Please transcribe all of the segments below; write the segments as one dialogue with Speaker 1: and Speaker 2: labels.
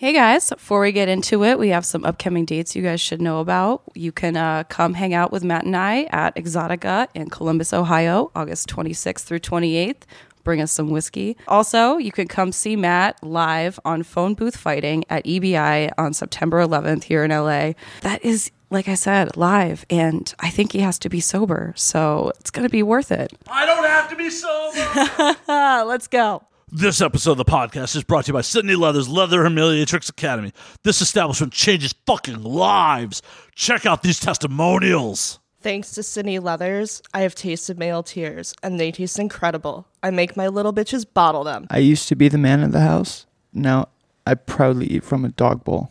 Speaker 1: Hey guys, before we get into it, we have some upcoming dates you guys should know about. You can uh, come hang out with Matt and I at Exotica in Columbus, Ohio, August 26th through 28th. Bring us some whiskey. Also, you can come see Matt live on Phone Booth Fighting at EBI on September 11th here in LA. That is, like I said, live, and I think he has to be sober, so it's going to be worth it.
Speaker 2: I don't have to be sober.
Speaker 3: Uh,
Speaker 1: Ah, let's go.
Speaker 2: this episode of the podcast is brought to you by Sydney Leathers Leather Humiliatrix Academy. This establishment changes fucking lives. Check out these testimonials.
Speaker 4: Thanks to Sydney Leathers, I have tasted male tears, and they taste incredible. I make my little bitches bottle them.
Speaker 5: I used to be the man of the house. Now I proudly eat from a dog bowl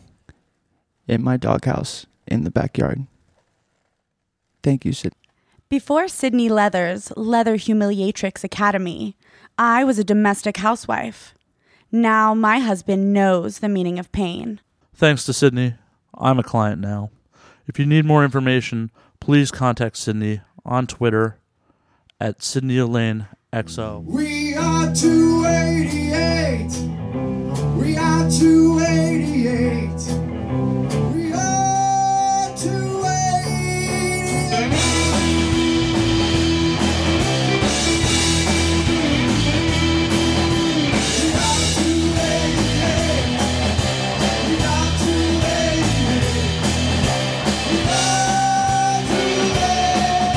Speaker 5: in my doghouse in the backyard. Thank you, Sid.
Speaker 6: Before Sydney Leather's Leather Humiliatrix Academy, I was a domestic housewife. Now my husband knows the meaning of pain.
Speaker 7: Thanks to Sydney, I'm a client now. If you need more information, please contact Sydney on Twitter at Sydney Elaine XO.
Speaker 8: We are 288. We are 288. We are 288.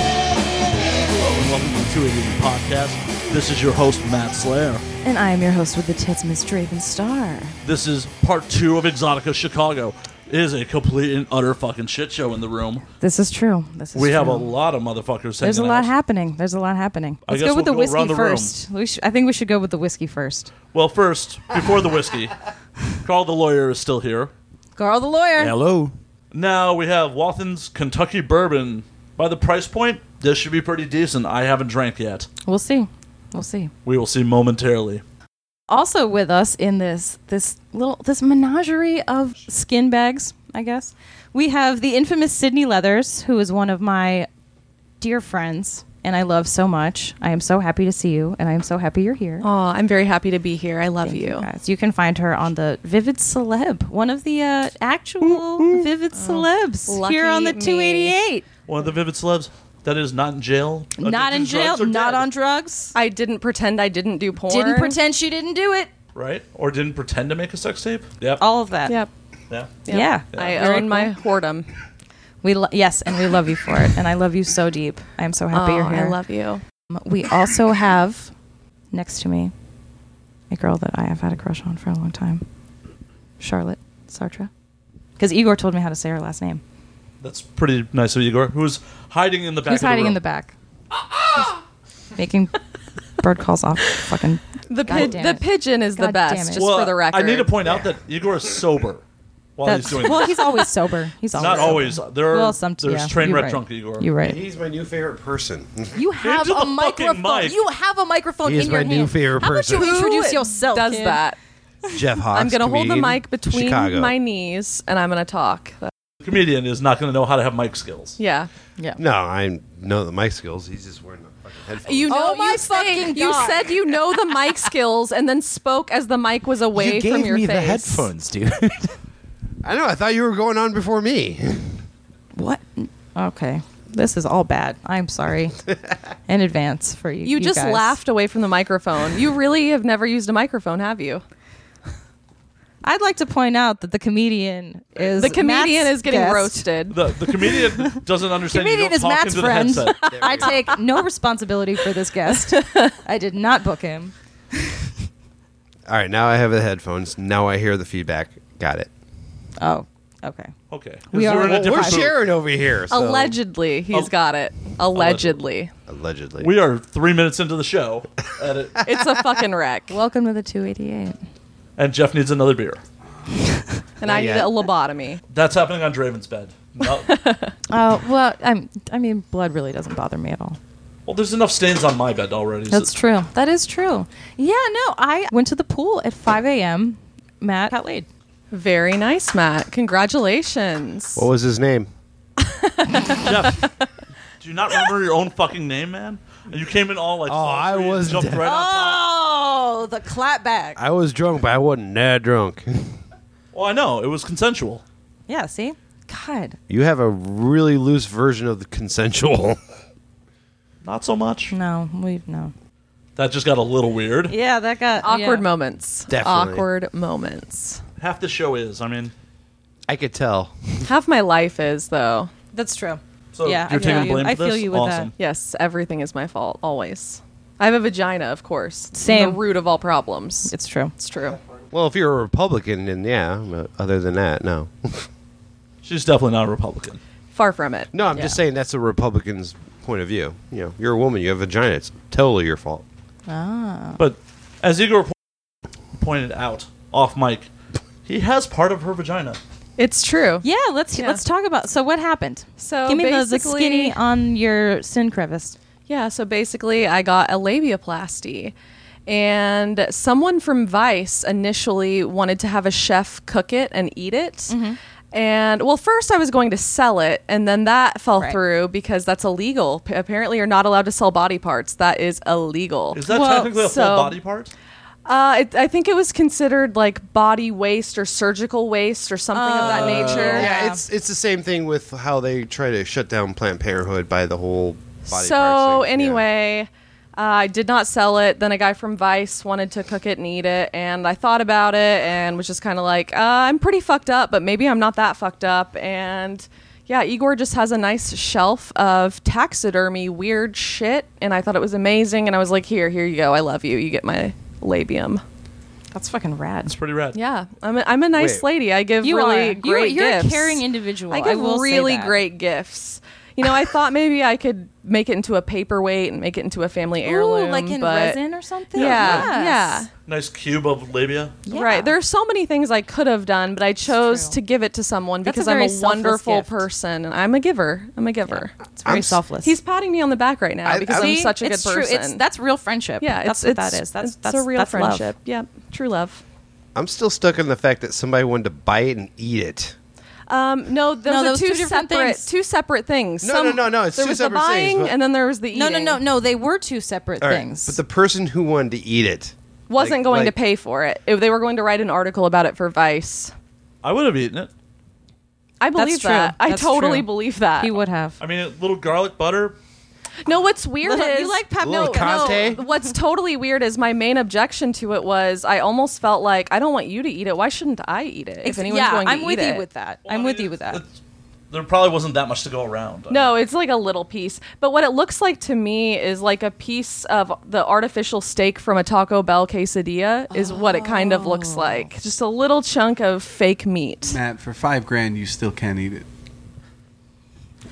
Speaker 2: Hello and welcome to the 280 Podcast. This is your host, Matt Slayer.
Speaker 9: And I am your host with the tits, Miss Draven Star.
Speaker 2: This is part two of Exotica Chicago. It is a complete and utter fucking shit show in the room.
Speaker 9: This is true. This is
Speaker 2: we have a
Speaker 9: true.
Speaker 2: lot of motherfuckers
Speaker 9: There's a
Speaker 2: hanging
Speaker 9: lot
Speaker 2: out.
Speaker 9: happening. There's a lot happening.
Speaker 2: I
Speaker 9: Let's
Speaker 2: guess
Speaker 9: go with
Speaker 2: we'll
Speaker 9: the
Speaker 2: go around
Speaker 9: whiskey
Speaker 2: the room.
Speaker 9: first. We sh- I think we should go with the whiskey first.
Speaker 2: well, first, before the whiskey, Carl the lawyer is still here.
Speaker 9: Carl the lawyer.
Speaker 5: Hello.
Speaker 2: Now we have Waltham's Kentucky Bourbon. By the price point, this should be pretty decent. I haven't drank yet.
Speaker 9: We'll see. We'll see.
Speaker 2: We will see momentarily.
Speaker 9: Also with us in this this little this menagerie of skin bags, I guess. We have the infamous Sydney Leathers, who is one of my dear friends and I love so much. I am so happy to see you and I am so happy you're here.
Speaker 1: Oh, I'm very happy to be here. I love you.
Speaker 9: Guys, you can find her on the Vivid Celeb, one of the uh, actual Vivid Celebs here on the
Speaker 1: lucky me.
Speaker 9: 288.
Speaker 2: One of the vivid celebs that is not in jail.
Speaker 9: Not
Speaker 2: addicted
Speaker 9: in
Speaker 2: to
Speaker 9: jail,
Speaker 2: Oh, drugs, or
Speaker 9: not
Speaker 2: dead,
Speaker 9: on drugs.
Speaker 1: I didn't pretend I didn't do porn.
Speaker 9: Didn't pretend she didn't do it.
Speaker 2: Right? Or didn't pretend to make a sex tape? Yep.
Speaker 9: All of that.
Speaker 1: Yep.
Speaker 2: yeah.
Speaker 9: Yeah.
Speaker 1: I
Speaker 9: Very
Speaker 1: own
Speaker 9: cool.
Speaker 1: my whoredom.
Speaker 9: We lo- yes, and we love you for it, and I love you so deep. I am so happy you're
Speaker 1: Oh,
Speaker 9: here.
Speaker 1: I love you.
Speaker 9: we also have next to me a girl that I have had a crush on for a long time, Charlotte Sartre, because Igor told me how to say her last name.
Speaker 2: That's pretty nice of you, Igor. Who's hiding in the back
Speaker 9: Who's
Speaker 2: of
Speaker 9: hiding in the
Speaker 2: room.
Speaker 9: back? Just making bird calls off fucking
Speaker 1: The,
Speaker 9: God
Speaker 1: pid-
Speaker 9: damn
Speaker 1: the
Speaker 9: it.
Speaker 1: pigeon is the
Speaker 9: God
Speaker 1: best,
Speaker 9: damn it.
Speaker 1: just
Speaker 2: Well,
Speaker 1: for the record.
Speaker 2: I need to point out that Igor is sober while
Speaker 9: That's-
Speaker 2: he's doing
Speaker 9: well,
Speaker 2: this.
Speaker 9: he's always sober. He's always
Speaker 2: not
Speaker 9: sober.
Speaker 2: always. There are,
Speaker 9: Well, some
Speaker 2: there's
Speaker 9: yeah,
Speaker 2: train
Speaker 9: you're
Speaker 2: wreck
Speaker 9: right.
Speaker 2: drunk Igor.
Speaker 9: You're right.
Speaker 10: He's my new favorite person.
Speaker 9: You have
Speaker 2: Into the fucking
Speaker 9: a microphone.
Speaker 2: mic.
Speaker 9: You have a microphone
Speaker 10: He is
Speaker 9: in your
Speaker 10: my new
Speaker 9: hand.
Speaker 10: favorite
Speaker 9: How about you
Speaker 10: person.
Speaker 9: introduce yourself?
Speaker 1: does
Speaker 9: kid?
Speaker 1: that.
Speaker 10: Jeff Hawks.
Speaker 1: I'm going to hold the
Speaker 10: comedian,
Speaker 1: mic between
Speaker 10: Chicago.
Speaker 1: my knees and I'm going to talk. That-
Speaker 2: The comedian is not going to know how to have mic skills.
Speaker 1: yeah.
Speaker 10: No, I know the mic skills. He's just wearing the fucking headphones.
Speaker 1: You know,
Speaker 9: Oh my
Speaker 1: you, say-
Speaker 9: fucking
Speaker 1: you
Speaker 9: God.
Speaker 1: said you know the mic skills and then spoke as the mic was away
Speaker 3: you gave
Speaker 1: from your
Speaker 3: me
Speaker 1: face.
Speaker 3: the headphones, dude.
Speaker 10: I know. I thought you were going on before me.
Speaker 9: What? Okay. This is all bad. I'm sorry in advance for you.
Speaker 1: You, just
Speaker 9: guys.
Speaker 1: laughed away from the microphone. You really have never used a microphone, have you?
Speaker 9: I'd like to point out that the comedian is
Speaker 1: The comedian
Speaker 9: Matt's
Speaker 1: is getting
Speaker 9: guest.
Speaker 1: roasted.
Speaker 2: The, the comedian doesn't understand you
Speaker 9: Comedian
Speaker 2: don't
Speaker 9: is
Speaker 2: talk
Speaker 9: Matt's
Speaker 2: into the
Speaker 9: friend.
Speaker 2: headset.
Speaker 9: I take no responsibility for this guest. I did not book him.
Speaker 10: All right, now I have the headphones. Now I hear the feedback. Got it.
Speaker 9: Oh, okay.
Speaker 2: Okay.
Speaker 9: We
Speaker 2: Is there
Speaker 9: are-
Speaker 2: in a
Speaker 9: Well,
Speaker 10: We're
Speaker 2: different booth?
Speaker 10: sharing over here. So.
Speaker 1: Allegedly, he's
Speaker 2: Oh.
Speaker 1: got it. Allegedly.
Speaker 10: Allegedly.
Speaker 2: We are three minutes into the show, edit,
Speaker 1: it's a fucking wreck.
Speaker 9: Welcome to the 288.
Speaker 2: and Jeff needs another beer.
Speaker 1: and I need
Speaker 10: yet.
Speaker 1: a lobotomy.
Speaker 2: That's happening on Draven's bed. No-
Speaker 9: Oh well, I'm, I mean, blood really doesn't bother me at all.
Speaker 2: well, there's enough stains on my bed already. so-
Speaker 9: That's true. That is true. Yeah, no, I went to the pool at 5 a.m. Matt got laid.
Speaker 1: Very nice, Matt. Congratulations.
Speaker 10: What was his name?
Speaker 2: Jeff, do you not remember your own fucking name, man? And you came in all like. Oh,
Speaker 10: I wasn't-
Speaker 2: Jumped
Speaker 9: Ah!
Speaker 2: right on top.
Speaker 9: Oh, the clap back.
Speaker 10: I was drunk, but I wasn't that drunk.
Speaker 7: Well, I know it was consensual.
Speaker 9: Yeah, see? God,
Speaker 10: You have a really loose version of the consensual.
Speaker 7: Not so much.
Speaker 9: no, we've no.
Speaker 7: That just got a little weird.
Speaker 9: Yeah, that got
Speaker 3: Awkward
Speaker 9: yeah.
Speaker 3: moments.
Speaker 10: Definitely.
Speaker 3: Awkward moments.
Speaker 7: Half the show is. I mean,
Speaker 10: I could tell.
Speaker 3: Half my life is though.
Speaker 9: That's true.
Speaker 7: so
Speaker 9: Yeah, I
Speaker 7: you're
Speaker 9: feel
Speaker 7: taking
Speaker 9: you.
Speaker 7: blame
Speaker 9: I
Speaker 7: for this.
Speaker 9: feel you with that.
Speaker 7: awesome.
Speaker 3: Yes, everything is my fault always. I have a vagina, of course. It's
Speaker 9: Same.
Speaker 3: The root of all problems.
Speaker 9: It's true.
Speaker 3: It's true.
Speaker 10: Well, if you're a Republican, then yeah. But other than that, no.
Speaker 7: She's definitely not a Republican.
Speaker 3: Far from it.
Speaker 10: no, I'm just saying that's a Republican's point of view. You know, you're a woman, you have a vagina. It's totally your fault.
Speaker 9: Oh.
Speaker 7: But as Igor po- pointed out off mic, he has part of her vagina.
Speaker 3: It's true.
Speaker 9: Yeah, let's
Speaker 3: Yeah.
Speaker 9: let's talk about. So what happened?
Speaker 3: So
Speaker 9: give me the, the
Speaker 3: basically-
Speaker 9: skinny on your sin crevice.
Speaker 3: Yeah, so basically, I got a labiaplasty. And someone from Vice initially wanted to have a chef cook it and eat it.
Speaker 9: Mm-hmm.
Speaker 3: And well, first I was going to sell it, and then that fell
Speaker 9: Right.
Speaker 3: through because that's illegal. P- apparently, you're not allowed to sell body parts. That is illegal.
Speaker 7: Is that
Speaker 9: Well,
Speaker 7: technically a
Speaker 3: so-
Speaker 7: full body part?
Speaker 3: Uh, it, I think it was considered like body waste or surgical waste or something of that nature.
Speaker 10: Yeah, it's it's the same thing with how they try to shut down Planned Parenthood by the whole. Body
Speaker 3: so
Speaker 10: parts thing. Yeah.
Speaker 3: anyway uh, i did not sell it then a guy from vice wanted to cook it and eat it and i thought about it and was just kind of like uh, i'm pretty fucked up but maybe i'm not that fucked up and yeah igor just has a nice shelf of taxidermy weird shit and i thought it was amazing and i was like here here you go i love you you get my labium
Speaker 9: That's fucking rad.
Speaker 7: It's pretty rad.
Speaker 3: yeah i'm a, I'm a nice
Speaker 10: Wait.
Speaker 3: lady i give
Speaker 9: You
Speaker 3: really
Speaker 9: are. You, are
Speaker 3: great
Speaker 9: you're a
Speaker 3: gifts.
Speaker 9: caring individual.
Speaker 3: I give
Speaker 9: will say
Speaker 3: really
Speaker 9: that.
Speaker 3: great gifts. You know, I thought maybe I could make it into a paperweight and make it into a family heirloom,
Speaker 9: Ooh, like in
Speaker 3: but
Speaker 9: resin or something.
Speaker 3: Yeah,
Speaker 9: Yes.
Speaker 7: Nice cube of labia.
Speaker 3: yeah,
Speaker 9: Yeah.
Speaker 3: right. There are so many things I could have done, but I chose
Speaker 9: true.
Speaker 3: to give it to someone
Speaker 9: That's a
Speaker 3: because I'm
Speaker 9: very
Speaker 3: a
Speaker 9: selfless
Speaker 3: wonderful
Speaker 9: gift.
Speaker 3: person and I'm a giver. I'm a giver.
Speaker 9: It's very
Speaker 10: I'm s-
Speaker 9: selfless.
Speaker 3: He's patting me on the back right now
Speaker 10: I-
Speaker 3: because
Speaker 10: I-
Speaker 3: I, am
Speaker 9: See?
Speaker 3: such a
Speaker 9: it's
Speaker 3: good
Speaker 9: true.
Speaker 3: person.
Speaker 9: It's that's real friendship.
Speaker 3: yeah,
Speaker 9: that's
Speaker 3: it's,
Speaker 9: what that
Speaker 3: it's-
Speaker 9: is. That's
Speaker 3: it's
Speaker 9: that's
Speaker 3: a real
Speaker 9: that's love.
Speaker 3: friendship. Yeah, true love.
Speaker 10: I'm still stuck on the fact that somebody wanted to buy it and eat it.
Speaker 3: Um, no, those
Speaker 9: No,
Speaker 3: are
Speaker 9: those
Speaker 3: two,
Speaker 9: two different
Speaker 3: separate
Speaker 9: things.
Speaker 3: two separate things.
Speaker 10: No, no, no, no, it's
Speaker 3: there
Speaker 10: two
Speaker 3: was
Speaker 10: separate
Speaker 3: the
Speaker 10: things,
Speaker 3: buying
Speaker 10: but-
Speaker 3: and then there was the eating.
Speaker 9: No, no, no, no. They were two separate
Speaker 10: All right,
Speaker 9: things.
Speaker 10: but the person who wanted to eat it
Speaker 3: wasn't
Speaker 10: like-
Speaker 3: going to
Speaker 10: like-
Speaker 3: pay for it. If they were going to write an article about it for Vice,
Speaker 7: I would have eaten it.
Speaker 3: I believe
Speaker 9: true.
Speaker 3: that. I
Speaker 9: That's
Speaker 3: totally
Speaker 9: true.
Speaker 3: believe that.
Speaker 9: he would have.
Speaker 7: I mean, a little garlic butter.
Speaker 3: No, what's weird
Speaker 9: Little-
Speaker 3: is
Speaker 9: you like pep-
Speaker 10: Little
Speaker 3: no,
Speaker 10: no, Conte? no.
Speaker 3: What's totally weird is my main objection to it was I almost felt like I don't want you to eat it. Why shouldn't I eat it? If anyone's
Speaker 9: yeah,
Speaker 3: going to
Speaker 9: I'm
Speaker 3: eat
Speaker 9: with
Speaker 3: it.
Speaker 9: you with that. I'm with you with that.
Speaker 7: It's- There probably wasn't that much to go around.
Speaker 3: No, it's like a little piece. But what it looks like to me is like a piece of the artificial steak from a Taco Bell quesadilla is what it kind of
Speaker 9: Oh.
Speaker 3: looks like. Just a little chunk of fake meat.
Speaker 11: Matt, for five grand, you still can't eat it.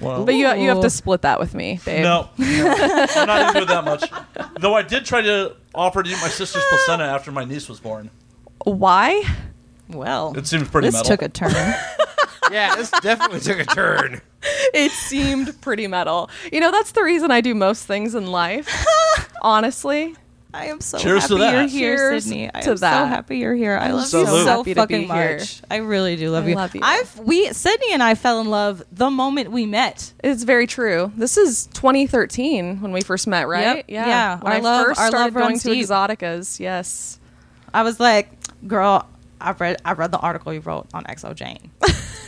Speaker 7: Well,
Speaker 3: But you you have
Speaker 9: Ooh.
Speaker 3: to split that with me, babe.
Speaker 7: no, I'm not even doing that much. Though I did try to offer to eat my sister's placenta after my niece was born.
Speaker 3: Why?
Speaker 9: well,
Speaker 7: It seems pretty
Speaker 9: this
Speaker 7: metal.
Speaker 9: took a turn.
Speaker 10: yeah, this definitely took a turn.
Speaker 3: it seemed pretty metal. You know, that's the reason I do most things in life. Honestly,
Speaker 9: I am so
Speaker 7: Cheers
Speaker 9: happy
Speaker 7: to that.
Speaker 9: you're here,
Speaker 3: Cheers
Speaker 9: Sydney. I
Speaker 3: to
Speaker 9: am so
Speaker 3: that.
Speaker 9: happy you're here. I, love
Speaker 3: so
Speaker 9: you so,
Speaker 3: much. Happy to
Speaker 9: fucking
Speaker 3: be here.
Speaker 9: much. I really do love
Speaker 3: I
Speaker 9: you.
Speaker 3: love you.
Speaker 9: I've we Sydney and I fell in love the moment we met.
Speaker 3: it's very true. This is 2013 when we first met, right?
Speaker 9: Yep. Yeah.
Speaker 3: When
Speaker 9: Our
Speaker 3: I
Speaker 9: love-
Speaker 3: first
Speaker 9: our
Speaker 3: started
Speaker 9: love
Speaker 3: going
Speaker 9: runs
Speaker 3: to
Speaker 9: deep.
Speaker 3: exoticas. Yes.
Speaker 9: I was like, girl, I read I read the article you wrote on XO Jane,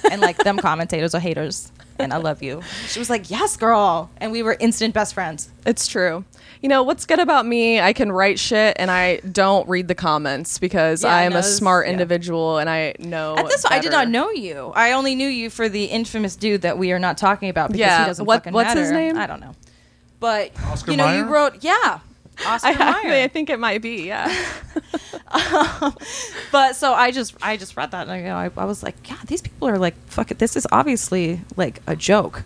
Speaker 9: and like them commentators are haters, and I love you. She was like, yes, girl, and we were instant best friends.
Speaker 3: It's true. You know, what's good about me, I can write shit and I don't read the comments because
Speaker 9: Yeah,
Speaker 3: I am
Speaker 9: no,
Speaker 3: a
Speaker 9: this-
Speaker 3: smart
Speaker 9: yeah.
Speaker 3: individual and I know.
Speaker 9: At this, point, I did
Speaker 3: Oh, better.
Speaker 9: not know you. I only knew you for the infamous dude that we are not talking about because
Speaker 3: Yeah.
Speaker 9: he doesn't
Speaker 3: What-
Speaker 9: fucking
Speaker 3: what's
Speaker 9: matter.
Speaker 3: his name?
Speaker 9: I don't know. But
Speaker 7: Oscar
Speaker 9: you know,
Speaker 7: Mayer?
Speaker 9: you wrote, yeah, Oscar
Speaker 3: I, I,
Speaker 9: Mayer.
Speaker 3: I think it might be, yeah.
Speaker 9: Um,
Speaker 3: Um,
Speaker 9: But so I just I just read that and you know, I, I was like, God, these people are like, fuck it, this is obviously like a joke,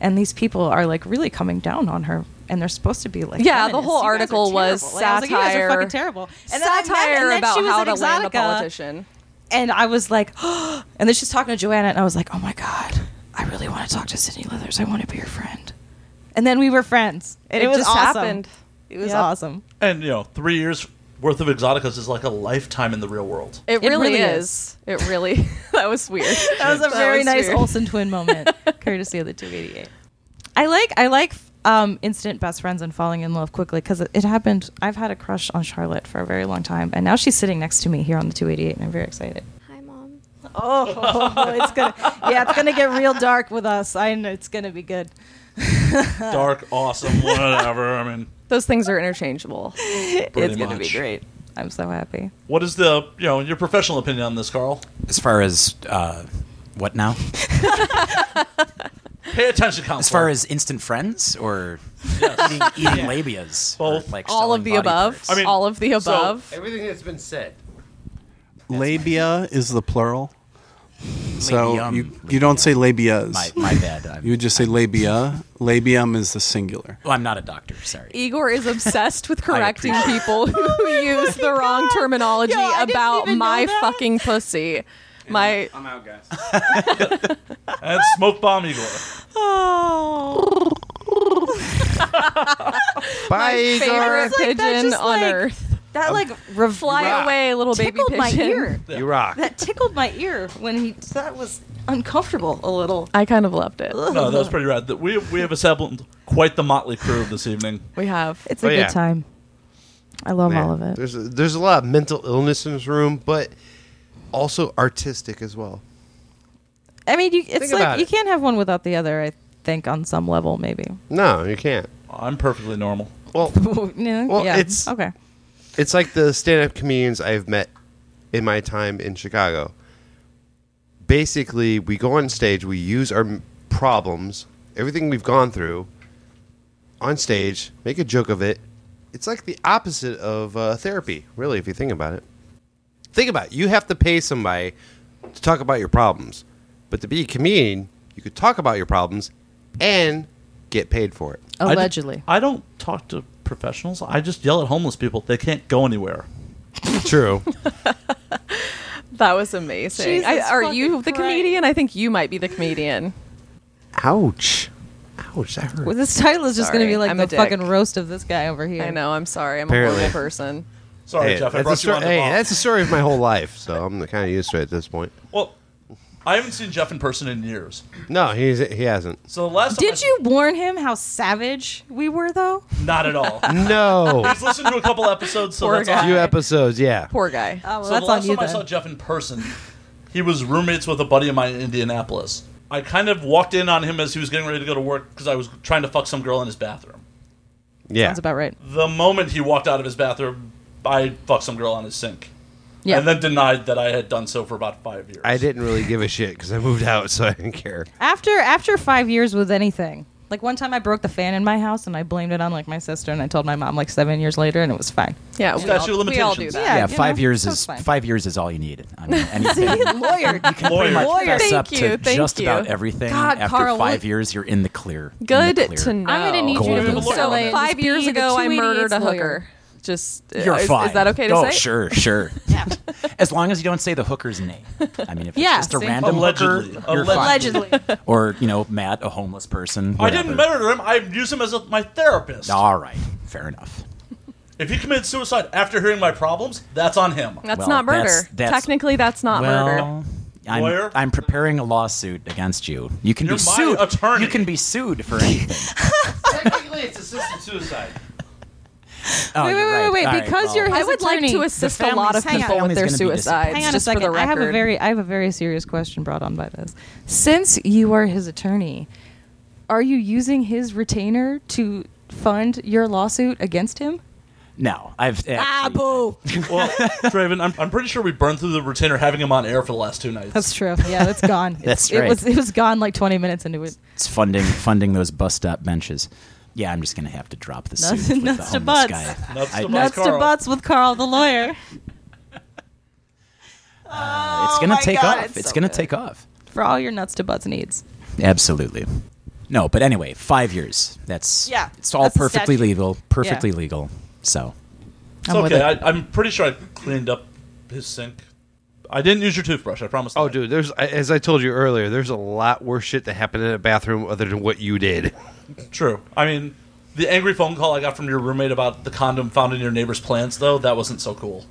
Speaker 9: and these people are like really coming down on her, and they're supposed to be like,
Speaker 3: Yeah, the
Speaker 9: feminists.
Speaker 3: whole
Speaker 9: You guys are
Speaker 3: article was
Speaker 9: terrible. Like, I like, you guys are
Speaker 3: satire-
Speaker 9: fucking terrible. And then I met-
Speaker 3: Satire
Speaker 9: and then
Speaker 3: about
Speaker 9: she was
Speaker 3: how
Speaker 9: at
Speaker 3: to land a
Speaker 9: Exotica,
Speaker 3: politician.
Speaker 9: and I was like, and then she's talking to Joanna, and I was like, oh my God, I really want to talk to Sydney Leathers. I want to be your friend. And then we were friends. And it,
Speaker 3: It
Speaker 9: was
Speaker 3: just
Speaker 9: awesome.
Speaker 3: happened.
Speaker 9: It was
Speaker 3: Yep.
Speaker 9: awesome.
Speaker 7: And you know, three years worth of exoticas is like a lifetime in the real world.
Speaker 3: It,
Speaker 9: It
Speaker 3: really,
Speaker 9: really
Speaker 3: is. It really. that was weird.
Speaker 9: That was a very
Speaker 3: was
Speaker 9: nice
Speaker 3: weird.
Speaker 9: Olsen twin moment, courtesy of the 288. I like I like um, instant best friends and falling in love quickly because it, it happened. I've had a crush on Charlotte for a very long time, and now she's sitting next to me here on the 288, and I'm very excited.
Speaker 8: Hi, Mom.
Speaker 9: Oh, it's gonna yeah, it's gonna get real dark with us. I know it's gonna be good.
Speaker 2: Dark, awesome, whatever. I mean,
Speaker 3: Those things are interchangeable.
Speaker 2: Pretty
Speaker 3: it's going to be
Speaker 2: much.
Speaker 3: great. I'm so happy.
Speaker 2: what is the you know your professional opinion on this, Carl?
Speaker 12: As far as uh, what now?
Speaker 2: Pay attention,
Speaker 11: Um,
Speaker 2: Counselor.
Speaker 12: As far as instant friends or eating, eating labias, both like
Speaker 3: All of
Speaker 12: selling
Speaker 3: the
Speaker 12: body
Speaker 3: above.
Speaker 12: parts?
Speaker 3: I mean, all of the
Speaker 10: so-
Speaker 3: above.
Speaker 10: Everything that's been said.
Speaker 11: Labia is the plural. So
Speaker 12: Labium,
Speaker 11: you, you don't say labias.
Speaker 12: My- my bad, I'm-
Speaker 11: you would just say labia. Labium is the singular.
Speaker 12: Well, I'm not a doctor. Sorry.
Speaker 3: Igor is obsessed with
Speaker 11: I
Speaker 3: correcting
Speaker 11: appreciate
Speaker 3: people who use the wrong terminology about my fucking pussy. My
Speaker 11: I'm out, guys.
Speaker 2: and smoke bomb Igor.
Speaker 3: Oh.
Speaker 10: Bye,
Speaker 3: my favorite
Speaker 9: Igor. Like, that
Speaker 3: pigeon
Speaker 9: just,
Speaker 3: on
Speaker 9: like,
Speaker 3: earth.
Speaker 9: That like fly
Speaker 3: rock.
Speaker 9: away, little baby
Speaker 3: Tickled my
Speaker 9: pigeon.
Speaker 3: ear.
Speaker 10: You rock.
Speaker 9: That tickled my ear when he. That was uncomfortable a little.
Speaker 3: I kind of loved it.
Speaker 2: No, that was pretty rad. That We we have assembled quite the motley crew this evening.
Speaker 3: We have.
Speaker 9: It's
Speaker 10: a Oh, good yeah.
Speaker 9: time. I love
Speaker 10: Man,
Speaker 9: all of it.
Speaker 10: There's a, there's a lot of mental illness in this room, but also artistic as well.
Speaker 9: I mean, you, it's
Speaker 10: Think
Speaker 9: like
Speaker 10: about
Speaker 9: you
Speaker 10: it.
Speaker 9: can't have one without the other. I think on some level, maybe.
Speaker 10: No, you can't.
Speaker 2: I'm perfectly normal.
Speaker 10: Well,
Speaker 9: Yeah,
Speaker 10: Well,
Speaker 9: yeah.
Speaker 10: it's-
Speaker 9: okay.
Speaker 10: it's like the stand-up comedians I've met in my time in Chicago. Basically, we go on stage, we use our m- problems, everything we've gone through, on stage, make a joke of it. It's like the opposite of uh, therapy, really, if you think about it. Think about it. You have to pay somebody to talk about your problems, but to be a comedian, you could talk about your problems and get paid for it.
Speaker 2: I d- I, don't talk to professionals. I just yell at homeless people. They can't go anywhere.
Speaker 10: True.
Speaker 3: That was amazing.
Speaker 9: Jesus
Speaker 3: I, are
Speaker 9: fucking
Speaker 3: you the
Speaker 9: Christ.
Speaker 3: comedian? I think you might be the comedian.
Speaker 10: Ouch. Ouch, that hurt.
Speaker 9: Well, this title is just going to
Speaker 3: Sorry,
Speaker 9: be like
Speaker 3: I'm a
Speaker 9: the
Speaker 3: dick.
Speaker 9: fucking roast of this guy over here.
Speaker 3: I know. I'm sorry. I'm a
Speaker 10: Apparently.
Speaker 3: horrible person.
Speaker 2: Sorry,
Speaker 10: hey,
Speaker 2: Jeff. I
Speaker 10: that's a
Speaker 2: brought you
Speaker 10: story-
Speaker 2: on the
Speaker 10: hey,
Speaker 2: bomb.
Speaker 10: that's the story of my whole life, so I'm kind of used to it at this point.
Speaker 2: Well, I haven't seen Jeff in person in years.
Speaker 10: No, he's, he hasn't.
Speaker 2: So the last
Speaker 9: Did you warn him how savage we were, though?
Speaker 2: not at all.
Speaker 10: No.
Speaker 2: He's listened to a couple episodes, so
Speaker 10: Poor
Speaker 2: that's
Speaker 10: guy.
Speaker 2: on
Speaker 10: Few episodes, yeah.
Speaker 3: Poor guy.
Speaker 9: Oh, well,
Speaker 2: so
Speaker 9: that's
Speaker 2: the last
Speaker 9: on you
Speaker 2: time I saw
Speaker 9: then.
Speaker 2: Jeff in person, he was roommates with a buddy of mine in Indianapolis. I kind of walked in on him as he was getting ready to go to work because I was trying to fuck some girl in his bathroom.
Speaker 10: Yeah.
Speaker 9: about right.
Speaker 2: The moment he walked out of his bathroom, I fucked some girl on his sink.
Speaker 9: Yeah.
Speaker 2: And then denied that I had done so for about five years.
Speaker 10: I didn't really give a shit because I moved out, so I didn't care.
Speaker 9: After after five years with anything, like one time I broke the fan in my house and I blamed it on like my sister and I told my mom like seven years later and it was fine.
Speaker 3: Yeah, we all,
Speaker 2: Statute of
Speaker 3: we all do
Speaker 2: limitations.
Speaker 3: that.
Speaker 12: Yeah,
Speaker 9: Yeah, you
Speaker 12: five
Speaker 9: know,
Speaker 12: years
Speaker 9: that's
Speaker 12: is
Speaker 9: fine.
Speaker 12: five years is all you need. I mean, anything.
Speaker 9: Lawyer,
Speaker 12: Pretty much
Speaker 9: Lawyer.
Speaker 12: fess
Speaker 3: Thank
Speaker 12: up to
Speaker 3: you, thank
Speaker 12: just
Speaker 3: you.
Speaker 12: about everything.
Speaker 3: God,
Speaker 12: After
Speaker 3: Carl,
Speaker 12: five
Speaker 3: what-
Speaker 12: years, you're in the clear. In
Speaker 3: Good
Speaker 12: the clear.
Speaker 3: to know.
Speaker 1: I'm gonna need you
Speaker 12: Golden.
Speaker 1: to
Speaker 12: So
Speaker 1: Sally,
Speaker 3: Five
Speaker 1: be
Speaker 3: years
Speaker 1: the
Speaker 3: ago, I
Speaker 1: 288
Speaker 3: murdered a
Speaker 1: lawyer.
Speaker 3: hooker. Just uh,
Speaker 12: You're
Speaker 3: is,
Speaker 12: fine.
Speaker 3: Is that okay to
Speaker 12: oh,
Speaker 3: say?
Speaker 12: sure, sure. As long as you don't say the hooker's name. I mean, if it's
Speaker 9: Yeah,
Speaker 12: just a
Speaker 9: see?
Speaker 12: random
Speaker 2: Allegedly.
Speaker 12: hooker, you're
Speaker 9: Allegedly.
Speaker 12: fine. Or you know, Matt, a homeless person.
Speaker 2: I didn't
Speaker 12: whatever.
Speaker 2: murder him. I used him as a, my therapist.
Speaker 12: All right, fair enough.
Speaker 2: If he committed suicide after hearing my problems, that's on him.
Speaker 3: That's
Speaker 12: Well,
Speaker 3: not murder.
Speaker 12: that's- that's-
Speaker 3: Technically, that's not murder.
Speaker 12: well, I'm,
Speaker 2: Lawyer?
Speaker 12: I'm preparing a lawsuit against you. You can
Speaker 2: You're
Speaker 12: be
Speaker 2: my
Speaker 12: sued.
Speaker 2: attorney.
Speaker 12: You can be sued for anything.
Speaker 10: Technically, it's assisted suicide.
Speaker 12: Oh,
Speaker 9: Wait,
Speaker 12: you're
Speaker 9: wait,
Speaker 12: right.
Speaker 9: wait, wait!
Speaker 12: All right,
Speaker 9: Because
Speaker 12: well,
Speaker 9: you're his
Speaker 3: I would like
Speaker 9: attorney-
Speaker 3: to assist
Speaker 12: The
Speaker 3: a lot
Speaker 12: family's-
Speaker 3: of
Speaker 12: hang on.
Speaker 3: people with
Speaker 12: family's
Speaker 3: their
Speaker 12: gonna be dis-
Speaker 3: suicides.
Speaker 9: Hang on a
Speaker 3: just for the
Speaker 9: second. I have a
Speaker 3: record.
Speaker 9: very I have a very serious question brought on by this. Since you are his attorney, are you using his retainer to fund your lawsuit against him?
Speaker 12: no, I've
Speaker 9: Ah,
Speaker 12: actually-
Speaker 2: Well, Draven, I'm, I'm pretty sure we burned through the retainer having him on air for the last two nights.
Speaker 9: That's true. Yeah, that's gone.
Speaker 12: That's
Speaker 9: It's- It
Speaker 12: right.
Speaker 9: was it was gone like 20 minutes into it.
Speaker 12: It's funding funding those bus stop benches. Yeah, I'm just gonna have to drop the suit.
Speaker 9: Nuts-
Speaker 12: with
Speaker 9: nuts to
Speaker 12: the homeless
Speaker 9: butts.
Speaker 12: Guy.
Speaker 2: Nuts
Speaker 12: I-
Speaker 2: to
Speaker 9: Nuts to
Speaker 2: Carl.
Speaker 9: butts with Carl the lawyer.
Speaker 12: it's gonna
Speaker 9: Oh my
Speaker 12: take
Speaker 9: God,
Speaker 12: off.
Speaker 9: it's
Speaker 12: It's,
Speaker 9: so
Speaker 12: gonna
Speaker 9: good.
Speaker 12: take off.
Speaker 9: for all your nuts to butts needs.
Speaker 12: Absolutely. No, but anyway, five years. That's
Speaker 9: Yeah,
Speaker 12: It's all
Speaker 9: that's a
Speaker 12: perfectly
Speaker 9: statute.
Speaker 12: legal. Perfectly
Speaker 9: Yeah.
Speaker 12: legal. So
Speaker 2: It's
Speaker 9: I'm with
Speaker 2: okay.
Speaker 9: it.
Speaker 2: I, I'm pretty sure I cleaned up his sink. I didn't use your toothbrush. I promise.
Speaker 10: Oh,
Speaker 2: that.
Speaker 10: dude, there's I- as I told you earlier, there's a lot worse shit that happened in a bathroom other than what you did.
Speaker 2: True. I mean, the angry phone call I got from your roommate about the condom found in your neighbor's plants, though, that wasn't so cool.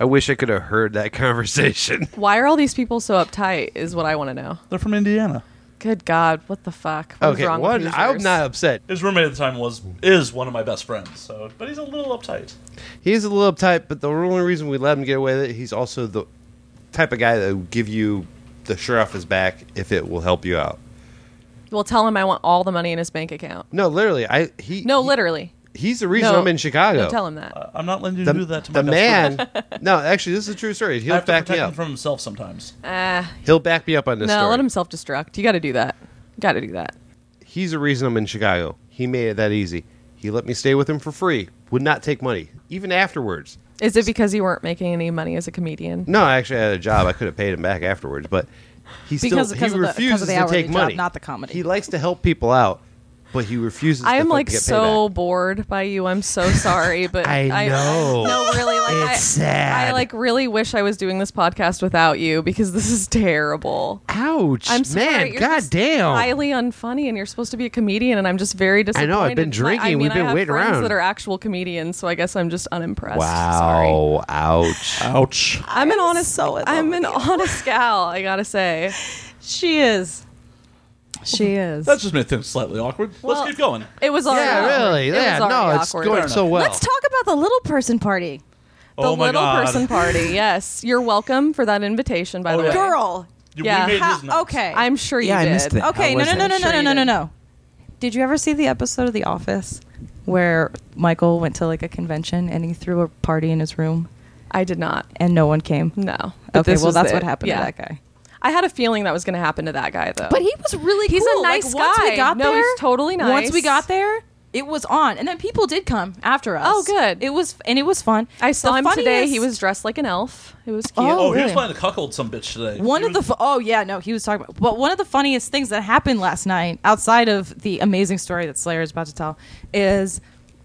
Speaker 10: I wish I could have heard that conversation.
Speaker 3: Why are all these people so uptight? Is what I want to know.
Speaker 2: They're from Indiana.
Speaker 3: Good God, what the fuck? What is
Speaker 10: okay,
Speaker 3: wrong
Speaker 10: one,
Speaker 3: with
Speaker 10: I'm
Speaker 3: users?
Speaker 10: not upset.
Speaker 2: His roommate at the time was is one of my best friends. So, but he's a little uptight.
Speaker 10: He's a little uptight, but the only reason we let him get away with it, he's also the type of guy that will give you the shirt off his back if it will help you out.
Speaker 3: Well, tell him I want all the money in his bank account.
Speaker 10: No, literally, I he
Speaker 3: No, literally.
Speaker 10: he's the reason
Speaker 3: No,
Speaker 10: I'm in Chicago.
Speaker 3: no, tell him that.
Speaker 2: I'm not letting you
Speaker 10: The-
Speaker 2: do that to my
Speaker 10: the
Speaker 2: best
Speaker 10: man. no, actually, this is a true story.
Speaker 2: I
Speaker 10: He'll
Speaker 2: have to
Speaker 10: back me
Speaker 2: protect him
Speaker 10: up.
Speaker 2: from himself sometimes.
Speaker 3: Ah,
Speaker 10: He'll back me up on
Speaker 3: no,
Speaker 10: this story.
Speaker 3: let him self destruct. You got to do that. Got to do that.
Speaker 10: He's the reason I'm in Chicago. He made it that easy. He let me stay with him for free. Would not take money, even afterwards.
Speaker 3: Is it because you weren't making any money as a comedian?
Speaker 10: No, I actually had a job. I could have paid him back afterwards, but he still
Speaker 3: Because- because of the-
Speaker 10: he
Speaker 3: because of the
Speaker 10: refuses to
Speaker 3: hourly
Speaker 10: take
Speaker 3: job,
Speaker 10: money.
Speaker 3: not the comedy.
Speaker 10: He likes to help people out, but he refuses.
Speaker 3: I am
Speaker 10: to fucking
Speaker 3: like
Speaker 10: get
Speaker 3: so bored by you. I'm so sorry, but
Speaker 10: I know.
Speaker 3: no, really, like
Speaker 10: It's
Speaker 3: I,
Speaker 10: sad.
Speaker 3: I like really wish I was doing this podcast without you because this is terrible.
Speaker 10: Ouch,
Speaker 3: I'm sorry,
Speaker 10: man,
Speaker 3: you're
Speaker 10: god
Speaker 3: just
Speaker 10: damn.
Speaker 3: highly unfunny, and you're supposed to be a comedian, and I'm just very
Speaker 10: I
Speaker 3: disappointed.
Speaker 10: know, I've been
Speaker 3: Like,
Speaker 10: drinking,
Speaker 3: I mean,
Speaker 10: we've been
Speaker 3: I have
Speaker 10: waiting
Speaker 3: friends
Speaker 10: around.
Speaker 3: That are actual comedians, so I guess I'm just unimpressed.
Speaker 10: back. Wow! Ouch!
Speaker 7: Ouch!
Speaker 3: I'm an honest. I'm an honest gal. I gotta say, she is. She is.
Speaker 2: That just made things slightly awkward.
Speaker 3: Well,
Speaker 2: Let's keep going.
Speaker 3: It was already
Speaker 10: Yeah,
Speaker 3: awkward.
Speaker 10: really,
Speaker 3: It was
Speaker 10: yeah,
Speaker 3: already
Speaker 10: no, it's
Speaker 3: awkward.
Speaker 10: going Fair so enough. well.
Speaker 9: Let's talk about the little person party.
Speaker 3: The
Speaker 2: Oh
Speaker 3: little person party. Yes, you're welcome for that invitation. By the way,
Speaker 9: Girl.
Speaker 3: Yeah.
Speaker 9: How- okay.
Speaker 3: I'm sure you
Speaker 9: yeah,
Speaker 3: did.
Speaker 9: I missed that. Okay, no, no, no, no, no, no, no, no, no. Did you ever see the episode of The Office where Michael went to like a convention and he threw a party in his room?
Speaker 3: I did not.
Speaker 9: And no one came.
Speaker 3: No. But
Speaker 9: Okay,
Speaker 3: this
Speaker 9: well
Speaker 3: was
Speaker 9: that's
Speaker 3: the-
Speaker 9: what happened
Speaker 3: yeah.
Speaker 9: to that guy.
Speaker 3: I had a feeling that was going to happen to that guy though.
Speaker 9: But he was really
Speaker 3: He's a
Speaker 9: cool. Like,
Speaker 3: nice
Speaker 9: Once
Speaker 3: guy.
Speaker 9: we got
Speaker 3: No,
Speaker 9: there,
Speaker 3: he's totally
Speaker 9: Once we
Speaker 3: nice.
Speaker 9: got there, it was on, and then people did come after us.
Speaker 3: Oh, good.
Speaker 9: It was and it was fun.
Speaker 3: I saw
Speaker 9: The
Speaker 3: him today. He
Speaker 9: funniest-
Speaker 3: was dressed like an elf. It was cute.
Speaker 2: Oh,
Speaker 9: Oh,
Speaker 2: he was
Speaker 9: really?
Speaker 2: playing the cuckold some bitch today.
Speaker 9: One of the fu- oh yeah no he was talking about but one of the funniest things that happened last night outside of the amazing story that Slayer is about to tell is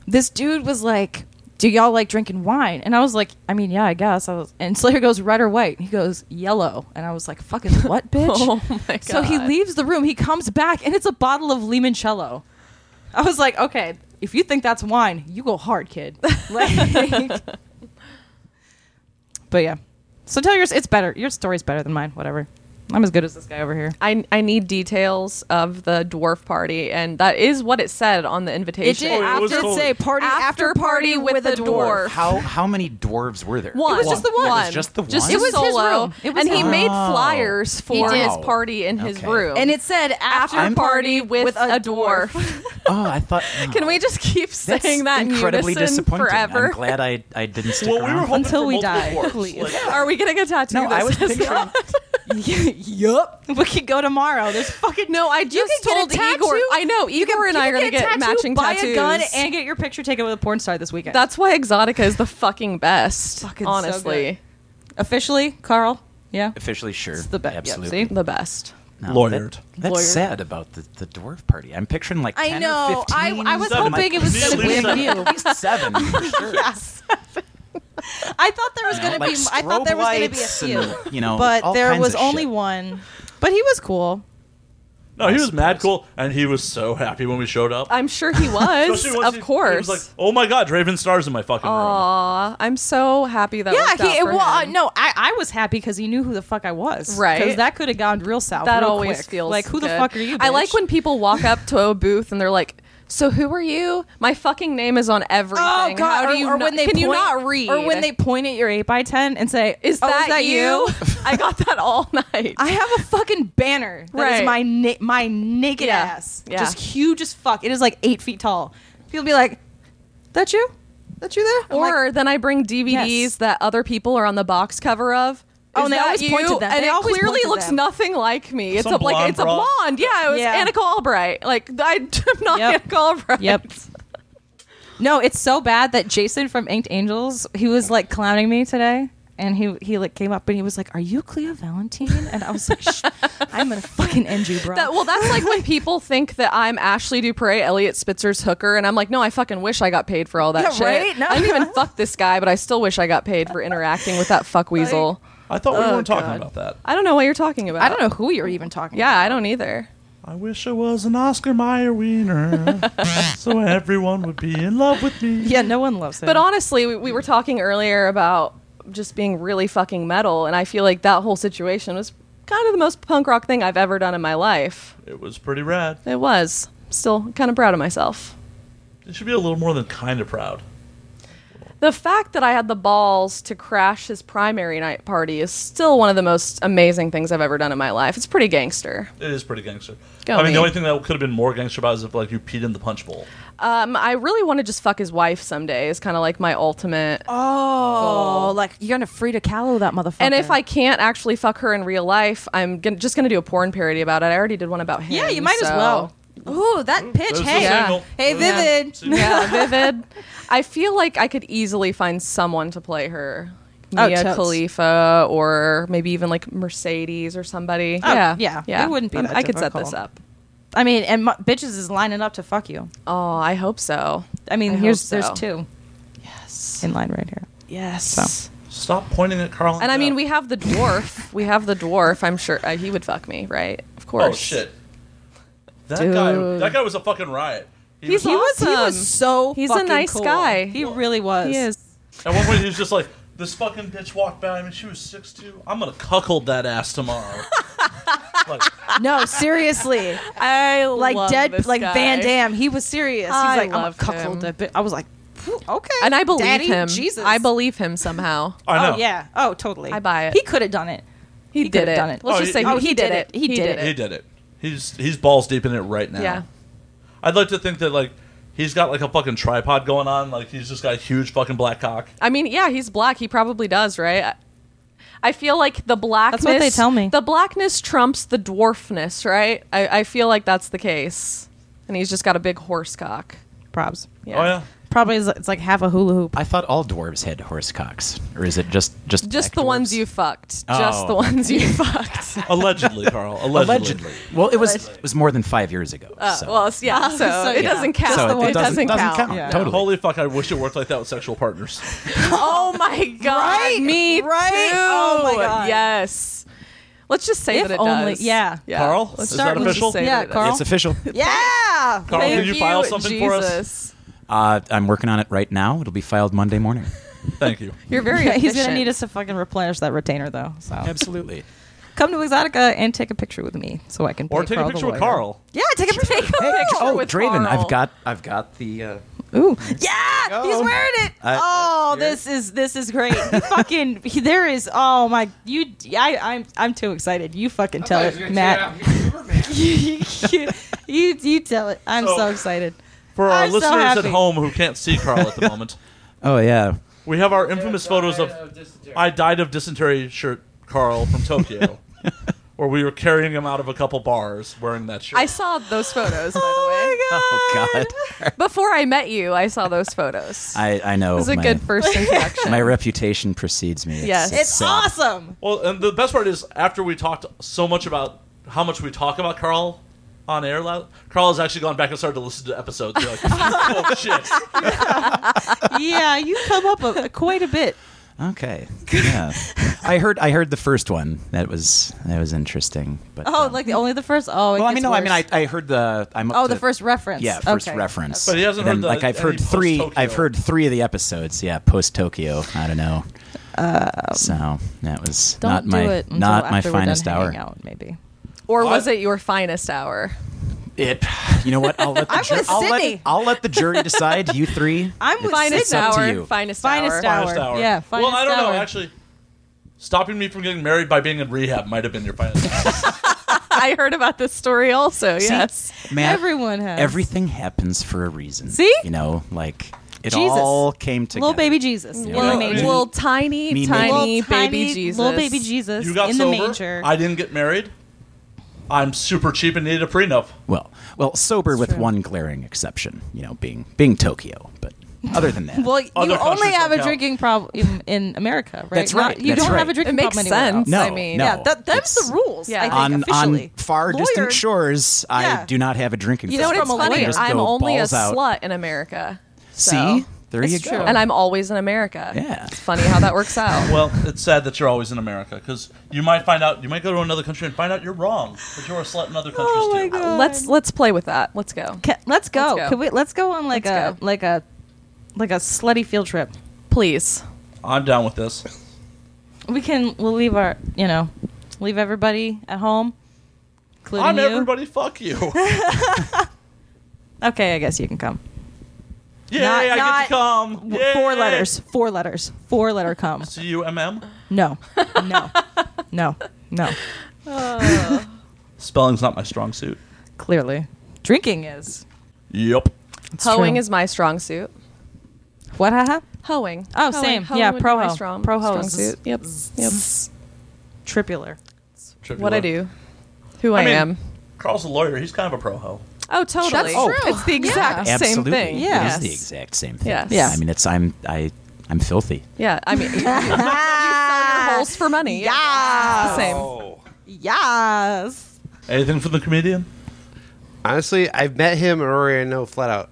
Speaker 9: this dude was like do y'all like drinking wine and I was like I mean yeah I guess I was and Slayer goes red or white he goes yellow and I was like fucking what bitch
Speaker 3: Oh, my
Speaker 9: so he
Speaker 3: God.
Speaker 9: leaves the room he comes back and it's a bottle of limoncello I was like okay if you think that's wine you go hard kid like but yeah so tell yours it's better your story's better than mine whatever I'm as good as this guy over here.
Speaker 3: I, I need details of the dwarf party, and that is what it said on the invitation.
Speaker 9: did. Oh, it was After- called- say party after party with a dwarf.
Speaker 12: How how many dwarves were there?
Speaker 3: One. It was just the
Speaker 12: It
Speaker 3: one.
Speaker 12: was just the one.
Speaker 3: Just It was his solo. room. It was And he his room. made flyers
Speaker 12: He
Speaker 3: for
Speaker 12: did.
Speaker 3: his party in his room.
Speaker 9: And it said after,
Speaker 3: After party
Speaker 9: party
Speaker 3: with, a, dwarf.
Speaker 12: Oh, I thought.
Speaker 3: Can we just keep saying
Speaker 12: That's
Speaker 3: that in
Speaker 12: incredibly
Speaker 3: unison
Speaker 12: disappointing.
Speaker 3: forever?
Speaker 12: I'm glad I, I didn't stick
Speaker 2: Well, we
Speaker 12: around.
Speaker 2: were hoping
Speaker 9: Until
Speaker 2: for
Speaker 9: we
Speaker 2: multiple
Speaker 9: die,
Speaker 2: dwarfs.
Speaker 9: please.
Speaker 2: Like,
Speaker 3: Are we gonna get a tattoo?
Speaker 12: No,
Speaker 3: that
Speaker 12: I was
Speaker 3: says
Speaker 12: picturing-
Speaker 3: that?
Speaker 9: yup. We could go tomorrow. There's fucking
Speaker 3: no, I
Speaker 9: You
Speaker 3: just
Speaker 9: can get
Speaker 3: told
Speaker 9: a
Speaker 3: Igor.
Speaker 9: tattoo.
Speaker 3: I know
Speaker 9: You
Speaker 3: Igor
Speaker 9: can-
Speaker 3: and
Speaker 9: you
Speaker 3: I are
Speaker 9: can
Speaker 3: gonna get,
Speaker 9: a tattoo,
Speaker 3: matching
Speaker 9: buy
Speaker 3: tattoos.
Speaker 9: a gun and get your picture taken with a porn star this weekend.
Speaker 3: That's why Exotica is the fucking best.
Speaker 9: Fucking so
Speaker 3: honestly,
Speaker 9: officially Carl. Yeah.
Speaker 12: Officially, sure.
Speaker 9: It's the best.
Speaker 12: Absolutely.
Speaker 9: Yeah, see?
Speaker 3: the best.
Speaker 12: No,
Speaker 2: Lawyered.
Speaker 12: that- that's
Speaker 9: Lawyered.
Speaker 12: sad about the, the dwarf party. I'm picturing like
Speaker 9: I
Speaker 12: 10
Speaker 9: know.
Speaker 12: Or 15,
Speaker 9: I- I was
Speaker 12: seven.
Speaker 9: hoping it was gonna
Speaker 12: Like,
Speaker 9: be
Speaker 12: seven.
Speaker 9: you.
Speaker 12: At least seven. for sure.
Speaker 9: I thought there was
Speaker 12: You know,
Speaker 9: gonna
Speaker 12: like
Speaker 9: be. I thought there was gonna be a
Speaker 12: strobe
Speaker 9: few.
Speaker 12: lights and, you know,
Speaker 9: but
Speaker 12: all
Speaker 9: there
Speaker 12: kinds
Speaker 9: was
Speaker 12: of
Speaker 9: only
Speaker 12: shit.
Speaker 9: one. But he was cool.
Speaker 2: no, he was mad cool, and he was so happy when we showed up.
Speaker 3: I'm sure he was.
Speaker 2: Especially once
Speaker 3: of
Speaker 2: he- He was
Speaker 3: course.
Speaker 2: like, "Oh my God, Draven stars in my fucking room."
Speaker 3: Aw, I'm so happy that. worked
Speaker 9: yeah.
Speaker 3: out
Speaker 9: He.
Speaker 3: for
Speaker 9: Well, uh,
Speaker 3: him.
Speaker 9: no. I, I was happy because he knew who the fuck I was.
Speaker 3: Right.
Speaker 9: Because that could have gone real south.
Speaker 3: That
Speaker 9: real
Speaker 3: always
Speaker 9: quick.
Speaker 3: feels
Speaker 9: like who the
Speaker 3: good.
Speaker 9: fuck are you?
Speaker 3: I like
Speaker 9: bitch?
Speaker 3: when people walk up to a booth and they're like, "So who are you? My fucking name is on everything.
Speaker 9: Oh god!
Speaker 3: How
Speaker 9: or,
Speaker 3: do you
Speaker 9: or
Speaker 3: kno-
Speaker 9: when they
Speaker 3: can
Speaker 9: point,
Speaker 3: you not read?
Speaker 9: or when they point at your eight by ten and say,
Speaker 3: is
Speaker 9: "Oh,
Speaker 3: that,
Speaker 9: you?"
Speaker 3: you? I got that all night.
Speaker 9: I have a fucking banner that is
Speaker 3: Right.
Speaker 9: my na- my naked
Speaker 3: Yeah.
Speaker 9: ass,
Speaker 3: Yeah.
Speaker 9: just huge as fuck. It is like eight feet tall. People be like, "That you? That you there?" I'm like,
Speaker 3: or then I bring DVDs
Speaker 9: Yes.
Speaker 3: that other people are on the box cover of.
Speaker 9: Oh,
Speaker 3: Is
Speaker 9: and they
Speaker 3: that
Speaker 9: always
Speaker 3: you?
Speaker 9: point to them.
Speaker 3: And
Speaker 9: They
Speaker 3: it
Speaker 9: always
Speaker 3: clearly
Speaker 9: point to
Speaker 3: looks
Speaker 9: them.
Speaker 3: nothing like me. It's
Speaker 2: Some
Speaker 3: a, like
Speaker 2: blonde
Speaker 3: it's a
Speaker 2: broad.
Speaker 3: blonde. Yeah, it was
Speaker 9: Yeah.
Speaker 3: Annika Albright. Like I, am not
Speaker 9: Yep.
Speaker 3: Annika Albright.
Speaker 9: Yep. No, it's so bad that Jason from Inked Angels, he was like clowning me today. And he he like came up and he was like, "Are you Clea Valentine?" And I was like, Shh, "I'm gonna fucking end you, bro."
Speaker 3: That, well, that's like when people think that I'm Ashley Dupre, Elliot Spitzer's hooker, and I'm like, no, I fucking wish I got paid for all that
Speaker 9: Yeah,
Speaker 3: shit.
Speaker 9: right? No.
Speaker 3: I didn't even fuck this guy, but I still wish I got paid for interacting with that fuck weasel.
Speaker 2: I thought we
Speaker 3: Oh,
Speaker 2: weren't talking
Speaker 3: God.
Speaker 2: about that.
Speaker 3: I don't know what you're talking about.
Speaker 9: I don't know who you're even talking.
Speaker 3: Yeah, I don't either.
Speaker 2: I wish I was an Oscar Mayer wiener, so everyone would be in love with me.
Speaker 9: about. yeah, no one loves him.
Speaker 3: But honestly, we, we were talking earlier about just being really fucking metal, and I feel like that whole situation was kind of the most punk rock thing I've ever done in my life.
Speaker 2: It was pretty rad.
Speaker 3: It was. Still kind of proud of myself.
Speaker 2: You should be a little more than kind of proud.
Speaker 3: the fact that I had the balls to crash his primary night party is still one of the most amazing things I've ever done in my life. It's pretty gangster.
Speaker 2: It is pretty gangster.
Speaker 3: Go
Speaker 2: I mean,
Speaker 3: me.
Speaker 2: the only thing that could have been more gangster about is if like you peed in the punch bowl.
Speaker 3: Um, I really want to just fuck his wife someday. Is kind of like my ultimate.
Speaker 9: Oh, like you're gonna free to Callow that motherfucker.
Speaker 3: And if I can't actually fuck her in real life, I'm gonna, just going to do a porn parody about it. I already did one about him.
Speaker 9: yeah, you might as
Speaker 3: so-
Speaker 9: well. Ooh, oh, that pitch.
Speaker 3: There's the
Speaker 9: Hey,
Speaker 3: signal.
Speaker 9: hey, Vivid.
Speaker 3: Yeah. Yeah, vivid. I feel like I could easily find someone to play her.
Speaker 9: Oh,
Speaker 3: Mia
Speaker 9: totes.
Speaker 3: Khalifa, or maybe even like Mercedes or somebody.
Speaker 9: Oh,
Speaker 3: yeah,
Speaker 9: yeah.
Speaker 3: yeah.
Speaker 9: It wouldn't be.
Speaker 3: I
Speaker 9: that
Speaker 3: could set this
Speaker 9: difficult.
Speaker 3: up.
Speaker 9: I mean, and my, bitches is lining up to fuck you.
Speaker 3: Oh, I hope so.
Speaker 9: I mean,
Speaker 3: I
Speaker 9: here's
Speaker 3: hope so.
Speaker 9: there's two.
Speaker 3: Yes.
Speaker 9: In line right here.
Speaker 3: Yes.
Speaker 9: So.
Speaker 2: Stop pointing at Carl.
Speaker 3: And I mean, we have the dwarf. we have the dwarf. I'm sure uh, he would fuck me, right? Of course.
Speaker 2: Oh shit! That guy.
Speaker 3: Dude.
Speaker 2: That guy was a fucking riot. He
Speaker 3: He's
Speaker 2: was,
Speaker 3: awesome.
Speaker 9: He was so
Speaker 3: He's a
Speaker 9: fucking
Speaker 3: nice
Speaker 9: cool.
Speaker 3: guy.
Speaker 9: He really was.
Speaker 3: He is.
Speaker 2: At one point, he was just like, "This fucking bitch walked by me. She was 6'2". I'm gonna cuckold that ass tomorrow."
Speaker 3: Oh,
Speaker 9: no, seriously.
Speaker 3: I
Speaker 9: like
Speaker 3: love
Speaker 9: dead
Speaker 3: this
Speaker 9: like
Speaker 3: guy.
Speaker 9: Van Damme. He was serious. He's
Speaker 3: I
Speaker 9: like, I'm a
Speaker 3: love him.
Speaker 9: cuckold. bit. I was like, "Phew, okay.
Speaker 3: And I believe
Speaker 9: Daddy,
Speaker 3: him.
Speaker 9: Jesus.
Speaker 3: I believe him somehow.
Speaker 9: Oh yeah. Oh totally.
Speaker 3: I buy it.
Speaker 9: He could have done it.
Speaker 3: He, did
Speaker 9: could've
Speaker 3: it.
Speaker 9: done it.
Speaker 3: Let's
Speaker 2: Oh,
Speaker 3: just
Speaker 2: he-
Speaker 3: say
Speaker 9: Oh,
Speaker 3: he, did, it.
Speaker 9: He did it.
Speaker 2: He did it. He's he's balls deep in it right now.
Speaker 3: Yeah.
Speaker 2: I'd like to think that like he's got like a fucking tripod going on. Like he's just got a huge fucking black cock.
Speaker 3: I mean, yeah, he's black. He probably does, right? I- I feel like the blackness.
Speaker 9: they tell me.
Speaker 3: The blackness trumps the dwarfness, right? I, I feel like that's the case. And he's just got a big horse cock.
Speaker 9: Probs.
Speaker 3: Yeah. Oh, yeah.
Speaker 9: Probably is, it's like half a hula hoop.
Speaker 12: I thought all dwarves had horse cocks, or is it just just
Speaker 3: Just the ones you fucked. Just
Speaker 12: Oh,
Speaker 3: the ones you fucked.
Speaker 2: Allegedly, Carl. Allegedly.
Speaker 12: Allegedly. Well, it was it was more than five years ago.
Speaker 3: Uh,
Speaker 12: so.
Speaker 3: Well, it's- yeah, so, it
Speaker 12: yeah.
Speaker 3: doesn't count.
Speaker 12: So it
Speaker 3: it doesn't,
Speaker 12: doesn't- doesn't
Speaker 3: count.
Speaker 12: count. Yeah. Totally.
Speaker 2: Holy fuck! I wish it worked like that with sexual partners.
Speaker 3: Oh my god.
Speaker 9: Right?
Speaker 3: Me
Speaker 9: Right?
Speaker 3: too.
Speaker 9: Oh my God.
Speaker 3: Yes. Let's just say
Speaker 9: If
Speaker 3: that it
Speaker 9: only-
Speaker 3: does.
Speaker 9: yeah.
Speaker 2: Carl, is
Speaker 3: Let's start
Speaker 2: that
Speaker 3: with
Speaker 2: official?
Speaker 3: just say
Speaker 9: Yeah,
Speaker 3: that it does.
Speaker 9: Carl.
Speaker 12: It's official.
Speaker 9: Yeah.
Speaker 2: Carl, can
Speaker 3: Thank
Speaker 2: you file something for us?
Speaker 3: Jesus.
Speaker 12: Uh, I'm working on it right now. It'll be filed Monday morning.
Speaker 2: Thank you.
Speaker 3: You're very
Speaker 9: Yeah, he's
Speaker 3: efficient.
Speaker 9: gonna need us to fucking replenish that retainer though. So
Speaker 12: Absolutely.
Speaker 9: come to Exotica and take a picture with me so I can.
Speaker 2: Or
Speaker 9: pay
Speaker 2: take a
Speaker 9: Carl the
Speaker 2: picture with
Speaker 9: lawyer.
Speaker 2: Carl.
Speaker 9: Yeah, take a picture.
Speaker 12: oh,
Speaker 3: with
Speaker 12: Draven,
Speaker 3: Carl.
Speaker 12: I've got I've got the. Uh,
Speaker 9: Ooh, yeah, he's wearing it.
Speaker 12: I-
Speaker 9: oh, this is this is great. You fucking, he- there is. Oh my, you. I, I'm I'm too excited. You fucking tell it, Matt. you, you you tell it. I'm so,
Speaker 2: So-
Speaker 9: excited.
Speaker 2: For our
Speaker 9: I'm so
Speaker 2: listeners at
Speaker 9: happy.
Speaker 2: home who can't see Carl at the moment,
Speaker 12: oh yeah.
Speaker 2: we have our infamous photos of I died of dysentery shirt Carl from Tokyo, where we were carrying him out of a couple bars wearing that shirt.
Speaker 3: I saw those photos, by
Speaker 9: Oh
Speaker 3: the way.
Speaker 12: Oh God.
Speaker 3: Before I met you, I saw those photos.
Speaker 12: I I know.
Speaker 3: it was a
Speaker 12: my,
Speaker 3: good first introduction.
Speaker 12: My reputation precedes me. It's-
Speaker 3: Yes.
Speaker 12: it's,
Speaker 9: It's
Speaker 12: sad.
Speaker 9: awesome.
Speaker 2: Well, and the best part is after we talked so much about how much we talk about Carl on air, la- Carl has actually gone back and started to listen to episodes. You're like, oh shit!
Speaker 9: yeah, you come up a, quite a bit.
Speaker 12: Okay. Yeah. I heard I heard the first one. That was that was interesting. But
Speaker 9: Oh,
Speaker 12: um,
Speaker 9: like the, only the first. Oh, it
Speaker 12: well, I mean,
Speaker 9: gets
Speaker 12: no, I mean, I,
Speaker 9: worse.
Speaker 12: I heard the I'm. up
Speaker 9: Oh,
Speaker 12: to-
Speaker 9: the first reference.
Speaker 12: Yeah, first
Speaker 9: Okay.
Speaker 12: reference.
Speaker 2: But he hasn't
Speaker 12: And
Speaker 2: heard the-
Speaker 12: like I've
Speaker 2: any
Speaker 12: heard three.
Speaker 2: post-Tokyo.
Speaker 12: I've heard three of the episodes. Yeah, post Tokyo. I don't know. so that was
Speaker 9: Um, Don't
Speaker 12: not
Speaker 9: do
Speaker 12: my
Speaker 9: it until
Speaker 12: not my
Speaker 9: after we're done
Speaker 12: finest hour.
Speaker 9: hanging Out, maybe.
Speaker 3: or was
Speaker 2: What?
Speaker 3: it your finest hour?
Speaker 12: It. You know what? I'll let the
Speaker 9: I'm
Speaker 12: jury.
Speaker 9: with
Speaker 12: I'll let,
Speaker 9: Sydney.
Speaker 12: I'll let the jury decide. You three.
Speaker 9: I'm with
Speaker 3: Finest
Speaker 12: up to
Speaker 3: hour.
Speaker 12: you.
Speaker 3: Finest,
Speaker 9: Finest
Speaker 3: hour.
Speaker 2: Finest hour.
Speaker 9: Yeah, finest
Speaker 2: well, I don't
Speaker 9: hour.
Speaker 2: know. Actually, stopping me from getting married by being in rehab might have been your finest hour.
Speaker 3: I heard about this story also. Yes.
Speaker 12: Man,
Speaker 9: Everyone has.
Speaker 12: Everything happens for a reason.
Speaker 9: See?
Speaker 12: You know, like it
Speaker 9: Jesus.
Speaker 12: all came together.
Speaker 9: Little baby Jesus.
Speaker 12: Yeah.
Speaker 9: in
Speaker 3: Little,
Speaker 9: the manger.
Speaker 3: little tiny,
Speaker 12: Me
Speaker 3: tiny
Speaker 9: Little tiny
Speaker 3: baby Jesus.
Speaker 9: Little baby Jesus
Speaker 2: You got
Speaker 9: in
Speaker 2: sober.
Speaker 9: the manger.
Speaker 2: I didn't get married. I'm super cheap and needed a prenup.
Speaker 12: Well, well, sober with one glaring exception. You know, being being Tokyo, but other than that,
Speaker 9: well, you
Speaker 2: Other
Speaker 9: only
Speaker 2: countries
Speaker 9: have
Speaker 2: don't
Speaker 9: a
Speaker 2: count.
Speaker 9: drinking problem in, in America, right?
Speaker 12: That's right,
Speaker 9: you
Speaker 12: that's
Speaker 9: don't have
Speaker 12: right.
Speaker 9: a drinking
Speaker 3: It makes
Speaker 9: problem anywhere
Speaker 3: sense.
Speaker 9: else.
Speaker 12: no,
Speaker 3: I mean-
Speaker 12: no,
Speaker 3: Yeah,
Speaker 9: That, them's
Speaker 12: it's-
Speaker 9: the rules.
Speaker 3: Yeah.
Speaker 9: I think,
Speaker 12: on
Speaker 9: officially.
Speaker 12: on far distant
Speaker 9: Lawyers-
Speaker 12: shores,
Speaker 9: Yeah.
Speaker 12: I do not have a drinking.
Speaker 9: You know
Speaker 3: But
Speaker 12: problem.
Speaker 3: it's
Speaker 9: From a
Speaker 3: funny.
Speaker 9: lawyer.
Speaker 12: Just
Speaker 3: I'm
Speaker 12: go
Speaker 3: only a
Speaker 12: balls out.
Speaker 3: slut in America. So-
Speaker 12: See, there you
Speaker 3: It's
Speaker 12: go.
Speaker 3: true. And I'm always in America.
Speaker 12: Yeah.
Speaker 3: It's funny how that works out.
Speaker 2: Well, it's sad that you're always in America because you might find out you might go to another country and find out you're wrong, but you're a slut in other countries
Speaker 9: Oh my
Speaker 2: too.
Speaker 9: God.
Speaker 3: let's let's play with that. Let's go.
Speaker 9: Ca- let's go.
Speaker 3: Let's go.
Speaker 9: Could we? Let's go on like
Speaker 3: Let's
Speaker 9: a
Speaker 3: go.
Speaker 9: like a like a slutty field trip.
Speaker 3: Please.
Speaker 2: I'm down with this.
Speaker 9: We can. We'll leave our. You know, leave everybody at home. Including
Speaker 2: I'm
Speaker 9: you.
Speaker 2: everybody. Fuck you.
Speaker 9: Okay, I guess you can come.
Speaker 7: Yay,
Speaker 9: Not-
Speaker 7: I
Speaker 9: not-
Speaker 7: get to come.
Speaker 9: w- Four
Speaker 7: Yay.
Speaker 9: letters. Four letters. Four letter come.
Speaker 7: C U M M.
Speaker 9: No. No. No. No.
Speaker 7: Spelling's not my strong suit.
Speaker 9: Clearly. Drinking is.
Speaker 7: Yep.
Speaker 3: Hoeing
Speaker 9: true.
Speaker 3: is my strong suit.
Speaker 9: What, haha?
Speaker 3: Hoeing.
Speaker 9: Oh,
Speaker 3: Hoeing.
Speaker 9: same.
Speaker 3: Hoeing
Speaker 9: yeah,
Speaker 3: would be
Speaker 9: pro
Speaker 3: my
Speaker 9: ho.
Speaker 3: strong-
Speaker 9: pro ho
Speaker 3: strong
Speaker 9: is
Speaker 3: suit. Yep. Yep.
Speaker 9: Tripular.
Speaker 3: What I do. Who I,
Speaker 7: mean,
Speaker 3: am.
Speaker 7: Carl's a lawyer. He's kind of a pro ho.
Speaker 3: Oh, totally.
Speaker 9: That's
Speaker 3: oh,
Speaker 9: true.
Speaker 3: It's the exact same
Speaker 12: Absolutely.
Speaker 3: thing.
Speaker 12: Yeah.
Speaker 3: Yeah.
Speaker 12: It is the exact same thing.
Speaker 3: Yes.
Speaker 12: I mean, it's I'm I I'm filthy.
Speaker 3: Yeah, I mean, you sell your holes for money. Yeah, it's the same.
Speaker 10: Oh.
Speaker 9: Yes.
Speaker 7: Anything from the comedian?
Speaker 10: Honestly, I've met him and already know flat out.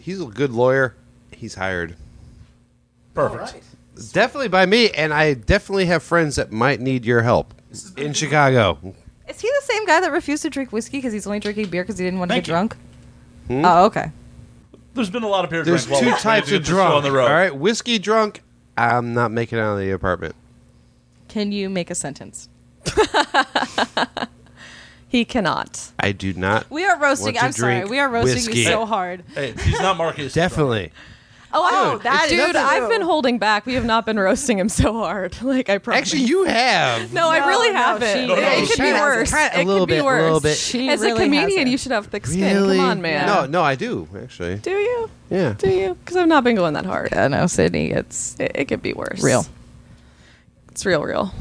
Speaker 10: He's a good lawyer. He's hired.
Speaker 7: Perfect.
Speaker 10: Definitely by me, and I definitely have friends that might need your help in Chicago.
Speaker 9: Is he the same guy that refused to drink whiskey because he's only drinking beer because he didn't want to
Speaker 7: Thank
Speaker 9: get drunk?
Speaker 10: Hmm?
Speaker 9: Oh, okay.
Speaker 7: There's been a lot of beer
Speaker 10: There's
Speaker 7: drank while
Speaker 10: two
Speaker 7: we're
Speaker 10: types
Speaker 7: trying
Speaker 10: of
Speaker 7: to get this show
Speaker 10: drunk.
Speaker 7: on the road.
Speaker 10: All right, whiskey drunk. I'm not making it out of the apartment.
Speaker 9: Can you make a sentence?
Speaker 3: He cannot.
Speaker 10: I do not.
Speaker 9: We are
Speaker 10: want to drink whiskey.
Speaker 9: hard.
Speaker 7: Hey, he's not Marcus.
Speaker 10: Definitely.
Speaker 3: Oh,
Speaker 9: Dude, that is
Speaker 3: dude,
Speaker 9: true.
Speaker 3: I've been holding back. We have not been roasting him so hard. Like I promise.
Speaker 10: Actually, you have.
Speaker 3: No, I
Speaker 9: No,
Speaker 3: really
Speaker 9: no,
Speaker 3: haven't.
Speaker 9: she- No, no,
Speaker 3: it could
Speaker 9: she
Speaker 3: be
Speaker 9: hasn't.
Speaker 3: worse.
Speaker 10: Try it a
Speaker 3: it
Speaker 10: little
Speaker 3: could be
Speaker 10: bit, a
Speaker 3: worse.
Speaker 10: little bit.
Speaker 9: She
Speaker 3: As a
Speaker 9: really
Speaker 3: comedian,
Speaker 9: hasn't.
Speaker 3: you should have thick skin.
Speaker 10: Really?
Speaker 3: Come on, man.
Speaker 10: No, no, I do actually.
Speaker 3: Do you?
Speaker 10: Yeah.
Speaker 3: Do you? Because I've not been going that hard.
Speaker 9: I know, Sydney. It's
Speaker 3: It, it could be worse.
Speaker 9: real.
Speaker 3: It's real, real.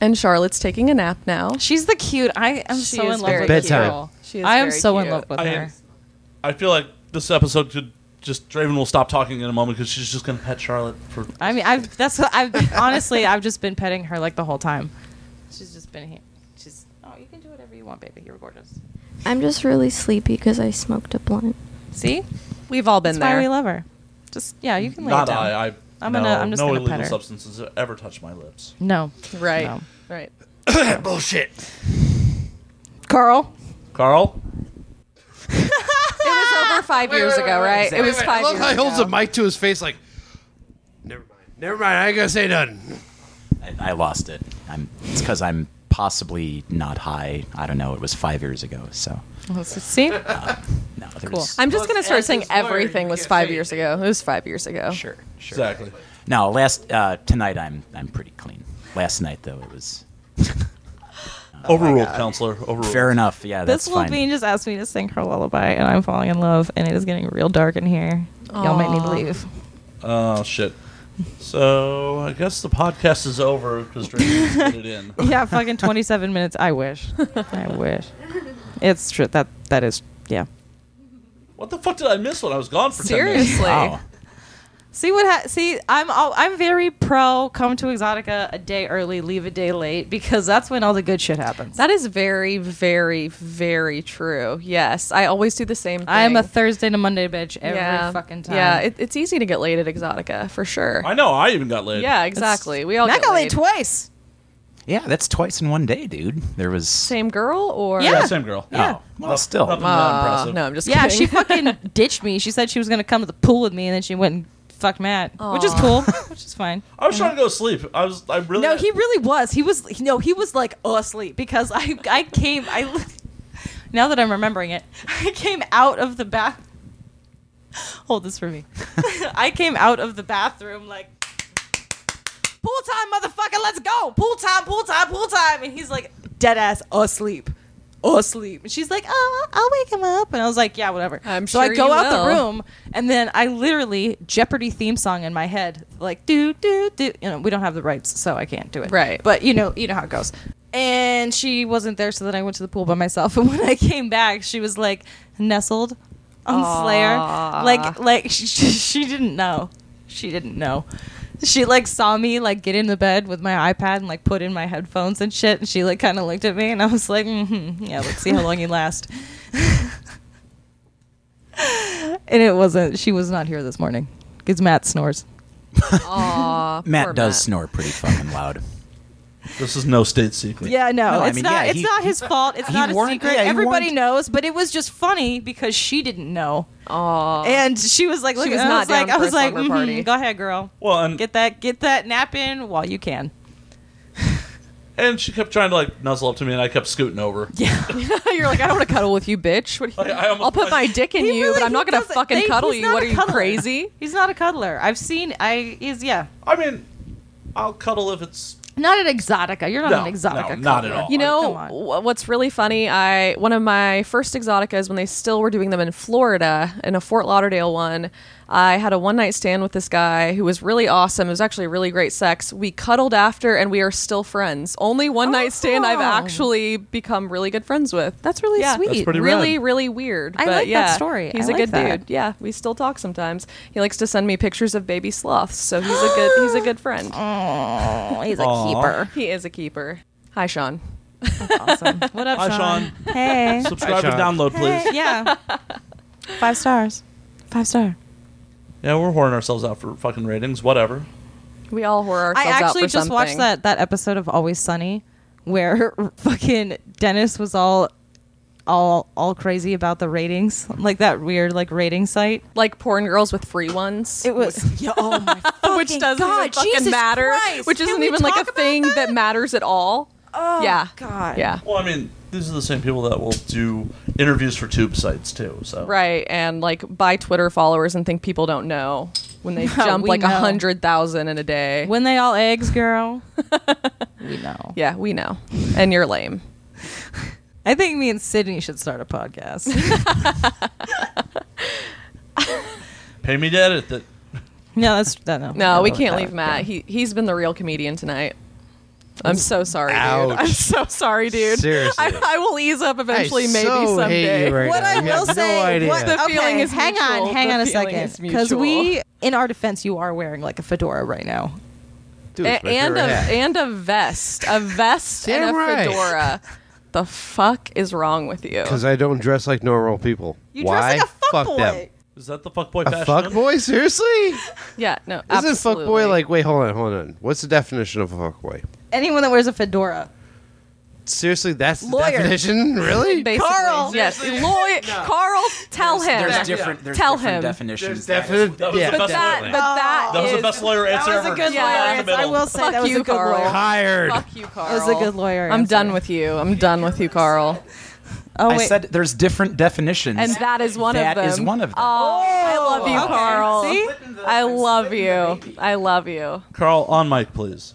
Speaker 3: And Charlotte's taking a nap now.
Speaker 9: She's the cute. I am
Speaker 3: She
Speaker 9: so
Speaker 3: is
Speaker 9: in love
Speaker 3: very
Speaker 9: with
Speaker 10: cute.
Speaker 9: this
Speaker 10: Bedtime.
Speaker 9: girl.
Speaker 3: She is
Speaker 9: I am
Speaker 3: very
Speaker 9: so in
Speaker 3: cute.
Speaker 9: love with
Speaker 7: I,
Speaker 9: her.
Speaker 7: I feel like this episode could just Draven will stop talking in a moment because she's just gonna pet Charlotte for.
Speaker 9: I mean, I've that's what I've honestly I've just been petting her like the whole time. She's just been here. She's oh, you can do whatever you want, baby. You're gorgeous.
Speaker 13: I'm just really sleepy because I smoked a blunt.
Speaker 9: See,
Speaker 3: We've all been
Speaker 9: that's
Speaker 3: there.
Speaker 9: why we love her. Just yeah, you can lay
Speaker 7: Not
Speaker 9: it down.
Speaker 7: I. I
Speaker 9: I'm
Speaker 7: no,
Speaker 9: gonna. I'm just
Speaker 7: no
Speaker 9: gonna
Speaker 7: illegal
Speaker 9: pet her.
Speaker 7: substances have ever touched my lips.
Speaker 9: No,
Speaker 3: right.
Speaker 9: No.
Speaker 3: Right.
Speaker 7: Bullshit.
Speaker 9: Carl.
Speaker 7: Carl.
Speaker 3: It was over five years ago, right? It was
Speaker 10: I
Speaker 3: five
Speaker 10: love
Speaker 3: years
Speaker 10: how he holds
Speaker 3: ago.
Speaker 10: a mic to his face like. Never mind. Never mind. I ain't gonna say nothing.
Speaker 12: I, I lost it. I'm it's because I'm possibly not high. I don't know. It was five years ago, so
Speaker 9: See,
Speaker 12: no. There
Speaker 9: Cool.
Speaker 12: was-
Speaker 3: I'm just
Speaker 10: Plus,
Speaker 3: gonna start
Speaker 10: as
Speaker 3: saying
Speaker 10: his lawyer,
Speaker 3: everything
Speaker 10: you
Speaker 3: was
Speaker 10: can't
Speaker 3: five
Speaker 10: say
Speaker 3: years ago. It was five years ago.
Speaker 12: sure, sure.
Speaker 7: Exactly.
Speaker 12: No, last uh, tonight I'm I'm pretty clean. Last night though, it was
Speaker 7: Overruled, counselor. Overruled.
Speaker 12: fair enough. Yeah,
Speaker 9: this
Speaker 12: that's
Speaker 9: little
Speaker 12: fine.
Speaker 9: bean just asked me to sing her lullaby, and I'm falling in love, and it is getting real dark in here. Y'all might need to leave.
Speaker 7: Oh shit. So I guess the podcast is over because Draven put it in.
Speaker 9: yeah, fucking 27 minutes. I wish. I wish. It's true. That that is. Yeah.
Speaker 7: What the fuck did I miss when I was gone for ten minutes?
Speaker 3: Seriously.
Speaker 12: Oh,
Speaker 9: See what? Ha- see, I'm all, I'm very pro come to Exotica a day early, leave a day late because that's when all the good shit happens.
Speaker 3: That is very, very, very true. Yes, I always do the same thing.
Speaker 9: I am a Thursday to Monday bitch every
Speaker 3: Yeah.
Speaker 9: fucking time.
Speaker 3: Yeah, it, it's easy to get laid at Exotica for sure.
Speaker 7: I know. I even got laid.
Speaker 3: Yeah, exactly. We all
Speaker 9: I
Speaker 3: get
Speaker 9: got laid
Speaker 3: laid.
Speaker 9: twice.
Speaker 12: yeah, that's twice in one day, dude. There was
Speaker 3: same girl or
Speaker 9: Yeah.
Speaker 7: Yeah, same girl.
Speaker 12: Yeah. Well, still.
Speaker 7: nothing that
Speaker 3: Uh,
Speaker 7: impressive.
Speaker 3: no, I'm just
Speaker 9: Yeah,
Speaker 3: kidding.
Speaker 9: she fucking ditched me. She said she was gonna come to the pool with me, and then she went and fucked Matt, which is cool, which is fine.
Speaker 7: I was trying to go to sleep. I was. I really.
Speaker 9: No, he really was. He was no, he was like asleep because I I came I now that I'm remembering it, I came out of the bath. Hold this for me. I came out of the bathroom like pool time, motherfucker. Let's go pool time, pool time, pool time. And he's like dead ass asleep. Asleep, and she's like, "Oh, I'll wake him up," and I was like, "Yeah, whatever."
Speaker 3: I'm
Speaker 9: so I
Speaker 3: sure
Speaker 9: go
Speaker 3: you
Speaker 9: out the
Speaker 3: will.
Speaker 9: room room, and then I literally Jeopardy theme song in my head, like do do do. You know, we don't have the rights, so I can't do it.
Speaker 3: Right.
Speaker 9: But you know, you know how it goes. And she wasn't there, so then I went to the pool by myself. And when I came back, she was like nestled on Slayer, like like she, she, she didn't know, she didn't know. She like saw me like get in the bed with my iPad and like put in my headphones and shit, and she like kind of looked at me, and I was like, mm-hmm, yeah, let's see how long you last. And it wasn't. She was not here this morning because Matt snores.
Speaker 12: Matt
Speaker 3: Poor Matt.
Speaker 12: does snore pretty fucking loud.
Speaker 7: This is no state secret.
Speaker 9: Yeah, no,
Speaker 12: No, I
Speaker 9: it's
Speaker 12: mean,
Speaker 9: not.
Speaker 12: yeah,
Speaker 9: it's
Speaker 12: he-
Speaker 9: not his fault. It's
Speaker 12: he
Speaker 9: not a
Speaker 12: warned-
Speaker 9: secret.
Speaker 12: yeah, he
Speaker 9: Everybody
Speaker 12: warned-
Speaker 9: knows, but it was just funny because she didn't know,
Speaker 12: Uh-huh.
Speaker 3: Aw.
Speaker 9: and she was like,
Speaker 3: She
Speaker 9: "Look,"
Speaker 3: was
Speaker 9: and I
Speaker 3: not
Speaker 9: was like,
Speaker 3: down
Speaker 9: "I
Speaker 3: for a
Speaker 9: was like,
Speaker 3: slumber
Speaker 9: "Mhm,
Speaker 3: party.
Speaker 9: go ahead, girl,
Speaker 7: Well, and
Speaker 9: get that, get that nap in while you can."
Speaker 7: And she kept trying to like nuzzle up to me, and I kept scooting over.
Speaker 3: Yeah, You're like, I don't want to cuddle with you, bitch. What are you, I, will put my dick in you, but I'm not
Speaker 9: he
Speaker 3: going to
Speaker 9: doesn't-
Speaker 3: fucking
Speaker 9: they-
Speaker 3: cuddle
Speaker 9: he's
Speaker 3: you.
Speaker 9: not
Speaker 3: What
Speaker 9: a
Speaker 3: are you,
Speaker 9: cuddler.
Speaker 3: crazy?
Speaker 9: He's not a cuddler. I've seen. I he's yeah.
Speaker 7: I mean, I'll cuddle if it's
Speaker 9: not an exotica. You're not
Speaker 7: No,
Speaker 9: an exotica.
Speaker 7: no, not at
Speaker 9: cuddler.
Speaker 7: all.
Speaker 3: You know wh- what's really funny? I one of my first exoticas when they still were doing them in Florida in a Fort Lauderdale one. I had a one night stand with this guy who was really awesome. It was actually really great sex. We cuddled after, and we are still friends. Only one night stand I've actually become really good friends with.
Speaker 9: Oh, That's really
Speaker 3: yeah.
Speaker 9: sweet. That's pretty
Speaker 3: really,
Speaker 9: rad.
Speaker 3: really weird.
Speaker 9: I
Speaker 3: but
Speaker 9: like that
Speaker 3: yeah,
Speaker 9: story.
Speaker 3: He's
Speaker 9: I
Speaker 3: a
Speaker 9: like
Speaker 3: good
Speaker 9: that.
Speaker 3: dude. Yeah, we still talk sometimes. He likes to send me pictures of baby sloths, so he's a good he's a good friend.
Speaker 9: Oh, he's a
Speaker 3: Aw.
Speaker 9: keeper.
Speaker 3: He is a keeper. Hi, Sean.
Speaker 9: What up,
Speaker 3: Hi,
Speaker 9: Sean?
Speaker 3: Sean.
Speaker 9: Hey.
Speaker 7: subscribe and download, please.
Speaker 9: yeah. Five stars. Five star.
Speaker 7: Yeah, we're whoring ourselves out for fucking ratings. Whatever.
Speaker 3: We all whore ourselves
Speaker 9: I actually
Speaker 3: out for
Speaker 9: just
Speaker 3: something.
Speaker 9: watched that that episode of Always Sunny where fucking Dennis was all all all crazy about the ratings, like that weird like rating site.
Speaker 3: Like porn girls with free ones. It
Speaker 9: was yeah, oh my
Speaker 3: which doesn't even
Speaker 9: God,
Speaker 3: fucking
Speaker 9: Jesus
Speaker 3: matter.
Speaker 9: Christ.
Speaker 3: Which
Speaker 9: Can
Speaker 3: isn't
Speaker 9: we
Speaker 3: even like
Speaker 9: talk
Speaker 3: a thing that? matters at all.
Speaker 9: Oh,
Speaker 3: yeah.
Speaker 9: God.
Speaker 3: Yeah.
Speaker 7: Well, I mean, these are the same people that will do interviews for tube sites too. So
Speaker 3: Right. And like buy Twitter followers and think people don't know when they
Speaker 9: No,
Speaker 3: jump
Speaker 9: we
Speaker 3: like a
Speaker 9: know.
Speaker 3: hundred thousand in a day.
Speaker 9: When they all eggs, girl. we know.
Speaker 3: Yeah, we know. And you're lame.
Speaker 9: I think me and Sydney should start a podcast.
Speaker 7: pay me to edit that.
Speaker 9: no, that's that, no.
Speaker 3: No, we can't
Speaker 9: that
Speaker 3: leave
Speaker 9: would-
Speaker 3: Matt. He he's been the real comedian tonight. I'm so sorry, dude.
Speaker 10: Ouch.
Speaker 3: I'm so sorry, dude.
Speaker 10: Seriously.
Speaker 3: I, I will ease up eventually, maybe
Speaker 10: so hate
Speaker 3: someday.
Speaker 10: you right What now. I You will have no say- idea. what-
Speaker 3: the
Speaker 9: okay,
Speaker 3: feeling is
Speaker 9: hang
Speaker 3: mutual.
Speaker 9: on, hang
Speaker 3: The
Speaker 9: on a
Speaker 3: feeling
Speaker 9: second,
Speaker 3: is
Speaker 9: because
Speaker 3: mutual.
Speaker 9: we, in our defense, you are wearing like a fedora right now.
Speaker 10: Dude, it's
Speaker 3: A-
Speaker 10: my
Speaker 3: and a
Speaker 10: favorite hat.
Speaker 3: and a vest, a vest and
Speaker 10: Damn
Speaker 3: a
Speaker 10: right.
Speaker 3: fedora. the fuck is wrong with you?
Speaker 10: Because I don't dress like normal people.
Speaker 3: You dress
Speaker 10: Why?
Speaker 3: like a
Speaker 10: fuck
Speaker 3: fuckboy.
Speaker 10: them.
Speaker 7: Is that the fuckboy
Speaker 10: A
Speaker 7: fashion?
Speaker 10: fuckboy? Seriously?
Speaker 3: Yeah, no,
Speaker 10: Isn't
Speaker 3: absolutely.
Speaker 10: fuckboy like, wait, hold on, hold on. What's the definition of a fuckboy?
Speaker 9: Anyone that wears a fedora,
Speaker 10: Seriously, that's
Speaker 9: Lawyer.
Speaker 10: the definition? Really?
Speaker 3: Basically,
Speaker 9: Carl.
Speaker 3: Yes, Lloyd. Carl, tell him.
Speaker 12: There's different. There's
Speaker 3: tell
Speaker 12: different
Speaker 3: him.
Speaker 12: definitions.
Speaker 10: There's definite-
Speaker 12: that is-
Speaker 10: yeah.
Speaker 12: that
Speaker 3: But
Speaker 12: was the
Speaker 3: that,
Speaker 12: best
Speaker 3: but
Speaker 12: way.
Speaker 3: that,
Speaker 7: That was the
Speaker 3: is-
Speaker 7: best lawyer answer
Speaker 9: was a
Speaker 7: ever.
Speaker 9: good
Speaker 3: Yeah.
Speaker 9: lawyer
Speaker 3: Down the
Speaker 9: answer. I
Speaker 7: middle.
Speaker 9: will say
Speaker 3: Fuck
Speaker 9: that was
Speaker 3: you,
Speaker 9: a good
Speaker 3: Carl.
Speaker 9: lawyer.
Speaker 10: Hired.
Speaker 3: Fuck you, Carl.
Speaker 9: That was a good lawyer.
Speaker 3: I'm done with you. I'm done with you, Carl.
Speaker 9: Oh
Speaker 12: I
Speaker 9: wait,
Speaker 12: said there's different definitions.
Speaker 3: And that is one of
Speaker 12: That
Speaker 3: them.
Speaker 12: is one of them.
Speaker 3: Oh, I love you,
Speaker 9: okay.
Speaker 3: Carl.
Speaker 9: See?
Speaker 3: I love you. I love you.
Speaker 7: Carl, on mic, please.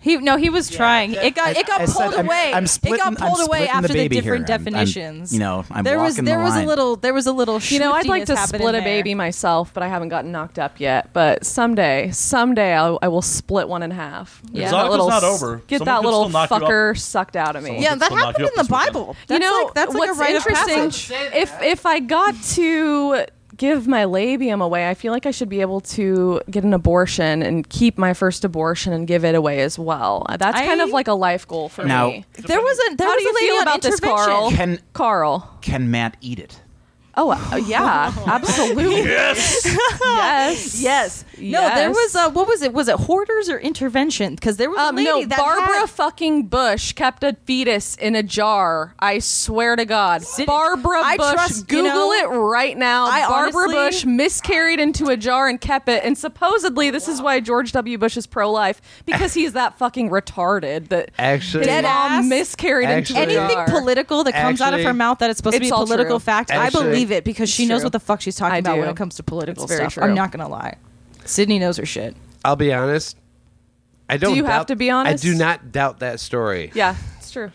Speaker 9: he no, he was trying. It got it got
Speaker 12: I
Speaker 9: pulled
Speaker 12: said I'm-
Speaker 9: away.
Speaker 12: I'm
Speaker 9: it
Speaker 12: splitting- I'm
Speaker 9: got pulled
Speaker 12: splitting
Speaker 9: away
Speaker 12: the
Speaker 9: after the,
Speaker 12: baby here.
Speaker 9: different
Speaker 12: I'm- I'm-
Speaker 9: definitions.
Speaker 12: you know, I'm
Speaker 9: there was
Speaker 12: walking the
Speaker 9: there was
Speaker 12: line.
Speaker 9: a little there was a little.
Speaker 3: You know, I'd like to
Speaker 9: shiftiness happening
Speaker 3: split a
Speaker 9: there.
Speaker 3: baby myself, but I haven't gotten knocked up yet. But someday, someday I'll, I will split one in half.
Speaker 7: Exotica's
Speaker 3: Get that little
Speaker 7: not
Speaker 3: s-
Speaker 7: over.
Speaker 3: Get
Speaker 7: Someone
Speaker 3: that
Speaker 7: could
Speaker 3: little
Speaker 7: still knock you up.
Speaker 3: fucker sucked out of me.
Speaker 7: Someone
Speaker 9: Yeah,
Speaker 7: could
Speaker 9: that
Speaker 7: still knock
Speaker 9: happened
Speaker 7: you up
Speaker 9: in the
Speaker 7: this weekend.
Speaker 9: Bible.
Speaker 3: you
Speaker 9: That's
Speaker 3: know
Speaker 9: like, that's
Speaker 3: what's
Speaker 9: like a rite of
Speaker 3: interesting
Speaker 9: passage.
Speaker 3: if if i got to give my labium away i feel like i should be able to get an abortion and keep my first abortion and give it away as well that's kind of
Speaker 9: I-
Speaker 3: like a life goal for
Speaker 12: Now-
Speaker 3: me
Speaker 9: There was a there
Speaker 3: how
Speaker 9: was
Speaker 3: do you
Speaker 9: a lady
Speaker 3: feel
Speaker 9: on
Speaker 3: about this carl
Speaker 9: intervention.
Speaker 12: Can
Speaker 3: carl
Speaker 12: can Matt eat it?
Speaker 3: oh uh, yeah absolutely
Speaker 7: Yes.
Speaker 3: yes
Speaker 9: Yes. No, there was uh, what was it? Was it hoarders or intervention? Because there was
Speaker 3: Um,
Speaker 9: a lady
Speaker 3: no,
Speaker 9: that
Speaker 3: Barbara
Speaker 9: had-
Speaker 3: fucking Bush kept a fetus in a jar. I swear to God. Barbara
Speaker 9: I
Speaker 3: Bush,
Speaker 9: trust- you
Speaker 3: Google
Speaker 9: know,
Speaker 3: it right now.
Speaker 9: I
Speaker 3: Barbara
Speaker 9: honestly-
Speaker 3: Bush miscarried into a jar and kept it. And supposedly, this is why George W. Bush is pro life because he's that fucking retarded that
Speaker 10: Actually,
Speaker 3: his
Speaker 9: ass.
Speaker 3: mom miscarried into a
Speaker 10: Actually-
Speaker 3: jar.
Speaker 9: anything political that comes out of her
Speaker 10: Actually-
Speaker 9: mouth that it's supposed
Speaker 3: E It's
Speaker 9: to be
Speaker 3: all
Speaker 9: political
Speaker 3: true.
Speaker 9: fact,
Speaker 10: Actually-
Speaker 9: I believe it because she
Speaker 3: It's
Speaker 9: knows
Speaker 3: true.
Speaker 9: what the fuck she's talking
Speaker 3: I
Speaker 9: about
Speaker 3: do.
Speaker 9: when it comes to political
Speaker 3: It's very
Speaker 9: stuff.
Speaker 3: true.
Speaker 9: I'm not gonna lie. Sydney knows her shit.
Speaker 10: I'll be honest. I don't.
Speaker 3: you have
Speaker 10: doubt-
Speaker 3: to be honest?
Speaker 10: I do not doubt that story.
Speaker 3: Yeah, it's true.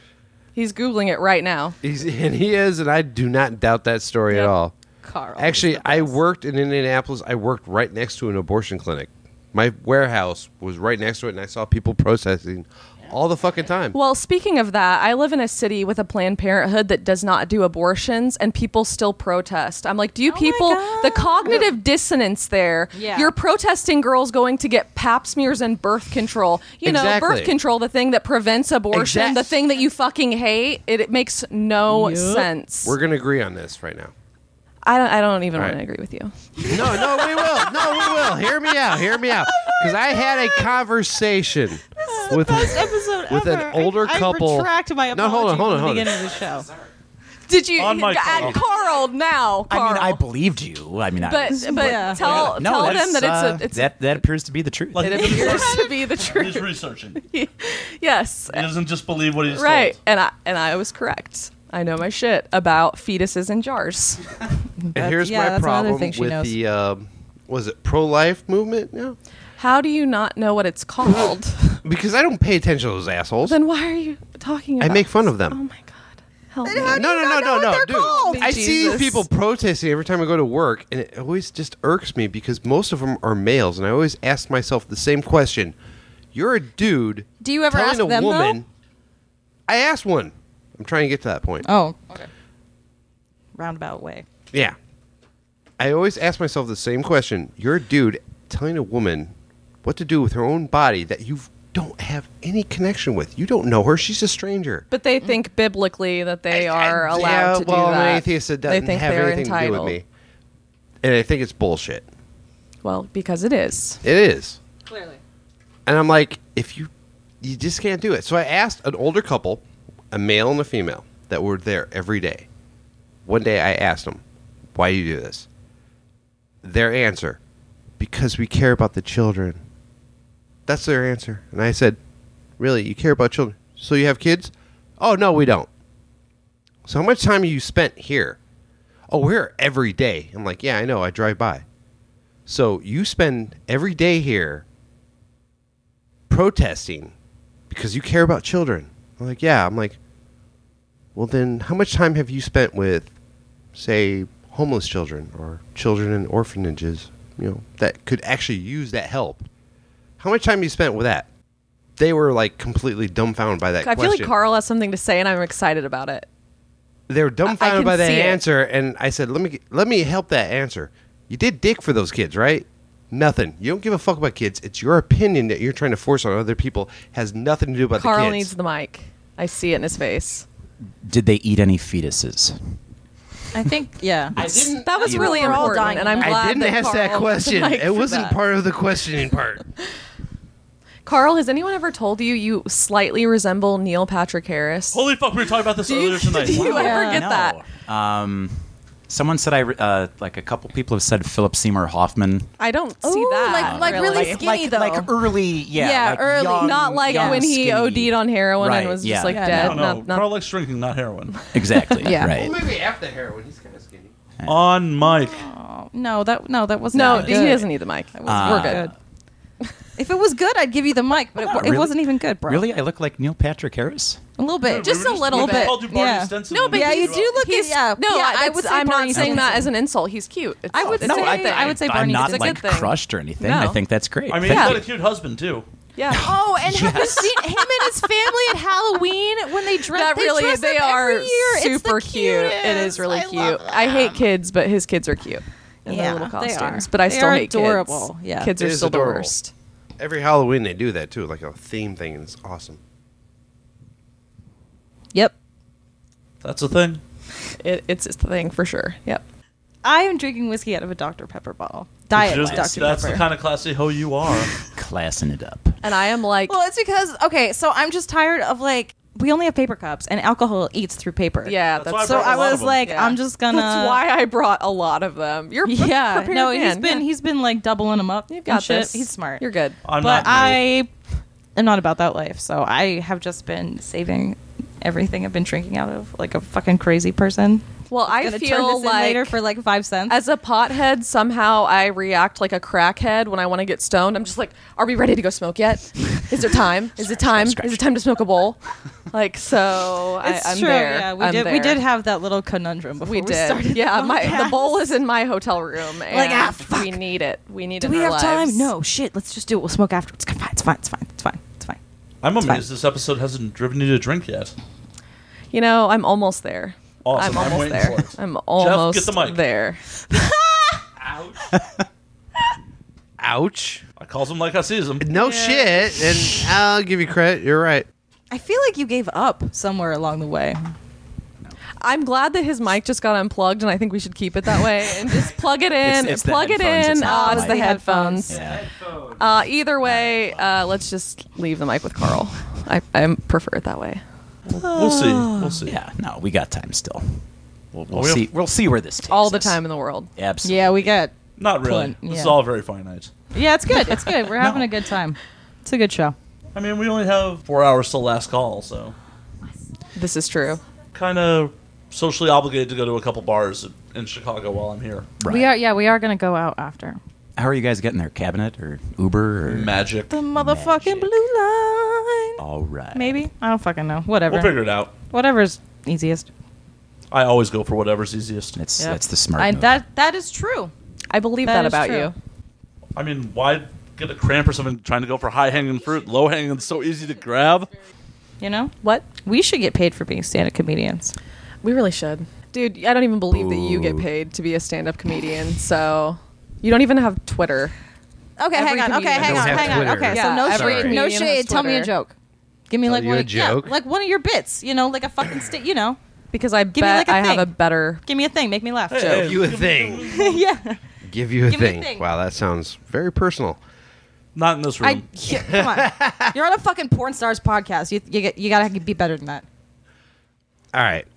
Speaker 3: He's Googling it right now.
Speaker 10: He's, and he is, and I do not doubt that story at all.
Speaker 3: Carl.
Speaker 10: Actually, I worked in Indianapolis. I worked right next to an abortion clinic. My warehouse was right next to it, and I saw people processing all the fucking time.
Speaker 3: Well, speaking of that, I live in a city with a Planned Parenthood that does not do abortions, and people still protest. I'm like, do you people, the cognitive dissonance there?
Speaker 9: Yeah.
Speaker 3: You're protesting girls going to get pap smears and birth control. You
Speaker 10: Exactly.
Speaker 3: know, birth control, the thing that prevents abortion,
Speaker 10: Exact-
Speaker 3: the thing that you fucking hate. It, it makes no sense.
Speaker 10: We're gonna agree on this right now.
Speaker 3: I don't, I don't even
Speaker 10: All
Speaker 3: want to
Speaker 10: right.
Speaker 3: agree with you.
Speaker 10: No, no, we will. No, we will. Hear me out. Hear me out.
Speaker 3: Oh
Speaker 10: Because I had a conversation with
Speaker 9: episode
Speaker 10: with an older couple.
Speaker 9: retract my
Speaker 10: No, hold on, hold on, hold on.
Speaker 9: of the show.
Speaker 3: Did you
Speaker 12: On my
Speaker 3: add
Speaker 12: phone.
Speaker 3: Carl now? Carl.
Speaker 12: I mean, I believed you. I mean, I
Speaker 3: But-
Speaker 12: was-
Speaker 3: but Yeah. tell-
Speaker 12: no,
Speaker 3: tell them
Speaker 12: that's,
Speaker 3: that it's a-
Speaker 12: uh,
Speaker 3: it's-
Speaker 12: that that appears to be the truth.
Speaker 3: it appears to be the truth.
Speaker 2: He's researching.
Speaker 3: yes.
Speaker 2: He doesn't just believe what he's
Speaker 3: Right. And I and I was correct. I know my shit about fetuses in jars.
Speaker 10: And here's my problem with the um, was it pro life movement now?
Speaker 3: How do you not know what it's called?
Speaker 10: Because I don't pay attention to those assholes.
Speaker 3: then why are you talking
Speaker 10: I
Speaker 3: about Oh
Speaker 10: make fun of them.
Speaker 3: Help me.
Speaker 10: no, no, no, no, no, dude.
Speaker 3: called?
Speaker 10: I
Speaker 3: Jesus.
Speaker 10: see people protesting every time I go to work, and it always just irks me because most of them are males, and I always ask myself the same question: You're a dude.
Speaker 3: Do you ever
Speaker 10: telling
Speaker 3: ask
Speaker 10: a
Speaker 3: them,
Speaker 10: woman? I asked one. I'm trying to get to that point.
Speaker 9: Oh, okay. Roundabout way.
Speaker 10: Yeah. I always ask myself the same question. You're a dude telling a woman what to do with her own body that you don't have any connection with. You don't know her. She's a stranger.
Speaker 3: But they think biblically that they are allowed
Speaker 10: yeah,
Speaker 3: to do
Speaker 10: well, I'm
Speaker 3: that.
Speaker 10: an atheist. It
Speaker 3: they
Speaker 10: doesn't
Speaker 3: think
Speaker 10: have
Speaker 3: they're
Speaker 10: anything
Speaker 3: entitled.
Speaker 10: to do with me. And I think it's bullshit.
Speaker 3: Well, because it is.
Speaker 10: It is.
Speaker 3: Clearly.
Speaker 10: And I'm like, if you, you just can't do it. So I asked an older couple, a male and a female, that were there every day. One day I asked them, why do you do this? Their answer, because we care about the children. That's their answer. And I said, really, you care about children? So you have kids? Oh, no, we don't. So how much time you spent here? Oh, we're here every day. I'm like, yeah, I know. I drive by. So you spend every day here protesting because you care about children. I'm like, yeah. I'm like, well, then how much time have you spent with, say, homeless children or children in orphanages, you know, that could actually use that help? How much time you spent with that? They were like completely dumbfounded by that
Speaker 3: I feel
Speaker 10: question.
Speaker 3: like Carl has something to say, and I'm excited about it.
Speaker 10: they were
Speaker 3: I- I
Speaker 10: dumbfounded
Speaker 3: can
Speaker 10: by that
Speaker 3: see it.
Speaker 10: answer, and I said, "Let me get- let me help that answer. You did dick for those kids, right? Nothing. You don't give a fuck about kids. It's your opinion that you're trying to force on other people. Has nothing to do about
Speaker 3: Carl
Speaker 10: the kids.
Speaker 3: needs the mic. I see it in his face.
Speaker 12: Did they eat any fetuses?
Speaker 9: I think, yeah.
Speaker 10: I didn't-
Speaker 3: that was
Speaker 10: you-
Speaker 3: really
Speaker 10: We're all
Speaker 3: important,
Speaker 10: dying
Speaker 3: and I'm
Speaker 10: I
Speaker 3: glad
Speaker 10: didn't
Speaker 3: that
Speaker 10: ask
Speaker 3: Carl
Speaker 10: that
Speaker 3: opened the
Speaker 10: question.
Speaker 3: mic for
Speaker 10: It wasn't
Speaker 3: that.
Speaker 10: part of the questioning part.
Speaker 3: Carl, has anyone ever told you you slightly resemble Neil Patrick Harris?
Speaker 2: Holy fuck, we were talking about this
Speaker 3: Do you-
Speaker 2: earlier tonight.
Speaker 3: do you ever get
Speaker 12: No.
Speaker 3: that?
Speaker 12: Um, someone said I re- uh, like a couple people have said Philip Seymour Hoffman.
Speaker 3: I don't see that.
Speaker 12: like- like really
Speaker 3: Like-
Speaker 12: skinny,
Speaker 3: like,
Speaker 12: though. like early, yeah,
Speaker 3: yeah,
Speaker 12: like
Speaker 3: early,
Speaker 12: young-
Speaker 3: not like
Speaker 12: young,
Speaker 3: when he
Speaker 12: skinny.
Speaker 3: OD'd on heroin
Speaker 12: Right,
Speaker 3: and was
Speaker 12: yeah.
Speaker 3: just like
Speaker 12: Yeah,
Speaker 3: dead.
Speaker 2: No, no,
Speaker 3: Not- not-
Speaker 2: Carl likes drinking, not heroin.
Speaker 12: Exactly.
Speaker 3: Yeah.
Speaker 12: Right.
Speaker 10: Well, maybe after heroin, he's kind of skinny.
Speaker 2: On mic.
Speaker 9: No, that no, that wasn't.
Speaker 3: No,
Speaker 9: good.
Speaker 3: he doesn't need the mic.
Speaker 9: That
Speaker 12: Uh,
Speaker 9: wasn't good. if it was good, I'd give you the mic, but it, wa- it
Speaker 12: Really?
Speaker 9: wasn't even good, bro.
Speaker 12: Really, I look like Neil Patrick Harris.
Speaker 9: A little bit,
Speaker 3: Just a little bit.
Speaker 9: yeah.
Speaker 3: No, but
Speaker 9: yeah,
Speaker 3: he's-
Speaker 9: you do look.
Speaker 3: he's-
Speaker 9: yeah,
Speaker 3: No,
Speaker 9: yeah,
Speaker 3: I
Speaker 9: that's-
Speaker 3: would. Say I'm not
Speaker 9: Barney
Speaker 3: saying that
Speaker 9: Stinson.
Speaker 3: as an insult. He's cute. It's,
Speaker 9: I would
Speaker 3: it's a
Speaker 9: say-
Speaker 3: good thing.
Speaker 9: I would say
Speaker 12: I'm
Speaker 9: Barney
Speaker 12: not
Speaker 9: It's a
Speaker 12: like
Speaker 9: good thing.
Speaker 12: crushed or anything.
Speaker 9: No.
Speaker 12: I think that's great.
Speaker 2: I mean,
Speaker 12: Thank
Speaker 2: he's got
Speaker 12: you.
Speaker 2: a cute husband, too.
Speaker 3: Yeah.
Speaker 9: Oh, and have you
Speaker 12: Yes.
Speaker 9: seen him and his family at Halloween when they dress?
Speaker 3: That
Speaker 9: they
Speaker 3: really,
Speaker 9: dress
Speaker 3: they
Speaker 9: up
Speaker 3: are
Speaker 9: every year. It's the
Speaker 3: super cute. It is really cute. I hate kids, but his kids are cute in their
Speaker 9: Yeah,
Speaker 3: little
Speaker 9: they are.
Speaker 3: costumes. But I
Speaker 9: They
Speaker 3: still
Speaker 9: are
Speaker 3: hate kids.
Speaker 9: adorable. Yeah.
Speaker 3: kids are
Speaker 10: It is
Speaker 3: still the
Speaker 10: adorable.
Speaker 3: worst.
Speaker 10: Every Halloween they do that too, like a theme thing, and it's awesome.
Speaker 9: Yep.
Speaker 2: That's a thing.
Speaker 3: It, it's the thing for sure. Yep.
Speaker 9: I am drinking whiskey out of a Dr Pepper bottle. Diet
Speaker 2: Just-
Speaker 9: Dr
Speaker 2: That's,
Speaker 9: Pepper.
Speaker 2: the kind of classy hoe you are.
Speaker 12: Classing it up.
Speaker 3: And I am like,
Speaker 9: well, it's because okay, so I'm just tired of like we only have paper cups and alcohol eats through paper.
Speaker 3: Yeah, That's that's-
Speaker 9: so.
Speaker 3: why I brought
Speaker 9: I
Speaker 3: a lot of
Speaker 9: was
Speaker 3: them.
Speaker 9: like,
Speaker 3: Yeah.
Speaker 9: I'm just gonna.
Speaker 3: That's why I brought a lot of them. You're a
Speaker 9: yeah,
Speaker 3: prepared
Speaker 9: no, he's
Speaker 3: man,
Speaker 9: been
Speaker 3: yeah.
Speaker 9: he's been like doubling them up. You've
Speaker 3: got
Speaker 9: shit.
Speaker 3: this.
Speaker 9: He's smart.
Speaker 3: You're good.
Speaker 2: I'm
Speaker 9: but
Speaker 2: not new.
Speaker 9: I am not about that life, so I have just been saving everything I've been drinking out of like a fucking crazy person.
Speaker 3: Well, I
Speaker 9: gonna turn
Speaker 3: feel
Speaker 9: this in
Speaker 3: like
Speaker 9: later for like five cents.
Speaker 3: As a pothead, somehow I react like a crackhead when I want to get stoned. I'm just like, are we ready to go smoke yet? Is there time? Is it time? Is it time to smoke a bowl? Like so,
Speaker 9: It's
Speaker 3: I, I'm
Speaker 9: true.
Speaker 3: there.
Speaker 9: Yeah, we
Speaker 3: I'm
Speaker 9: did. We
Speaker 3: there.
Speaker 9: did have that little conundrum before we,
Speaker 3: We did.
Speaker 9: started.
Speaker 3: yeah,
Speaker 9: the
Speaker 3: my the
Speaker 9: podcast.
Speaker 3: bowl is in my hotel room, and
Speaker 9: Like, ah,
Speaker 3: we need it. We need
Speaker 9: Do
Speaker 3: it. in our
Speaker 9: we
Speaker 3: lives.
Speaker 9: have time? No, shit. Let's just do it. We'll smoke after. It's fine. It's fine. It's fine. It's fine. It's fine.
Speaker 2: I'm
Speaker 9: It's fine.
Speaker 2: amazed this episode hasn't driven you to drink yet.
Speaker 3: You know, I'm almost there.
Speaker 2: Awesome.
Speaker 3: I'm
Speaker 2: I'm
Speaker 3: almost
Speaker 2: waiting
Speaker 3: there.
Speaker 2: for it.
Speaker 3: I'm
Speaker 2: Jeff,
Speaker 3: almost
Speaker 2: get the mic.
Speaker 3: there.
Speaker 10: Ouch!
Speaker 2: I calls him like I sees him.
Speaker 10: No shit, and I'll give you credit. You're right.
Speaker 9: I feel like you gave up somewhere along the way.
Speaker 3: I'm glad that his mic just got unplugged, and I think we should keep it that way and just plug it in,
Speaker 12: It's- it's the
Speaker 3: plug it
Speaker 12: headphones, it's
Speaker 3: in.
Speaker 12: not
Speaker 3: Ah,
Speaker 12: the
Speaker 3: it's the
Speaker 12: mic.
Speaker 3: headphones.
Speaker 12: Yeah.
Speaker 3: Uh, either way, uh, let's just leave the mic with Carl. I, I prefer it that way.
Speaker 2: We'll see. We'll see.
Speaker 12: Yeah.
Speaker 9: Ah,
Speaker 12: No, we got time still. We'll, we'll
Speaker 2: We'll-
Speaker 12: see. We'll see where this takes
Speaker 3: all the
Speaker 12: us.
Speaker 3: time in the world.
Speaker 12: Absolutely.
Speaker 9: Yeah, we got
Speaker 2: Not really.
Speaker 9: plen-
Speaker 2: This is
Speaker 9: yeah.
Speaker 2: all very finite.
Speaker 9: Yeah, it's good. It's good. We're having a good time. It's a good show.
Speaker 2: I mean, we only have four hours till last call, so
Speaker 3: this is true.
Speaker 2: Kind of socially obligated to go to a couple bars in Chicago while I'm here.
Speaker 9: We are. Yeah, we are gonna go out after
Speaker 12: How are you guys getting there? Cabinet or Uber or
Speaker 2: Magic?
Speaker 9: the motherfucking blue line.
Speaker 12: All right.
Speaker 9: Maybe I don't fucking know. Whatever.
Speaker 2: We'll figure it out.
Speaker 9: Whatever's easiest.
Speaker 2: I always go for whatever's easiest.
Speaker 12: That's
Speaker 9: Yep.
Speaker 12: that's the smart
Speaker 9: I,
Speaker 12: move.
Speaker 9: that that is true.
Speaker 3: I believe that about you.
Speaker 2: I mean, why get a cramp or something trying to go for high hanging fruit? Low hanging is so easy to grab.
Speaker 9: You know
Speaker 3: what?
Speaker 9: We should get paid for being stand-up comedians.
Speaker 3: We really should. Dude, I don't even believe that you get
Speaker 9: Boo.
Speaker 3: paid to be a stand up comedian. So you don't even have Twitter.
Speaker 14: Okay,
Speaker 3: Every
Speaker 14: hang on. Okay, hang
Speaker 3: comedian has
Speaker 14: on,
Speaker 3: Twitter.
Speaker 14: hang on. Okay,
Speaker 3: Yeah,
Speaker 14: so no
Speaker 3: every
Speaker 14: shade. No
Speaker 3: comedian has
Speaker 14: shade. Tell me a
Speaker 3: Twitter.
Speaker 14: joke.
Speaker 9: Give me
Speaker 3: Tell
Speaker 9: like
Speaker 3: you
Speaker 9: one
Speaker 3: a
Speaker 9: of, yeah,
Speaker 3: joke?
Speaker 9: like one of your bits. You know, like a fucking state. You know,
Speaker 3: because I
Speaker 9: give
Speaker 3: bet
Speaker 9: me like a
Speaker 3: I have
Speaker 9: thing.
Speaker 3: a better
Speaker 9: Give me a thing. Make me laugh.
Speaker 3: Hey,
Speaker 9: Joe.
Speaker 3: hey, Give you a
Speaker 10: thing.
Speaker 9: yeah.
Speaker 10: Give you a,
Speaker 9: Give me a
Speaker 10: thing.
Speaker 9: thing.
Speaker 10: Wow, that sounds very personal.
Speaker 2: Not in this
Speaker 9: I, yeah, come on. You're on a fucking porn stars podcast. You you, get, you gotta be better than that.
Speaker 10: All right.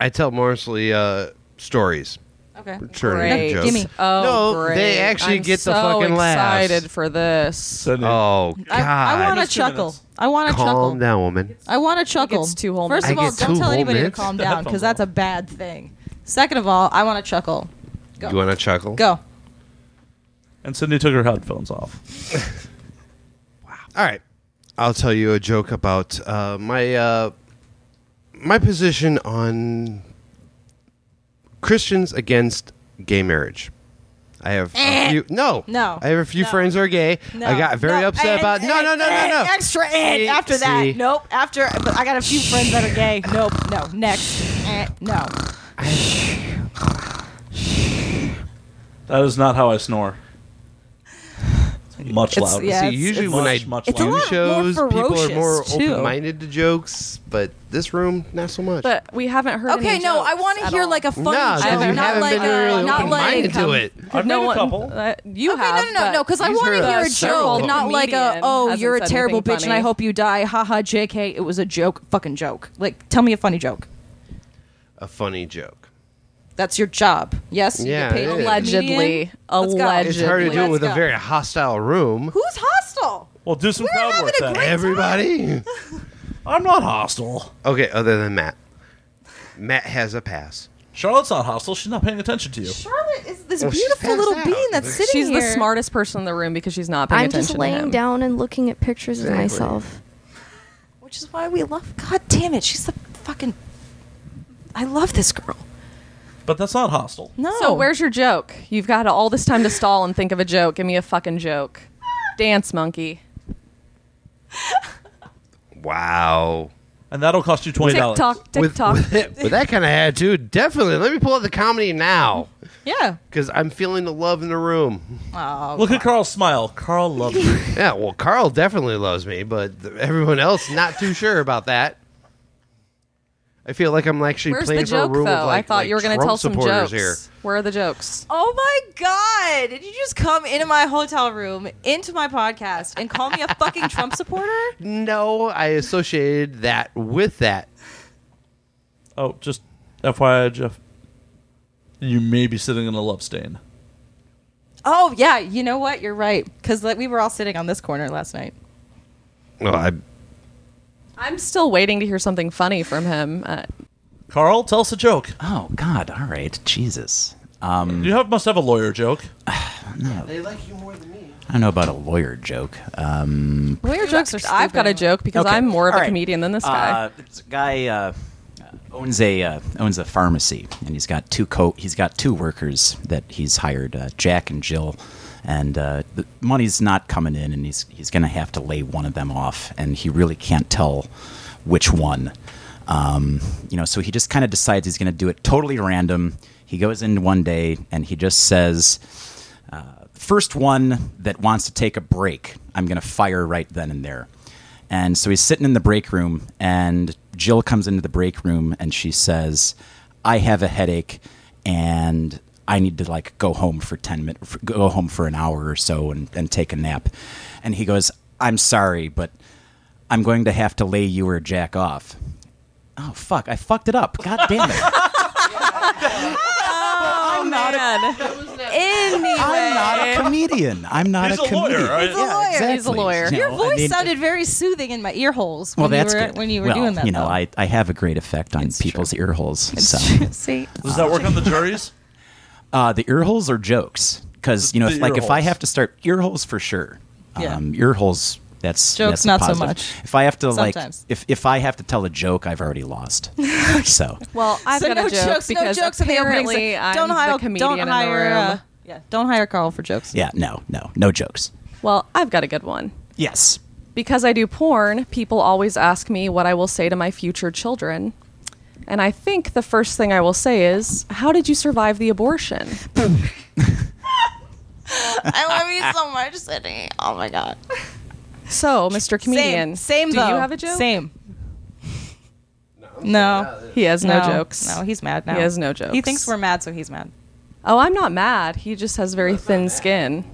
Speaker 10: I tell mostly uh, stories.
Speaker 9: Okay.
Speaker 10: Turn it into jokes.
Speaker 3: Oh,
Speaker 10: no,
Speaker 3: great.
Speaker 10: they actually
Speaker 3: I'm
Speaker 10: get
Speaker 3: so
Speaker 10: the fucking laughs.
Speaker 3: excited for this.
Speaker 10: Oh God!
Speaker 9: I, I want to chuckle. I want to
Speaker 10: Calm
Speaker 9: chuckle.
Speaker 10: down, woman.
Speaker 9: I want to chuckle.
Speaker 3: two whole
Speaker 9: First of all,
Speaker 10: minutes. I get
Speaker 9: don't
Speaker 10: two
Speaker 9: tell
Speaker 10: whole
Speaker 9: anybody
Speaker 10: minutes?
Speaker 9: to calm down because that's a bad thing. Second of all, I want to chuckle. Go.
Speaker 10: You want to chuckle?
Speaker 9: Go.
Speaker 2: And Sydney took her headphones off.
Speaker 10: All right. I'll tell you a joke about uh, my uh, my position on Christians against gay marriage. I have a
Speaker 14: Eh.
Speaker 10: few. No,
Speaker 14: No.
Speaker 10: I have a few friends who are gay. I got very upset about. no, no, no, no, no.
Speaker 9: Extra and
Speaker 10: See,
Speaker 9: after that.
Speaker 10: see.
Speaker 9: Nope. After but I got a few friends that are gay. Nope. No. Next. Eh, no.
Speaker 2: That is not how I snore. Much
Speaker 10: It's-
Speaker 2: louder.
Speaker 10: yeah, See, it's- usually it's- when I
Speaker 2: much
Speaker 10: it's a
Speaker 2: louder.
Speaker 10: lot shows, more people are more
Speaker 3: ferocious, too.
Speaker 10: open-minded to jokes, but this room, not so much.
Speaker 3: But we haven't heard.
Speaker 14: Okay,
Speaker 3: any
Speaker 14: no, I
Speaker 3: jokes
Speaker 14: wanna
Speaker 3: at
Speaker 14: hear,
Speaker 3: all.
Speaker 14: like, a funny No, 'cause joke,
Speaker 10: you not haven't like been a- really
Speaker 14: not like- open-minded to it.
Speaker 3: I've
Speaker 14: No
Speaker 3: made
Speaker 14: one-
Speaker 3: a couple. you
Speaker 14: okay,
Speaker 3: have.
Speaker 14: no, no, no, no, because I want to hear a joke, not like a oh, you're a terrible bitch, and I hope
Speaker 9: you die. Haha, JK. It was a joke. Fucking joke. Like, tell me a funny joke.
Speaker 10: a funny joke.
Speaker 9: That's your job. Yes.
Speaker 10: Yeah,
Speaker 9: you get paid
Speaker 10: it
Speaker 9: to be a
Speaker 10: is.
Speaker 9: comedian.
Speaker 3: Allegedly.
Speaker 9: Let's go.
Speaker 10: It's hard to do it with
Speaker 9: Let's
Speaker 10: a
Speaker 9: go.
Speaker 10: very hostile room.
Speaker 9: Who's hostile?
Speaker 2: Well, do some crowd work. then.
Speaker 10: Everybody.
Speaker 2: I'm not hostile.
Speaker 10: Okay, other than Matt. Matt has a pass.
Speaker 2: Charlotte's not hostile. She's not paying attention to you.
Speaker 9: Charlotte is
Speaker 3: this
Speaker 10: Well, she's
Speaker 3: beautiful
Speaker 10: passed
Speaker 3: little
Speaker 10: out.
Speaker 3: being that's sitting
Speaker 10: She's the
Speaker 3: She's the smartest person in the room because she's not paying
Speaker 13: I'm
Speaker 3: attention
Speaker 13: just laying down and looking at pictures
Speaker 3: Exactly.
Speaker 13: of myself.
Speaker 9: Which is why we love. God damn it. She's the fucking. I love this girl.
Speaker 2: But that's not hostile.
Speaker 9: No.
Speaker 3: So where's your joke? You've got all this time to stall and think of a joke. Give me a fucking joke. Dance monkey.
Speaker 10: Wow.
Speaker 2: And that'll cost you twenty dollars.
Speaker 3: TikTok, TikTok.
Speaker 10: With, with, with that kind of attitude, definitely. Let me pull out the comedy now
Speaker 9: Yeah.
Speaker 10: because I'm feeling the love in the room.
Speaker 9: Oh.
Speaker 2: Look at Carl's smile. Carl loves you.
Speaker 10: Yeah, well, Carl definitely loves me, but th- everyone else not too sure about that. I feel like I'm actually
Speaker 3: Where's
Speaker 10: playing
Speaker 3: the
Speaker 10: for a
Speaker 3: joke though?
Speaker 10: room of
Speaker 3: I
Speaker 10: like,
Speaker 3: thought you were
Speaker 10: going
Speaker 3: gonna
Speaker 10: to
Speaker 3: tell some jokes.
Speaker 10: Here.
Speaker 3: Where are the jokes?
Speaker 9: Oh my God! Did you just come into my hotel room, into my podcast, and call me a fucking Trump supporter?
Speaker 10: No, I associated that with that.
Speaker 2: Oh, just FYI, Jeff. You may be sitting in a love stain.
Speaker 9: Oh yeah, you know what? You're right. Because like, we were all sitting on this corner last night.
Speaker 10: Well, I,
Speaker 3: I'm still waiting to hear something funny from him. Uh,
Speaker 2: Carl, tell us a joke.
Speaker 12: Oh God! All right, Jesus. Um,
Speaker 2: you have must have a lawyer joke.
Speaker 10: They like you more than me.
Speaker 12: I don't know about a lawyer joke. Um,
Speaker 3: Lawyer jokes are. I've got a joke because
Speaker 12: Okay.
Speaker 3: I'm more of
Speaker 12: All
Speaker 3: a
Speaker 12: right.
Speaker 3: comedian than this guy.
Speaker 12: Uh, there's a guy uh, owns a uh, owns a pharmacy, and he's got two co he's got two workers that he's hired, uh, Jack and Jill, and uh, the money's not coming in, and he's he's going to have to lay one of them off, and he really can't tell which one. Um, you know, so he just kind of decides he's going to do it totally random. He goes in one day and he just says, uh, first one that wants to take a break, I'm going to fire right then and there. And so he's sitting in the break room, and Jill comes into the break room and she says, I have a headache and I need to like go home for 10 minutes, go home for an hour or so and, and take a nap. And he goes, I'm sorry, but I'm going to have to lay you or Jack off. Oh, fuck. I fucked it up. God damn it.
Speaker 14: oh, man.
Speaker 9: Anyway.
Speaker 12: I'm not a comedian. I'm not
Speaker 9: He's
Speaker 12: a,
Speaker 9: a lawyer,
Speaker 12: comedian.
Speaker 9: right? He's a lawyer.
Speaker 12: exactly.
Speaker 9: He's a lawyer.
Speaker 12: You
Speaker 9: Your
Speaker 12: know, I
Speaker 9: voice
Speaker 12: mean-
Speaker 9: sounded very soothing in my ear holes
Speaker 12: Well,
Speaker 9: when, you
Speaker 12: that's
Speaker 9: were,
Speaker 12: good.
Speaker 9: when you were
Speaker 12: Well,
Speaker 9: doing that.
Speaker 12: You know,
Speaker 9: though.
Speaker 12: I, I have a great effect on people's ear holes.
Speaker 9: It's
Speaker 12: so.
Speaker 9: true. See,
Speaker 2: Does that work on the juries?
Speaker 12: Uh, the ear holes are jokes because you know,
Speaker 2: The
Speaker 12: if, like
Speaker 2: ear
Speaker 12: if I
Speaker 2: holes.
Speaker 12: have to start ear holes for sure.
Speaker 9: Yeah.
Speaker 12: Um, ear holes. That's
Speaker 9: Jokes,
Speaker 12: that's a
Speaker 9: not so
Speaker 12: positive.
Speaker 9: much.
Speaker 12: If I have to like,
Speaker 9: Sometimes.
Speaker 12: if if I have to tell a joke, I've already lost. so
Speaker 3: Well, I've
Speaker 9: So
Speaker 3: got
Speaker 9: no
Speaker 3: a joke
Speaker 9: jokes, no
Speaker 3: because
Speaker 9: jokes in the opening.
Speaker 3: apparently
Speaker 9: scene.
Speaker 3: I'm
Speaker 9: don't
Speaker 3: the
Speaker 9: hire,
Speaker 3: comedian
Speaker 9: don't
Speaker 3: in the
Speaker 9: hire,
Speaker 3: room.
Speaker 9: uh, yeah, don't hire Carl for jokes.
Speaker 12: yeah, no, no, no jokes.
Speaker 3: Well, I've got a good one.
Speaker 12: Yes.
Speaker 3: Because I do porn, people always ask me what I will say to my future children. And I think the first thing I will say is, How did you survive the abortion?
Speaker 9: I love you so much, Sydney. Oh my god.
Speaker 3: So, Mr. Comedian,
Speaker 9: same, same
Speaker 3: do
Speaker 9: though.
Speaker 3: you have a joke?
Speaker 9: Same. No,
Speaker 3: He has no, jokes.
Speaker 9: No, he's mad now.
Speaker 3: He has no jokes.
Speaker 9: He thinks we're mad, so he's mad.
Speaker 3: Oh, I'm not mad. He just has very thin skin.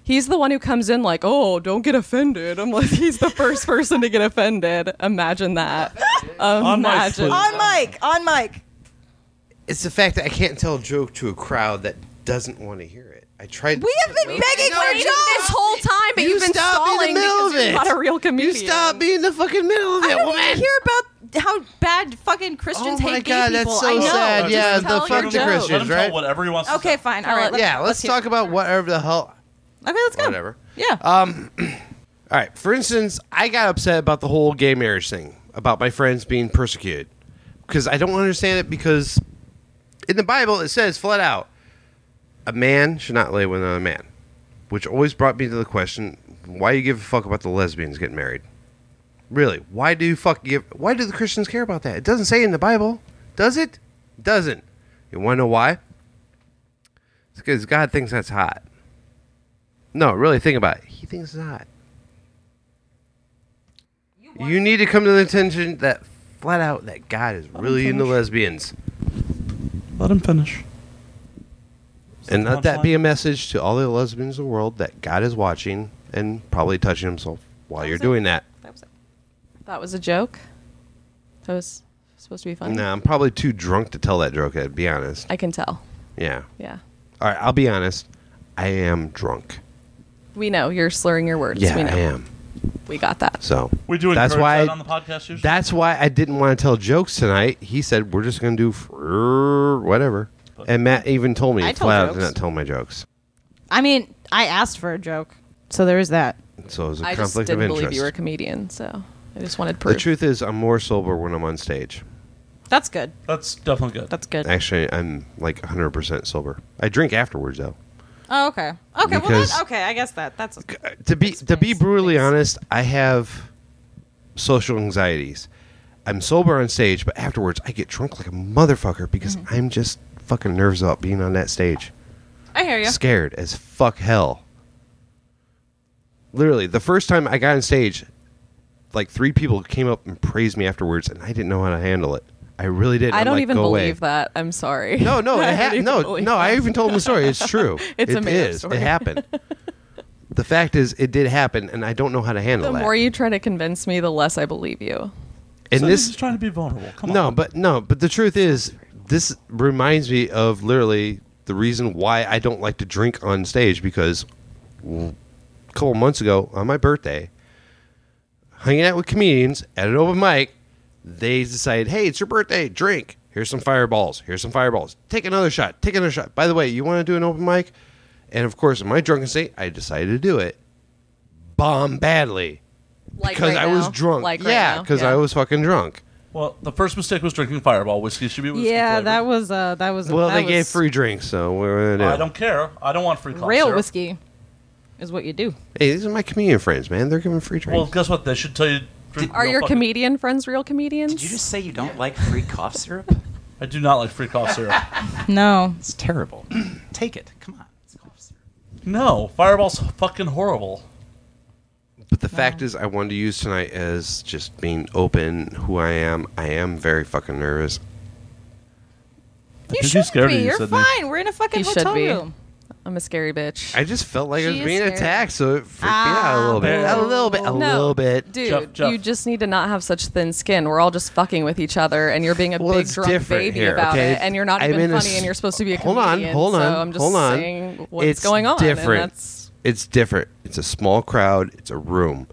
Speaker 3: He's the one who comes in like, "Oh, don't get offended." I'm like, he's the first person to get offended. Imagine that.
Speaker 10: On mic,
Speaker 3: Imagine.
Speaker 10: please. On
Speaker 3: mic.
Speaker 1: On mic.
Speaker 10: It's the fact that I can't tell a joke to a crowd that doesn't want to hear it. I tried.
Speaker 3: We have been begging for jokes this whole time, but you've been stalling because you're not a real comedian.
Speaker 10: You stop being the fucking middle of it,
Speaker 3: I don't
Speaker 10: woman.
Speaker 3: even hear
Speaker 9: about how bad fucking Christians
Speaker 10: Oh my
Speaker 9: hate gay
Speaker 10: God, that's
Speaker 9: people.
Speaker 10: so
Speaker 9: I know.
Speaker 10: sad.
Speaker 9: Just tell
Speaker 10: Yeah, the
Speaker 9: your
Speaker 10: fuck the
Speaker 9: joke.
Speaker 10: Christians,
Speaker 2: Let him tell
Speaker 10: right?
Speaker 2: whatever he wants.
Speaker 9: Okay, fine. All right.
Speaker 10: yeah, let's,
Speaker 9: hear
Speaker 10: talk
Speaker 9: it.
Speaker 10: about whatever the hell.
Speaker 9: Okay, let's go.
Speaker 10: Whatever.
Speaker 9: Yeah.
Speaker 10: Um. All right. For instance, I got upset about the whole gay marriage thing about my friends being persecuted because I don't understand it because in the Bible it says flat out a man should not lay with another man, which always brought me to the question: Why do you give a fuck about the lesbians getting married? Really? Why do you fuck give? Why do the Christians care about that? It doesn't say in the Bible, does it? Doesn't. You want to know why? It's because God thinks that's hot. No, really think about it. He thinks it's hot. You need to come to the attention that flat out that God is really into lesbians.
Speaker 7: Let him finish.
Speaker 10: And
Speaker 7: the
Speaker 10: let that
Speaker 7: punchline?
Speaker 10: be a message to all the lesbians in the world that God is watching and probably touching himself while you're doing that. e-
Speaker 3: That was a joke. That was supposed to be funny.
Speaker 10: Nah, I'm probably too drunk to tell that joke, to be honest.
Speaker 3: I can tell.
Speaker 10: Yeah.
Speaker 3: Yeah.
Speaker 10: All right, I'll be honest. I am drunk.
Speaker 3: We know you're slurring your words.
Speaker 10: yeah,
Speaker 3: we know.
Speaker 10: I am.
Speaker 3: We got that.
Speaker 10: So
Speaker 2: We do
Speaker 10: that's
Speaker 2: encourage
Speaker 10: why
Speaker 2: that on the podcast usually.
Speaker 10: That's why I didn't want to tell jokes tonight. He said we're just going to do fr- whatever, and Matt even told me
Speaker 9: I tell
Speaker 10: flat out to
Speaker 9: jokes.
Speaker 10: not tell my jokes.
Speaker 9: I mean, I asked for a joke, so there is that.
Speaker 10: So it was a
Speaker 3: I just
Speaker 10: conflict
Speaker 3: didn't
Speaker 10: of
Speaker 3: believe you
Speaker 10: interest.
Speaker 3: were a comedian, so I just wanted
Speaker 10: the
Speaker 3: proof.
Speaker 10: truth is, I'm more sober when I'm on stage.
Speaker 9: That's good.
Speaker 2: That's definitely good.
Speaker 9: That's good.
Speaker 10: Actually, I'm like 100 percent sober. I drink afterwards though.
Speaker 9: Oh, okay. Okay. Well,
Speaker 10: Because-
Speaker 9: that, okay. I guess that. That's. Okay.
Speaker 10: to be to be brutally honest, I have social anxieties. I'm sober on stage, but afterwards I get drunk like a motherfucker because
Speaker 3: Mm-hmm.
Speaker 10: I'm just fucking nervous about being on that stage.
Speaker 9: I hear you.
Speaker 10: Scared as fuck hell. Literally, the first time I got on stage, like three people came up and praised me afterwards, and I didn't know how to handle it. I really didn't.
Speaker 3: I
Speaker 10: I'm
Speaker 3: don't
Speaker 10: like,
Speaker 3: even
Speaker 10: "Go
Speaker 3: believe
Speaker 10: away."
Speaker 3: that. I'm sorry.
Speaker 10: No, no,
Speaker 3: I
Speaker 10: it ha-
Speaker 3: don't even
Speaker 10: no,
Speaker 3: believe
Speaker 10: no. I
Speaker 3: that.
Speaker 10: even told him the story. It's true.
Speaker 3: It's a
Speaker 10: It
Speaker 3: made-up
Speaker 10: is.
Speaker 3: story.
Speaker 10: It happened. the fact is, it did happen, and I don't know how to handle
Speaker 3: The
Speaker 10: that.
Speaker 3: more you try to convince me, the less I believe you.
Speaker 10: and this,
Speaker 2: trying to be vulnerable. Come
Speaker 10: no, but no, but the truth is, this reminds me of literally the reason why I don't like to drink on stage because w- a couple months ago on my birthday, hanging out with comedians at an open mic, they decided, hey, it's your birthday, drink. Here's some fireballs. Here's some fireballs. Take another shot. Take another shot. By the way, you want to do an open mic? And of course, in my drunken state, I decided to do it. Bomb badly.
Speaker 3: Like
Speaker 10: because
Speaker 3: right
Speaker 10: I was
Speaker 3: now?
Speaker 10: drunk.
Speaker 3: Like right
Speaker 10: yeah,
Speaker 3: now?
Speaker 10: because
Speaker 3: Yeah.
Speaker 10: I was fucking drunk.
Speaker 2: Well, the first mistake was drinking Fireball whiskey. Should be whiskey
Speaker 9: Yeah,
Speaker 2: flavored.
Speaker 9: that was. Uh, that was.
Speaker 10: Well,
Speaker 9: that
Speaker 10: they
Speaker 9: was
Speaker 10: gave free drinks, so what are we gonna do?
Speaker 2: I don't care. I don't want free cough
Speaker 9: real
Speaker 2: syrup.
Speaker 9: whiskey. Is what you do.
Speaker 10: Hey, these are my comedian friends, man. They're giving free drinks.
Speaker 2: Well, guess what? They should tell you. Drink
Speaker 3: Are
Speaker 2: real
Speaker 3: your
Speaker 2: fucking-
Speaker 3: comedian friends real comedians? Did you
Speaker 12: just say you don't like free cough syrup?
Speaker 2: I do not like free cough syrup.
Speaker 9: No.
Speaker 12: It's terrible. Take it. Come on.
Speaker 2: No, Fireball's fucking horrible.
Speaker 10: but the fact is, I wanted to use tonight as just being open, who I am. I am very fucking nervous.
Speaker 9: You
Speaker 2: be
Speaker 9: shouldn't
Speaker 2: scared of
Speaker 9: be.
Speaker 2: you,
Speaker 9: You're
Speaker 2: Sydney.
Speaker 9: fine. We're in a fucking
Speaker 3: You should
Speaker 9: hotel
Speaker 3: be.
Speaker 9: room.
Speaker 3: I'm a scary bitch.
Speaker 10: I just felt like I
Speaker 3: She
Speaker 10: was
Speaker 3: is
Speaker 10: being
Speaker 3: scary.
Speaker 10: attacked, so it freaked me out a little bit. A little bit. A
Speaker 3: No,
Speaker 10: little bit.
Speaker 3: Dude, you just need to not have such thin skin. We're all just fucking with each other, and you're being a big
Speaker 10: it's
Speaker 3: drunk
Speaker 10: different
Speaker 3: baby
Speaker 10: here,
Speaker 3: about
Speaker 10: okay?
Speaker 3: it, and you're not
Speaker 10: I'm
Speaker 3: even
Speaker 10: in a
Speaker 3: funny,
Speaker 10: s-
Speaker 3: and you're supposed to be a
Speaker 10: hold on,
Speaker 3: comedian.
Speaker 10: hold on,
Speaker 3: so I'm just
Speaker 10: hold on.
Speaker 3: saying what's
Speaker 10: It's
Speaker 3: going on.
Speaker 10: different.
Speaker 3: And that's
Speaker 10: It's different. It's a small crowd. It's a room.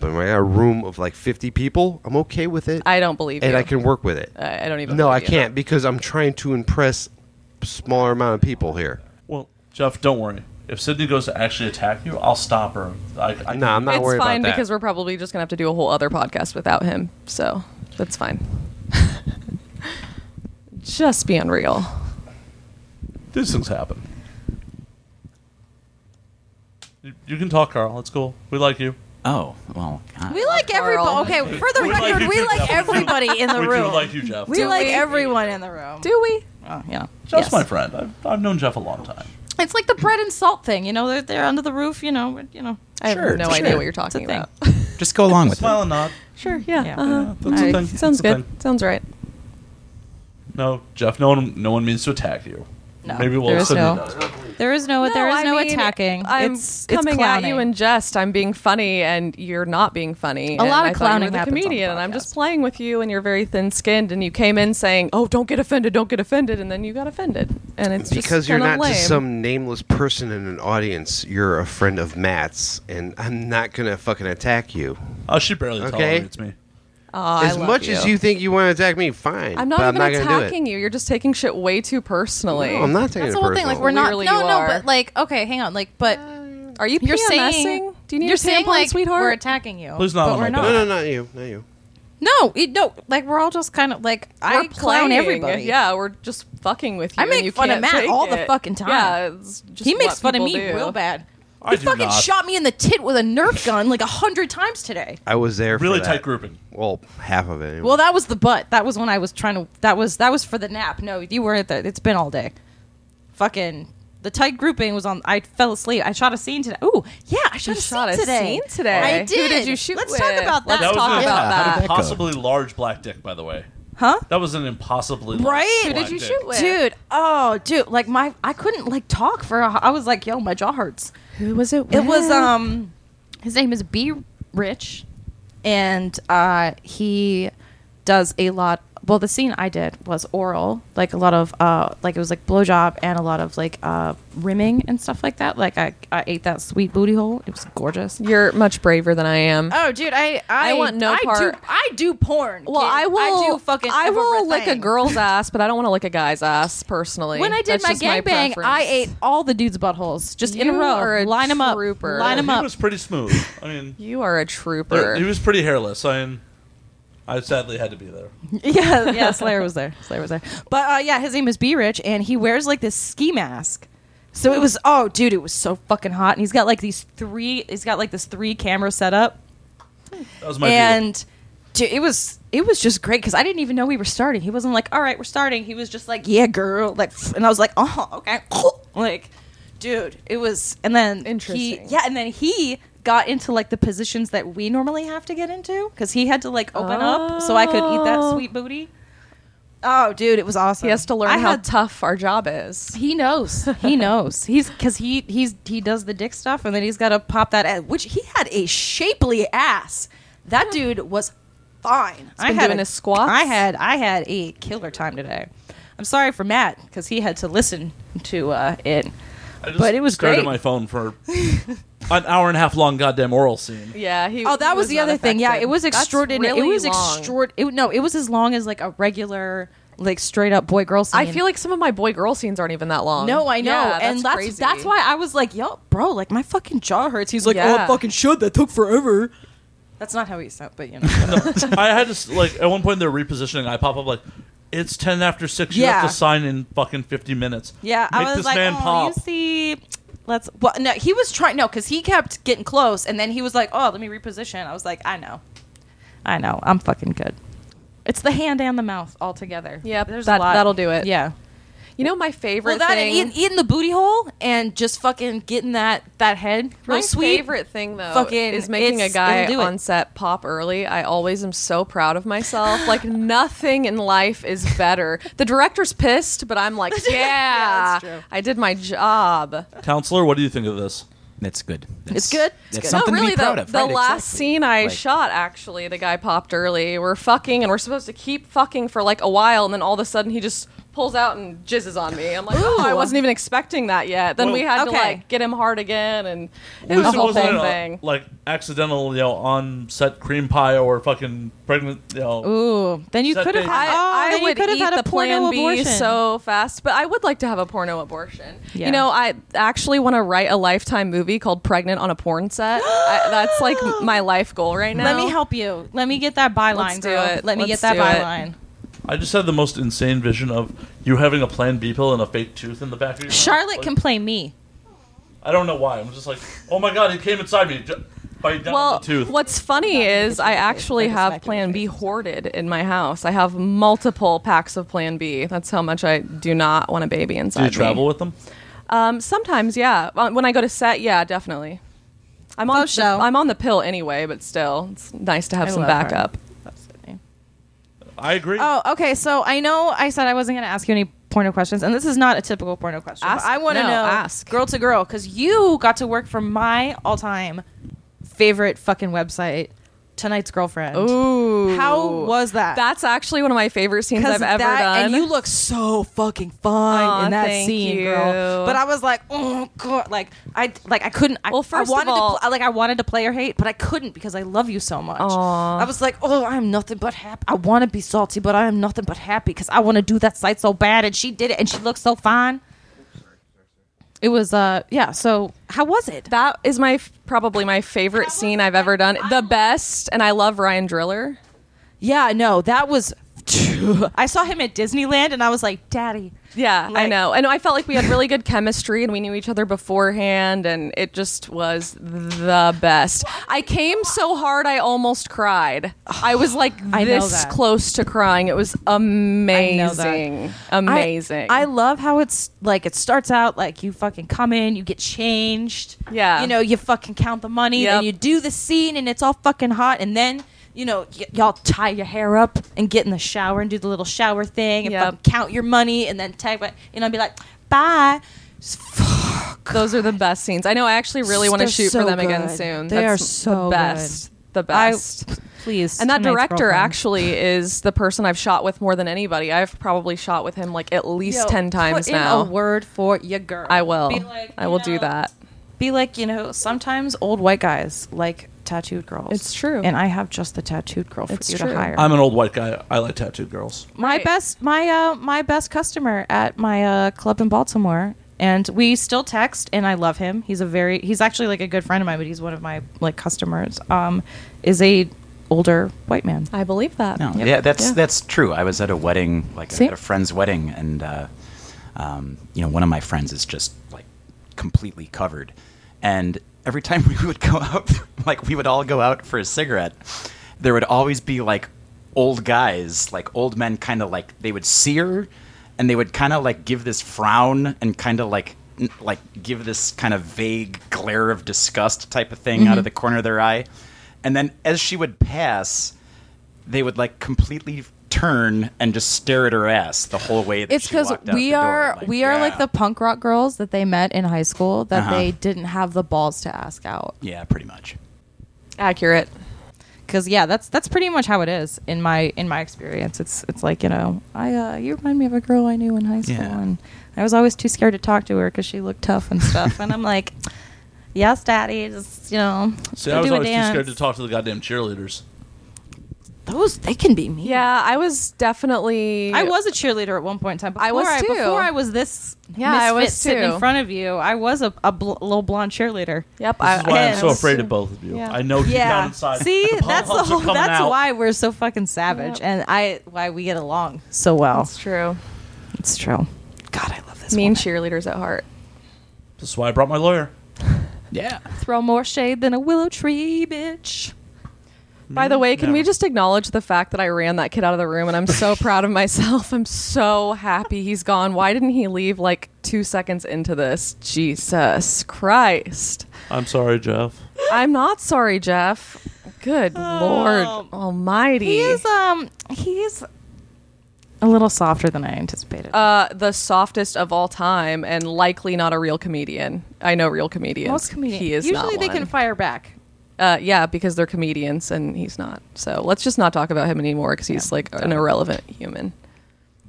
Speaker 10: But when I got a room of like 50 people, I'm okay with it.
Speaker 3: I don't believe
Speaker 10: And
Speaker 3: you.
Speaker 10: I can work with it.
Speaker 3: I- I don't even
Speaker 10: No,
Speaker 3: believe
Speaker 10: I
Speaker 3: you.
Speaker 10: can't because I'm trying to impress smaller amount of people here.
Speaker 7: Well, Jeff, don't worry. If Sydney goes to actually attack you, I'll stop her. I, I,
Speaker 10: no, I'm
Speaker 3: it's fine because we're probably just gonna have to do a whole other podcast without him. So that's fine. just be unreal.
Speaker 7: these things happen. You, you can talk, Carl. It's cool. We like you.
Speaker 12: Oh well, God.
Speaker 1: We like everybody. Okay, for the
Speaker 7: We like
Speaker 1: record,
Speaker 7: you,
Speaker 1: we
Speaker 7: Jeff.
Speaker 1: like everybody in the
Speaker 7: We do
Speaker 1: room.
Speaker 7: like you, Jeff.
Speaker 1: We
Speaker 7: Do
Speaker 1: like
Speaker 7: we?
Speaker 1: everyone in the room.
Speaker 3: Do we?
Speaker 9: Oh, yeah.
Speaker 7: Jeff's
Speaker 9: Yes.
Speaker 7: my friend. I've, I've known Jeff a long time.
Speaker 9: It's like the bread and salt thing, you know. They're, they're under the roof, you know. You know.
Speaker 3: I
Speaker 12: Sure,
Speaker 3: have no
Speaker 12: sure.
Speaker 3: idea what you're talking about.
Speaker 12: just go along with it.
Speaker 7: Smile and nod.
Speaker 3: Sure. Yeah.
Speaker 9: Yeah.
Speaker 3: uh-huh.
Speaker 7: that's a
Speaker 3: Alright,
Speaker 7: thing.
Speaker 3: Sounds
Speaker 7: That's a
Speaker 3: good. Sounds right.
Speaker 7: No, Jeff. No one, no one means to attack you.
Speaker 9: No,
Speaker 7: Maybe we'll
Speaker 9: there is
Speaker 7: Sydney
Speaker 9: no-
Speaker 7: does.
Speaker 9: There is no, there is
Speaker 3: I
Speaker 9: no
Speaker 3: mean,
Speaker 9: attacking.
Speaker 3: I'm
Speaker 9: it's it's
Speaker 3: coming at you
Speaker 9: clowning.
Speaker 3: in jest. I'm being funny, and you're not being funny.
Speaker 9: A
Speaker 3: and
Speaker 9: lot
Speaker 3: I
Speaker 9: of
Speaker 3: thought you were
Speaker 9: clowning
Speaker 3: the
Speaker 9: happens on the
Speaker 3: comedian, and I'm just playing with you, and you're very thin-skinned, and you came in saying, "Oh, don't get offended, don't get offended," and then you got offended, and it's
Speaker 10: because
Speaker 3: just
Speaker 10: you're
Speaker 3: kinda
Speaker 10: not
Speaker 3: lame.
Speaker 10: just some nameless person in an audience. You're a friend of Matt's, and I'm not gonna fucking attack you.
Speaker 7: Oh, she barely
Speaker 10: okay.
Speaker 7: tolerates me.
Speaker 3: Aw, I
Speaker 10: as
Speaker 3: love
Speaker 10: much as you think you want to attack me, fine.
Speaker 3: I'm not
Speaker 10: but
Speaker 3: even
Speaker 10: I'm not gonna do it.
Speaker 3: attacking you. You're just taking shit way too personally.
Speaker 10: No, I'm not taking
Speaker 9: That's
Speaker 10: it
Speaker 9: the whole thing.
Speaker 10: personal.
Speaker 9: Like we're not.
Speaker 3: Clearly
Speaker 9: no,
Speaker 3: you
Speaker 9: no.
Speaker 3: are.
Speaker 9: But like, okay, hang on. Like, but
Speaker 3: are you
Speaker 9: You're
Speaker 3: PMSing?
Speaker 9: saying
Speaker 3: Do you need
Speaker 9: you're
Speaker 3: a
Speaker 9: saying
Speaker 3: tampon,
Speaker 9: like
Speaker 3: sweetheart?
Speaker 9: we're attacking you?
Speaker 10: Please
Speaker 9: but we're not.
Speaker 10: No, no, not you, not you.
Speaker 9: No, it- no. Like we're all just kind of like I
Speaker 3: We're
Speaker 9: clown
Speaker 3: playing.
Speaker 9: everybody.
Speaker 3: Yeah, we're just fucking with you.
Speaker 9: I
Speaker 3: and
Speaker 9: make
Speaker 3: you
Speaker 9: fun of
Speaker 3: can't
Speaker 9: Matt
Speaker 3: take
Speaker 9: all the
Speaker 3: it.
Speaker 9: fucking time.
Speaker 3: Yeah, it's just
Speaker 9: he makes
Speaker 3: what
Speaker 9: fun of me
Speaker 3: people do.
Speaker 9: real bad.
Speaker 7: I
Speaker 9: he
Speaker 7: do
Speaker 9: fucking
Speaker 7: not.
Speaker 9: shot me in the tit with a Nerf gun like a hundred times today.
Speaker 10: I was there.
Speaker 7: Really
Speaker 10: for that.
Speaker 7: tight grouping.
Speaker 10: Well, half of it. Anyway.
Speaker 9: Well, that was the butt. That was when I was trying to. That was that was for the nap. No, you weren't there. It's been all day. Fucking the tight grouping was on. I fell asleep. I shot a scene today. Ooh, yeah, I shot,
Speaker 3: You
Speaker 9: a,
Speaker 3: shot
Speaker 9: scene
Speaker 3: a
Speaker 9: today.
Speaker 3: scene today.
Speaker 9: I
Speaker 3: Who
Speaker 9: did.
Speaker 3: did you shoot
Speaker 9: Let's
Speaker 3: with?
Speaker 9: talk about that.
Speaker 3: Let's talk
Speaker 7: an
Speaker 3: about Yeah, how did that. that go?
Speaker 7: Possibly large black dick, by the way.
Speaker 9: Huh?
Speaker 7: That was an impossibly large
Speaker 9: Right?
Speaker 7: Black dick.
Speaker 9: Dude, oh, dude, like my, I couldn't like talk for. A, I was like, yo, my jaw hurts.
Speaker 3: Who was it?
Speaker 9: It was um, his name is B Rich, and uh, he does a lot. Well, the scene I did was oral, like a lot of uh, like it was like blowjob and a lot of like uh, rimming and stuff like that. Like I, I ate that sweet booty hole. It was gorgeous.
Speaker 3: You're much braver than I am.
Speaker 9: Oh, dude, I I,
Speaker 3: I want no
Speaker 9: I
Speaker 3: part.
Speaker 9: Do, I do porn.
Speaker 3: Well,
Speaker 9: kid.
Speaker 3: I will.
Speaker 9: I do fucking.
Speaker 3: I will
Speaker 9: everything.
Speaker 3: lick a girl's ass, but I don't want to lick a guy's ass personally.
Speaker 9: When I did
Speaker 3: That's
Speaker 9: my
Speaker 3: just my
Speaker 9: gangbang,
Speaker 3: preference.
Speaker 9: I ate all the dudes' buttholes just in a
Speaker 3: You
Speaker 9: row.
Speaker 3: are a
Speaker 9: Line them up.
Speaker 3: trooper.
Speaker 9: Line them
Speaker 7: he
Speaker 9: up.
Speaker 7: was pretty smooth. I mean,
Speaker 3: You are a trooper.
Speaker 7: he was pretty hairless. I mean, I sadly had to be there.
Speaker 9: yeah, yeah. Slayer was there. Slayer was there. But uh, yeah, his name is B Rich, and he wears like this ski mask. So it was oh, dude, it was so fucking hot, and he's got like these three. He's got like this three camera setup,
Speaker 7: That was my
Speaker 9: and dude, it was it was just great because I didn't even know we were starting. He wasn't like, all right, we're starting. He was just like, yeah, girl, like, and I was like, oh, okay, like, dude, it was. And then
Speaker 3: Interesting.
Speaker 9: he, yeah, and then he got into like the positions that we normally have to get into because he had to like open up so I could eat that
Speaker 3: Oh.
Speaker 9: sweet booty. Oh, dude, it was awesome.
Speaker 3: He has to learn
Speaker 9: I
Speaker 3: how
Speaker 9: had-
Speaker 3: tough our job is.
Speaker 9: He knows. He knows. He's because he he's he does the dick stuff, and then he's got to pop that. Ass, which he had a shapely ass. That dude was fine.
Speaker 3: He's been doing his squats.
Speaker 9: I had I had a killer time today. I'm sorry for Matt because he had to listen to uh, it,
Speaker 7: I just
Speaker 9: but it was
Speaker 7: stared
Speaker 9: great.
Speaker 7: at my phone for an hour and a half long goddamn oral scene.
Speaker 3: Yeah. He.
Speaker 9: oh, that
Speaker 3: he
Speaker 9: was, the
Speaker 3: not
Speaker 9: other thing. Yeah,
Speaker 3: affected.
Speaker 9: it was
Speaker 3: That's
Speaker 9: extraordinary.
Speaker 3: really
Speaker 9: it was
Speaker 3: long.
Speaker 9: extraordinary. No, it was as long as like a regular, like straight up boy girl scene.
Speaker 3: I feel like some of my boy girl scenes aren't even that long.
Speaker 9: No, I know,
Speaker 3: Yeah,
Speaker 9: and that's
Speaker 3: crazy.
Speaker 9: that's why I was like, "Yo, bro, like my fucking jaw hurts." He's like, "Oh,
Speaker 3: Yeah.
Speaker 9: I fucking should. That took forever." That's not how he sounds, but you know.
Speaker 7: I had to s- like at one point they're repositioning. I pop up like, it's ten after six. You
Speaker 9: Yeah.
Speaker 7: have to sign in fucking fifty minutes.
Speaker 9: yeah,
Speaker 7: make
Speaker 9: I was
Speaker 7: this
Speaker 9: like,
Speaker 7: man
Speaker 9: "Oh,
Speaker 7: pop.
Speaker 9: you see." Let's. Well, no, he was trying. No, because he kept getting close, and then he was like, "Oh, let me reposition." I was like, "I know, I know, I'm fucking good." It's the hand and the mouth all together.
Speaker 3: Yep,
Speaker 9: there's a
Speaker 3: that-
Speaker 9: lot.
Speaker 3: that'll do it.
Speaker 9: Yeah,
Speaker 3: You know my favorite
Speaker 9: well, that
Speaker 3: thing.
Speaker 9: and eat- eating the booty hole and just fucking getting that that head real
Speaker 3: my
Speaker 9: sweet.
Speaker 3: favorite thing though
Speaker 9: fucking
Speaker 3: is making a
Speaker 9: it's-
Speaker 3: guy
Speaker 9: it'll do it.
Speaker 3: on set pop early. I always am so proud of myself. Like nothing in life is better. The director's pissed, but I'm like, yeah, I did my job.
Speaker 7: Counselor, what do you think of this?
Speaker 12: That's good.
Speaker 3: It's good.
Speaker 12: that's something
Speaker 3: no, really,
Speaker 12: to be proud
Speaker 3: the,
Speaker 12: of.
Speaker 3: The
Speaker 12: right,
Speaker 3: last
Speaker 12: exactly.
Speaker 3: scene I
Speaker 12: Like-
Speaker 3: shot, actually, the guy popped early. We're fucking, and we're supposed to keep fucking for like a while, and then all of a sudden he just pulls out and jizzes on me. I'm like, oh, I wasn't even expecting that yet. Then
Speaker 7: Well-
Speaker 3: we had
Speaker 9: Okay.
Speaker 3: to like get him hard again, and it
Speaker 7: At
Speaker 3: was
Speaker 7: least
Speaker 3: a whole
Speaker 7: wasn't
Speaker 3: thing.
Speaker 7: a,
Speaker 3: thing.
Speaker 7: like accidental, you know, on set cream pie or fucking pregnant, you know.
Speaker 9: Ooh, then you
Speaker 7: set
Speaker 9: could have
Speaker 7: date.
Speaker 9: had.
Speaker 3: I,
Speaker 9: oh,
Speaker 3: I
Speaker 9: then you
Speaker 3: would
Speaker 9: could have
Speaker 3: eat
Speaker 9: had a
Speaker 3: the plan
Speaker 9: porno
Speaker 3: B
Speaker 9: abortion.
Speaker 3: so fast, but I would like to have a porno abortion.
Speaker 9: Yeah.
Speaker 3: You know, I actually want to write a lifetime movie called "Pregnant on a Porn Set." I, that's like my life goal right now.
Speaker 9: Let me help you. Let me get that byline.
Speaker 3: Let's do
Speaker 9: girl.
Speaker 3: it.
Speaker 9: Let me
Speaker 3: Let's
Speaker 9: get that
Speaker 3: do it.
Speaker 9: byline.
Speaker 7: I just had the most insane vision of you having a Plan B pill and a fake tooth in the back of your mouth.
Speaker 9: Charlotte
Speaker 7: Like,
Speaker 9: can play me.
Speaker 7: I don't know why. I'm just like, oh my god, it came inside me ju- by down
Speaker 3: Well,
Speaker 7: the tooth.
Speaker 3: what's funny is I actually have Plan B hoarded in my house. I have multiple packs of Plan B. That's how much I do not want a baby inside.
Speaker 7: Do you
Speaker 3: me.
Speaker 7: travel with them?
Speaker 3: Um, sometimes, yeah. Uh, When I go to set, yeah, definitely. I'm on. The, I'm on the pill anyway, but still, it's nice to have
Speaker 9: I
Speaker 3: some
Speaker 9: love her.
Speaker 3: backup.
Speaker 7: I agree.
Speaker 9: Oh, okay. So I know I said I wasn't going to ask you any porno questions, and this is not a typical porno question. but
Speaker 3: Ask-
Speaker 9: I want to
Speaker 3: no,
Speaker 9: know,
Speaker 3: ask.
Speaker 9: girl to girl, because you got to work for my all-time favorite fucking website, Tonight's Girlfriend.
Speaker 3: Ooh,
Speaker 9: how was that?
Speaker 3: That's actually one of my favorite scenes
Speaker 9: 'Cause
Speaker 3: I've ever
Speaker 9: that-
Speaker 3: done.
Speaker 9: and you look so fucking fine
Speaker 3: Aw,
Speaker 9: in that
Speaker 3: thank
Speaker 9: scene,
Speaker 3: you.
Speaker 9: girl. But I was like, oh god, like I like I couldn't. I, well,
Speaker 3: first
Speaker 9: I
Speaker 3: of
Speaker 9: wanted
Speaker 3: all-
Speaker 9: to pl- like I wanted to play her hate, but I couldn't because I love you so much.
Speaker 3: Aw.
Speaker 9: I was like, oh, I'm nothing but happy. I want to be salty, but I am nothing but happy because I want to do that site so bad, and she did it, and she looked so fine. It was uh yeah. So how was it?
Speaker 3: That is my f- probably my favorite scene I've ever done. The best, and I love Ryan Driller.
Speaker 9: Yeah, no, that was. I saw him at Disneyland, and I was like, Daddy.
Speaker 3: Yeah, I know. And I felt like we had really good chemistry and we knew each other beforehand and it just was the best. I came so hard I almost cried. I was like
Speaker 9: I know
Speaker 3: this
Speaker 9: that.
Speaker 3: close to crying. It was amazing. Amazing.
Speaker 9: I, I love how it's like it starts out like you fucking come in, you get changed.
Speaker 3: Yeah.
Speaker 9: You know, you fucking count the money
Speaker 3: Yep.
Speaker 9: and you do the scene and it's all fucking hot and then you know, y- y'all tie your hair up and get in the shower and do the little shower thing and
Speaker 3: Yep.
Speaker 9: fucking count your money and then tag, but you know, be like, bye.
Speaker 3: Those are the best scenes. I know I actually really want to
Speaker 9: They're
Speaker 3: shoot
Speaker 9: so
Speaker 3: for them again
Speaker 9: good.
Speaker 3: soon.
Speaker 9: They
Speaker 3: That's
Speaker 9: are so
Speaker 3: the best.
Speaker 9: good.
Speaker 3: The
Speaker 9: I-
Speaker 3: best.
Speaker 9: please.
Speaker 3: And that
Speaker 9: Tonight's
Speaker 3: director
Speaker 9: Girlfriend.
Speaker 3: actually is the person I've shot with more than anybody. I've probably shot with him like at least
Speaker 9: Yo,
Speaker 3: ten times
Speaker 9: put in
Speaker 3: now.
Speaker 9: a word for your girl.
Speaker 3: I will.
Speaker 9: Be like,
Speaker 3: I will do that.
Speaker 9: be like you know sometimes old white guys like tattooed girls it's true and i have just the tattooed girl for
Speaker 3: It's
Speaker 9: you
Speaker 3: true.
Speaker 9: to
Speaker 2: Um,
Speaker 9: hire
Speaker 7: I'm an old white guy. I like tattooed girls.
Speaker 9: my best my uh my best customer at my uh club in baltimore and we still text and i love him he's a very he's actually like a good friend of mine but he's one of my like customers um is a older white man
Speaker 3: i believe that
Speaker 9: no,
Speaker 12: Yeah, that's that's true. I was at a wedding, like
Speaker 9: See?
Speaker 12: at a friend's wedding, and uh, um, you know, one of my friends is just like completely covered, and every time we would go out, like we would all go out for a cigarette, there would always be like old guys, like old men, kind of like they would see her, and they would kind of like give this frown and kind of like n- like give this kind of vague glare of disgust type of thing out
Speaker 11: Mhm.
Speaker 9: Mm-hmm.
Speaker 12: of the corner of their eye, and then as she would pass they would like completely turn and just stare at her ass the whole way. That
Speaker 9: It's
Speaker 12: because
Speaker 9: because we are we are like the punk rock girls that they met in high school that
Speaker 12: Uh-huh.
Speaker 9: they didn't have the balls to ask out.
Speaker 12: yeah, pretty much.
Speaker 3: Accurate.
Speaker 9: Because yeah, that's that's pretty much how it is in my in my experience. It's it's like you know I uh, you remind me of a girl I knew in high school
Speaker 12: Yeah.
Speaker 9: and I was always too scared to talk to her because she looked tough and stuff. and I'm like, yes, daddy, just you know.
Speaker 7: See,
Speaker 9: go
Speaker 7: I was
Speaker 9: do a
Speaker 7: always too
Speaker 9: dance."
Speaker 7: scared to talk to the goddamn cheerleaders.
Speaker 9: Those they can be mean.
Speaker 3: Yeah, I was definitely.
Speaker 9: I was a cheerleader at one point in time. Before
Speaker 3: I was too.
Speaker 9: before I was this.
Speaker 3: Yeah, I
Speaker 9: misfit
Speaker 3: was
Speaker 9: sitting
Speaker 3: too.
Speaker 9: in front of you. I was a, a bl- little blonde cheerleader.
Speaker 3: Yep,
Speaker 7: This is why I'm so afraid of both of you.
Speaker 9: Yeah.
Speaker 7: I know deep
Speaker 9: yeah.
Speaker 7: down inside.
Speaker 9: See,
Speaker 7: the
Speaker 9: that's the
Speaker 7: pom-poms are
Speaker 9: whole.
Speaker 7: coming
Speaker 9: That's
Speaker 7: out.
Speaker 9: why we're so fucking savage, and I why we get along so well. It's
Speaker 3: true.
Speaker 9: It's true.
Speaker 3: mean cheerleaders at heart.
Speaker 7: This is why I brought my lawyer.
Speaker 12: Yeah.
Speaker 9: Throw more shade than a willow tree, bitch.
Speaker 3: By the way, can we just acknowledge the fact that I ran that kid out of the room and I'm so proud of myself. I'm so happy he's gone. Why didn't he leave like two seconds into this? Jesus Christ.
Speaker 7: I'm sorry, Jeff.
Speaker 3: I'm not sorry, Jeff. Good Lord Almighty.
Speaker 9: Um, He is um he's a little softer than I anticipated.
Speaker 3: uh, the softest of all time and likely not a real comedian. I know real comedians.
Speaker 9: Most comedians.
Speaker 3: He is
Speaker 9: Usually
Speaker 3: not
Speaker 9: they
Speaker 3: one.
Speaker 9: can fire back.
Speaker 3: Uh, yeah, because they're comedians and he's not. So let's just not talk about him anymore because he's like an irrelevant human.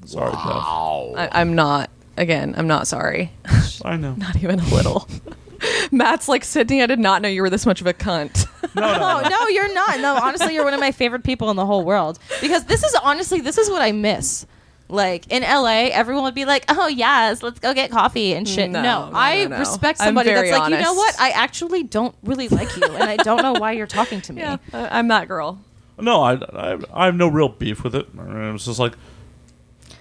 Speaker 7: Sorry,
Speaker 3: I, I'm not. Again, I'm not sorry.
Speaker 7: I know.
Speaker 3: not even a little. Matt's like Sydney. I did not know you were this much of a cunt.
Speaker 9: No, no, you're not. No, honestly, you're one of my favorite people in the whole world because this is honestly this is what I miss. Like in LA, everyone would be like, "Oh yes, let's go get coffee and shit."
Speaker 3: No,
Speaker 9: No,
Speaker 3: no,
Speaker 9: I
Speaker 3: no, no.
Speaker 9: respect
Speaker 3: I'm
Speaker 9: somebody
Speaker 3: very
Speaker 9: that's like, you know
Speaker 3: honest.
Speaker 9: what? I actually don't really like you, and I don't know why you're talking to me.
Speaker 3: Yeah, I- I'm that girl.
Speaker 7: No, I, I, I have no real beef with it. I was just like,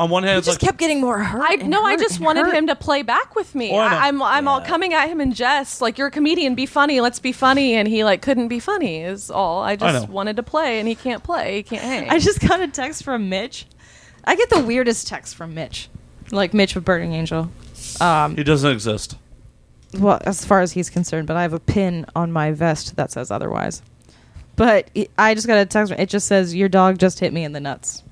Speaker 7: on one hand, it's like,
Speaker 3: kept getting more hurt. I, no, I just wanted him to play back with me.
Speaker 7: Oh, I know.
Speaker 3: I, am I'm all coming at him in jest, like you're a comedian, be funny, let's be funny, and he like couldn't be funny is all. I just
Speaker 9: know.
Speaker 3: wanted to play, and he can't play, he can't hang.
Speaker 9: I just got a text from Mitch. I get the weirdest text from Mitch, like Mitch with Burning Angel. Um,
Speaker 7: he doesn't exist.
Speaker 9: well, as far as he's concerned, but I have a pin on my vest that says otherwise. But it, I just got a text. It just says your dog just hit me in the nuts.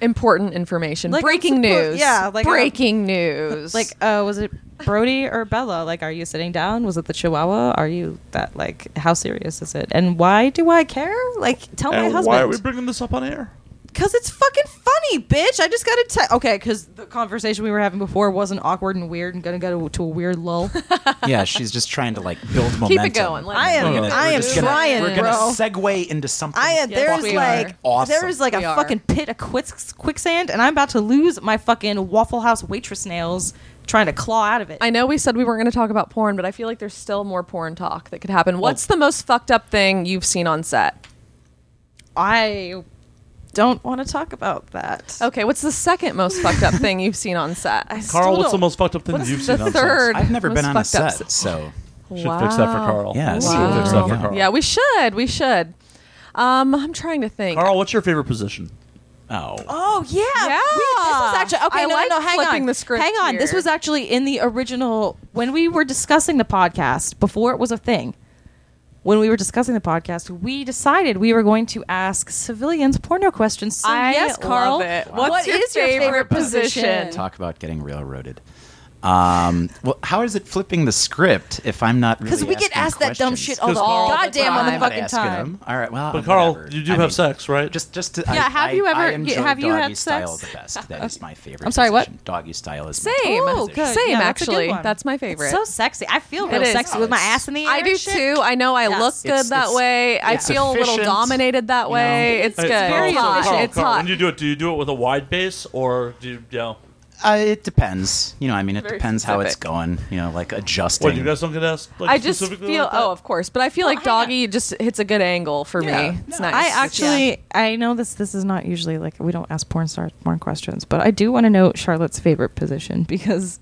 Speaker 3: important information,
Speaker 9: Like,
Speaker 3: breaking
Speaker 9: it's impor-
Speaker 3: news,
Speaker 9: yeah, like,
Speaker 3: breaking
Speaker 9: uh,
Speaker 3: news,
Speaker 9: Like, uh, was it Brody or Bella? Like, are you sitting down? Was it the Chihuahua? Are you that? Like, how serious is it? And why do I care? Like, tell
Speaker 7: and
Speaker 9: my husband.
Speaker 7: Why are we bringing this up on air?
Speaker 9: Cause it's fucking funny, bitch. I just got to text. Okay, cause the conversation we were having before wasn't awkward and weird and gonna go to, to a weird lull.
Speaker 12: yeah, she's just trying to like build Oh, momentum.
Speaker 9: going, let I it am-
Speaker 12: We're
Speaker 9: I
Speaker 12: we're
Speaker 9: am
Speaker 12: just gonna-
Speaker 9: trying,
Speaker 12: We're gonna
Speaker 9: bro.
Speaker 12: segue into something.
Speaker 9: I am. There's
Speaker 12: fucking
Speaker 9: like
Speaker 12: awesome.
Speaker 9: there is like a fucking pit of quicks, quicksand, and I'm about to lose my fucking Waffle House waitress nails trying to claw out of it.
Speaker 3: I know we said we weren't going to talk about porn, but I feel like there's still more porn talk that could happen. What's the most fucked up thing you've seen on set?
Speaker 9: I don't want to talk about that.
Speaker 3: Okay, what's the second most fucked up thing you've seen on set?
Speaker 7: Carl, what's the most fucked up thing you've
Speaker 3: the
Speaker 7: seen? on set?
Speaker 3: third
Speaker 12: I've never been
Speaker 3: most
Speaker 12: on a
Speaker 3: fucked up
Speaker 12: set, so
Speaker 7: Should fix that for Carl.
Speaker 12: Yeah,
Speaker 7: Should
Speaker 12: so-
Speaker 7: fix that for Carl.
Speaker 3: Yeah, we should. We should. Um, I'm trying to think.
Speaker 7: Carl, what's your favorite position?
Speaker 12: Oh,
Speaker 9: Oh yeah, We- this was actually okay.
Speaker 3: I
Speaker 9: no,
Speaker 3: like
Speaker 9: no, no, hang
Speaker 3: flipping
Speaker 9: on.
Speaker 3: the script
Speaker 9: hang on. This
Speaker 3: here.
Speaker 9: was actually in the original when we were discussing the podcast before it was a thing. When we were discussing the podcast, we decided we were going to ask civilians porno questions. So
Speaker 3: I
Speaker 9: yes,
Speaker 3: love
Speaker 9: Carl,
Speaker 3: it.
Speaker 9: what
Speaker 3: What's your
Speaker 9: is your
Speaker 3: favorite
Speaker 9: favorite
Speaker 3: position?
Speaker 9: position?
Speaker 12: talk about getting railroaded. Um, well, how is it flipping the script if I'm not? Because
Speaker 9: Because we get asked that dumb shit all the goddamn motherfucking time.
Speaker 12: All right, well,
Speaker 7: But
Speaker 12: I'm
Speaker 7: Carl,
Speaker 12: whatever.
Speaker 7: you do
Speaker 12: I
Speaker 7: have
Speaker 12: mean,
Speaker 7: sex, right?
Speaker 12: Just, just to,
Speaker 9: Yeah,
Speaker 12: I,
Speaker 9: have you
Speaker 12: I-
Speaker 9: ever-
Speaker 12: I enjoy
Speaker 9: have you
Speaker 12: doggy
Speaker 9: had
Speaker 12: style
Speaker 9: sex?
Speaker 12: the best. That is my favorite.
Speaker 9: I'm sorry, what?
Speaker 12: position. Doggy style is my
Speaker 3: Same.
Speaker 9: Oh,
Speaker 3: Same,
Speaker 9: good. Yeah, that's a good
Speaker 3: actually.
Speaker 9: one.
Speaker 3: That's my favorite.
Speaker 9: It's so sexy. I feel
Speaker 3: It
Speaker 9: real
Speaker 3: is.
Speaker 9: sexy with my ass in the air.
Speaker 3: I do
Speaker 9: and shit.
Speaker 3: too. I know I
Speaker 9: Yes.
Speaker 3: look good
Speaker 9: It's-
Speaker 3: that
Speaker 9: it's-
Speaker 3: way. I
Speaker 9: yeah.
Speaker 3: feel a little
Speaker 9: efficient,
Speaker 3: dominated that way. It's good.
Speaker 7: Carl,
Speaker 3: it's
Speaker 7: Carl,
Speaker 3: hot.
Speaker 7: Carl,
Speaker 3: it's
Speaker 7: Carl,
Speaker 3: hot.
Speaker 7: When you do it, do you do it with a wide base or do you? You know,
Speaker 12: Uh, it depends. You know, I mean, it
Speaker 3: Very
Speaker 12: depends how it's
Speaker 3: specific.
Speaker 12: going. You know, like adjusting.
Speaker 7: what you guys don't get asked? Like,
Speaker 3: I just
Speaker 7: specifically
Speaker 3: feel.
Speaker 7: like that?
Speaker 3: oh, of course. But I feel like doggy just hits a good angle for me. It's nice.
Speaker 9: I actually, I know this. This is not usually like we don't ask porn star porn questions, but I do want to know Charlotte's favorite position because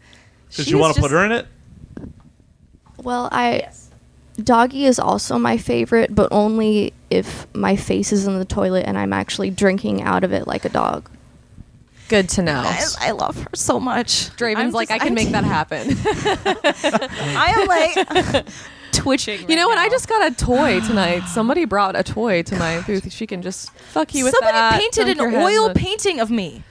Speaker 7: Because you want to put her in it.
Speaker 13: Well, I doggy is also my favorite, but only if my face is in the toilet and I'm actually drinking out of it like a dog.
Speaker 3: Good to know.
Speaker 9: I love her so much.
Speaker 3: Draven's like, I can make that happen.
Speaker 9: I am like twitching.
Speaker 3: you know what? I just got a toy tonight. Somebody brought a toy to my booth. She can just fuck you with
Speaker 9: Somebody
Speaker 3: that.
Speaker 9: painted
Speaker 3: dunk
Speaker 9: an
Speaker 3: your head in
Speaker 9: oil
Speaker 3: the-
Speaker 9: painting of me.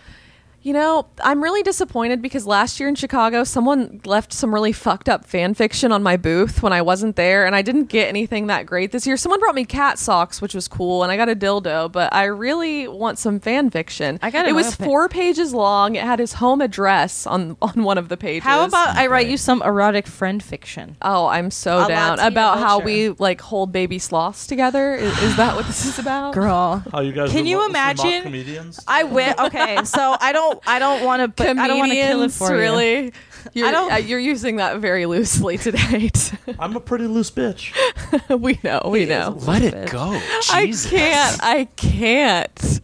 Speaker 3: You know, I'm really disappointed because last year in Chicago, someone left some really fucked up fan fiction on my booth when I wasn't there, and I didn't get anything that great this year. Someone brought me cat socks, which was cool, and I got a dildo, but I really want some fan fiction. I
Speaker 9: got
Speaker 3: it
Speaker 9: an
Speaker 3: was
Speaker 9: oil pa-
Speaker 3: four pages long. It had his home address on on one of the pages.
Speaker 9: How about I write you some erotic friend fiction?
Speaker 3: Oh, I'm so
Speaker 9: A
Speaker 3: down
Speaker 9: Latina
Speaker 3: about how
Speaker 9: culture.
Speaker 3: we like hold baby sloths together. Is, is that what this is about,
Speaker 9: Girl,
Speaker 7: How you guys?
Speaker 9: Can
Speaker 7: would
Speaker 9: you
Speaker 7: want- this is mock
Speaker 9: imagine-
Speaker 7: comedians?
Speaker 9: I went. Okay, so I don't. I don't want to. But I don't want to kill it
Speaker 3: Comedians,
Speaker 9: for you.
Speaker 3: really? You're,
Speaker 9: I don't-
Speaker 3: uh, you're using that very loosely today.
Speaker 7: I'm a pretty loose bitch.
Speaker 3: we know. We know.
Speaker 12: Let it go. Jesus.
Speaker 3: I can't. I can't.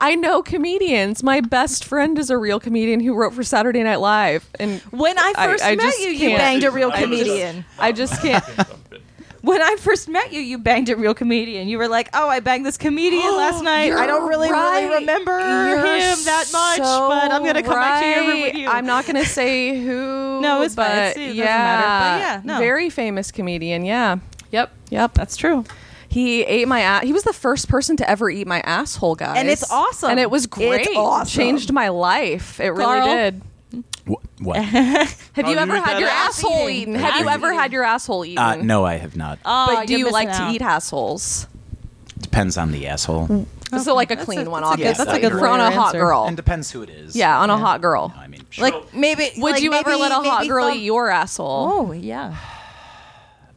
Speaker 3: I know comedians. My best friend is a real comedian who wrote for Saturday Night Live. And
Speaker 9: When I first met
Speaker 3: just
Speaker 9: you, you
Speaker 3: can't.
Speaker 9: banged a real
Speaker 3: I just-
Speaker 9: comedian.
Speaker 3: I just can't.
Speaker 9: When I first met you, you banged a real comedian. You were like, "Oh, I banged this comedian last night. I don't really really remember him that much, but I'm gonna come back to your room with you."
Speaker 3: I'm not gonna say who.
Speaker 9: No, it's fine.
Speaker 3: but
Speaker 9: It's- it doesn't
Speaker 3: yeah,
Speaker 9: matter. But yeah, no.
Speaker 3: very famous comedian. Yeah. Yep. Yep. That's true. He ate my ass. He was the first person to ever eat my asshole, guys.
Speaker 9: And it's awesome.
Speaker 3: And it was
Speaker 9: It's
Speaker 3: great.
Speaker 9: awesome.
Speaker 3: Changed my life. It really
Speaker 9: Carl?
Speaker 3: did.
Speaker 12: What?
Speaker 3: Have
Speaker 12: Oh,
Speaker 3: you
Speaker 12: you
Speaker 3: ever
Speaker 12: eat
Speaker 3: had
Speaker 12: that
Speaker 3: your
Speaker 12: ass?
Speaker 3: asshole eaten? Have you
Speaker 12: Ass
Speaker 3: ever had your asshole eaten?
Speaker 12: Uh, no, I have not.
Speaker 9: Oh,
Speaker 3: but do
Speaker 9: you're
Speaker 3: you like
Speaker 9: missing
Speaker 3: to
Speaker 9: out.
Speaker 3: eat assholes?
Speaker 12: Depends on the asshole.
Speaker 3: So like a
Speaker 9: That's
Speaker 3: clean
Speaker 9: a-
Speaker 3: one,
Speaker 9: that's a good-
Speaker 3: obviously.
Speaker 9: that's a good
Speaker 3: for on a
Speaker 9: lawyer
Speaker 3: hot
Speaker 9: answer.
Speaker 3: girl.
Speaker 9: And
Speaker 12: depends who it is.
Speaker 3: Yeah, on a hot girl. I
Speaker 12: mean,
Speaker 3: like maybe. Would
Speaker 9: like,
Speaker 3: you ever
Speaker 9: maybe-
Speaker 3: let a hot
Speaker 9: maybe
Speaker 3: girl
Speaker 9: some-
Speaker 3: eat your asshole?
Speaker 9: Oh yeah.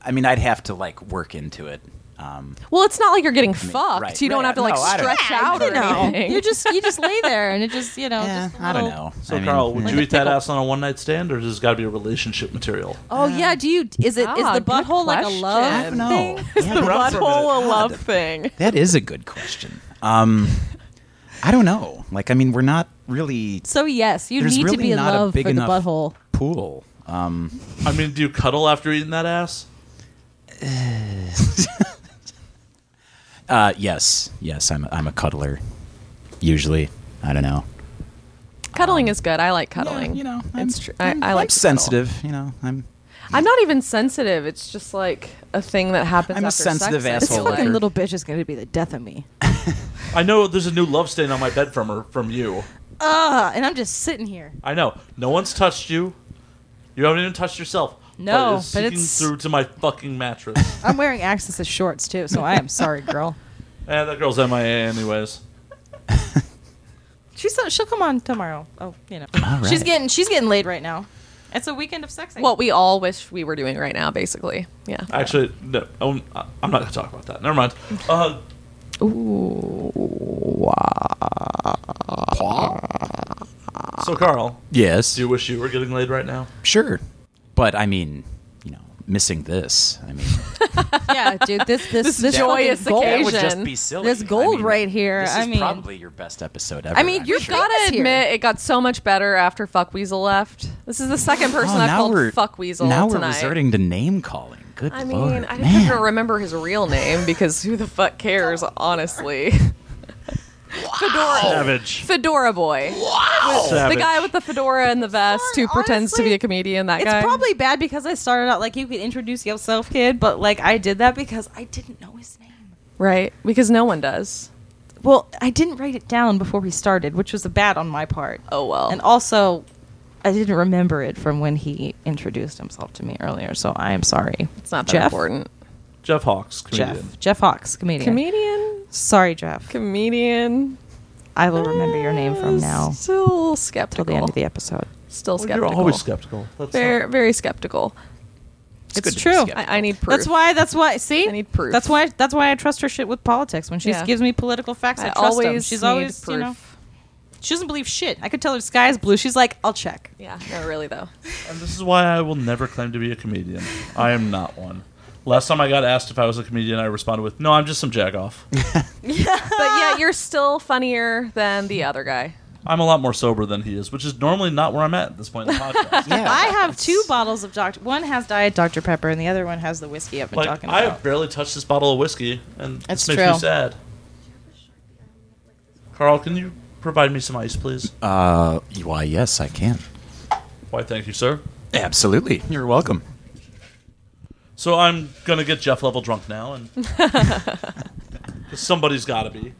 Speaker 12: I mean, I'd have to like work into it. Um,
Speaker 3: Well, it's not like you're getting
Speaker 12: I mean,
Speaker 3: fucked.
Speaker 12: right,
Speaker 3: you don't
Speaker 12: right,
Speaker 3: have to like
Speaker 12: no, I don't-
Speaker 3: stretch
Speaker 12: Yeah,
Speaker 3: out
Speaker 12: you
Speaker 3: or
Speaker 12: know.
Speaker 3: anything.
Speaker 9: You just you just lay there and it just you know. just a
Speaker 12: I don't
Speaker 9: little-
Speaker 12: know.
Speaker 2: So,
Speaker 12: I mean,
Speaker 2: Carl, would
Speaker 12: yeah.
Speaker 2: you eat that ass on a one night stand, or does it got to be a relationship material?
Speaker 9: Oh yeah. Do you is it is
Speaker 3: Ah,
Speaker 9: the
Speaker 3: good
Speaker 9: butthole like a love
Speaker 3: question.
Speaker 9: thing?
Speaker 3: Is the
Speaker 2: that's a
Speaker 3: butthole a
Speaker 12: minute.
Speaker 3: love thing?
Speaker 12: That is a good question. Um, I don't know. Like, I mean, we're not really
Speaker 9: So yes, you
Speaker 12: There's
Speaker 9: need to
Speaker 12: really
Speaker 9: be in
Speaker 12: not a
Speaker 9: love
Speaker 12: big
Speaker 9: for the
Speaker 12: enough-
Speaker 9: butthole.
Speaker 12: pool. Um,
Speaker 2: I mean, do you cuddle after eating that ass?
Speaker 12: uh, yes, yes, I'm I'm a cuddler. Usually, I don't know.
Speaker 3: Cuddling is good. I like cuddling.
Speaker 12: you know,
Speaker 3: it's true. I, I
Speaker 12: I'm
Speaker 3: like to
Speaker 12: sensitive. You know, I'm
Speaker 3: cuddle. I'm not even sensitive. It's just like a thing that happens.
Speaker 12: I'm a
Speaker 3: after
Speaker 12: sensitive
Speaker 3: sex, I
Speaker 12: asshole.
Speaker 3: feel like.
Speaker 12: Sure.
Speaker 9: little bitch is going to be the death of me.
Speaker 2: I know there's a new love stain on my bed from her, from you.
Speaker 9: Ugh, and I'm just sitting here.
Speaker 2: I know. No one's touched you. You haven't even touched yourself.
Speaker 9: No,
Speaker 2: it's
Speaker 9: but
Speaker 2: seeping
Speaker 9: it's-
Speaker 2: through to my fucking mattress.
Speaker 9: I'm wearing Access's shorts too, so I am sorry, girl.
Speaker 2: eh, that girl's MIA anyways.
Speaker 9: She's uh, she'll come on tomorrow. Oh, you know,
Speaker 2: All
Speaker 9: she's
Speaker 2: right.
Speaker 9: getting she's getting laid right now. It's a weekend of sex.
Speaker 3: what we all wish we were doing right now, basically. Yeah.
Speaker 2: Actually, no. I'm, I'm not gonna talk about that. Never mind. Uh, so, Carl.
Speaker 12: Yes.
Speaker 2: Do you wish you were getting laid right now?
Speaker 12: sure, but I mean, you know, missing this. I mean,
Speaker 9: yeah, dude. This this
Speaker 3: This
Speaker 9: this,
Speaker 3: joyous
Speaker 9: fucking gold.
Speaker 3: That
Speaker 12: would just be silly.
Speaker 9: This gold right here.
Speaker 12: this
Speaker 9: I
Speaker 12: is
Speaker 9: mean,
Speaker 12: probably your best episode ever.
Speaker 3: I mean,
Speaker 12: I'm
Speaker 3: you
Speaker 12: sure.
Speaker 3: gotta
Speaker 9: It's here.
Speaker 3: admit it got so much better after Fuck Weasel left. This is the second person
Speaker 12: Oh,
Speaker 3: I've
Speaker 12: now we're-
Speaker 3: called Fuck Weasel
Speaker 12: Now
Speaker 3: tonight.
Speaker 12: we're resorting to name calling. Good
Speaker 3: I mean,
Speaker 12: lord,
Speaker 3: I didn't
Speaker 12: man.
Speaker 3: even remember his real name because who the fuck cares, honestly? Fedora.
Speaker 2: Savage.
Speaker 3: Fedora boy. Wow. The
Speaker 2: Savage.
Speaker 3: guy with the fedora and the vest who pretends to be a comedian, that
Speaker 9: it's
Speaker 3: guy.
Speaker 9: probably bad because I started out like you could introduce yourself, kid, but like I did that because I didn't know his name.
Speaker 3: right, because no one does.
Speaker 9: Well, I didn't write it down before we started, which was a bad on my part.
Speaker 3: Oh well.
Speaker 9: And also, I didn't remember it from when he introduced himself to me earlier, so I am sorry.
Speaker 3: It's not that
Speaker 9: Jeff?
Speaker 3: important.
Speaker 2: Jeff Hawks, comedian.
Speaker 9: Jeff. Jeff Hawks, comedian.
Speaker 3: Comedian,
Speaker 9: sorry, Jeff.
Speaker 3: comedian. Eh,
Speaker 9: I will remember your name from now
Speaker 3: Still
Speaker 9: till
Speaker 3: skeptical.
Speaker 9: the end of the episode.
Speaker 3: Still
Speaker 2: Well,
Speaker 3: skeptical.
Speaker 2: You're always skeptical. That's
Speaker 3: Very, very skeptical.
Speaker 9: It's,
Speaker 12: good to be
Speaker 9: true.
Speaker 12: skeptical.
Speaker 3: I, I need proof.
Speaker 9: That's why. That's why. See,
Speaker 3: I need proof.
Speaker 9: That's why. That's why I trust her shit with politics. When she
Speaker 3: Yeah.
Speaker 9: gives me political facts, I,
Speaker 3: I
Speaker 9: trust
Speaker 3: always
Speaker 9: them. She's
Speaker 3: need
Speaker 9: always,
Speaker 3: proof.
Speaker 9: you know, she doesn't believe shit. I could tell her the sky is blue. She's like, I'll check.
Speaker 3: Yeah, no, really though.
Speaker 2: And this is why I will never claim to be a comedian. I am not one. Last time I got asked if I was a comedian, I responded with, "No, I'm just some jackoff.
Speaker 3: but yet you're still funnier than the other guy.
Speaker 2: I'm a lot more sober than he is, which is normally not where I'm at at this point in the podcast.
Speaker 12: Yeah.
Speaker 9: I have two bottles of Dr. One has Diet Dr. Pepper, and the other one has the whiskey I've been
Speaker 2: Like
Speaker 9: talking
Speaker 2: I
Speaker 9: about.
Speaker 2: have barely touched this bottle of whiskey, and
Speaker 9: That's
Speaker 2: this makes
Speaker 9: true.
Speaker 2: me sad. Carl, can you provide me some ice, please?
Speaker 12: Uh, why? Yes, I can.
Speaker 2: Why, thank you, sir.
Speaker 12: Absolutely. You're welcome.
Speaker 2: So I'm gonna get Jeff level drunk now, and 'cause somebody's got to be.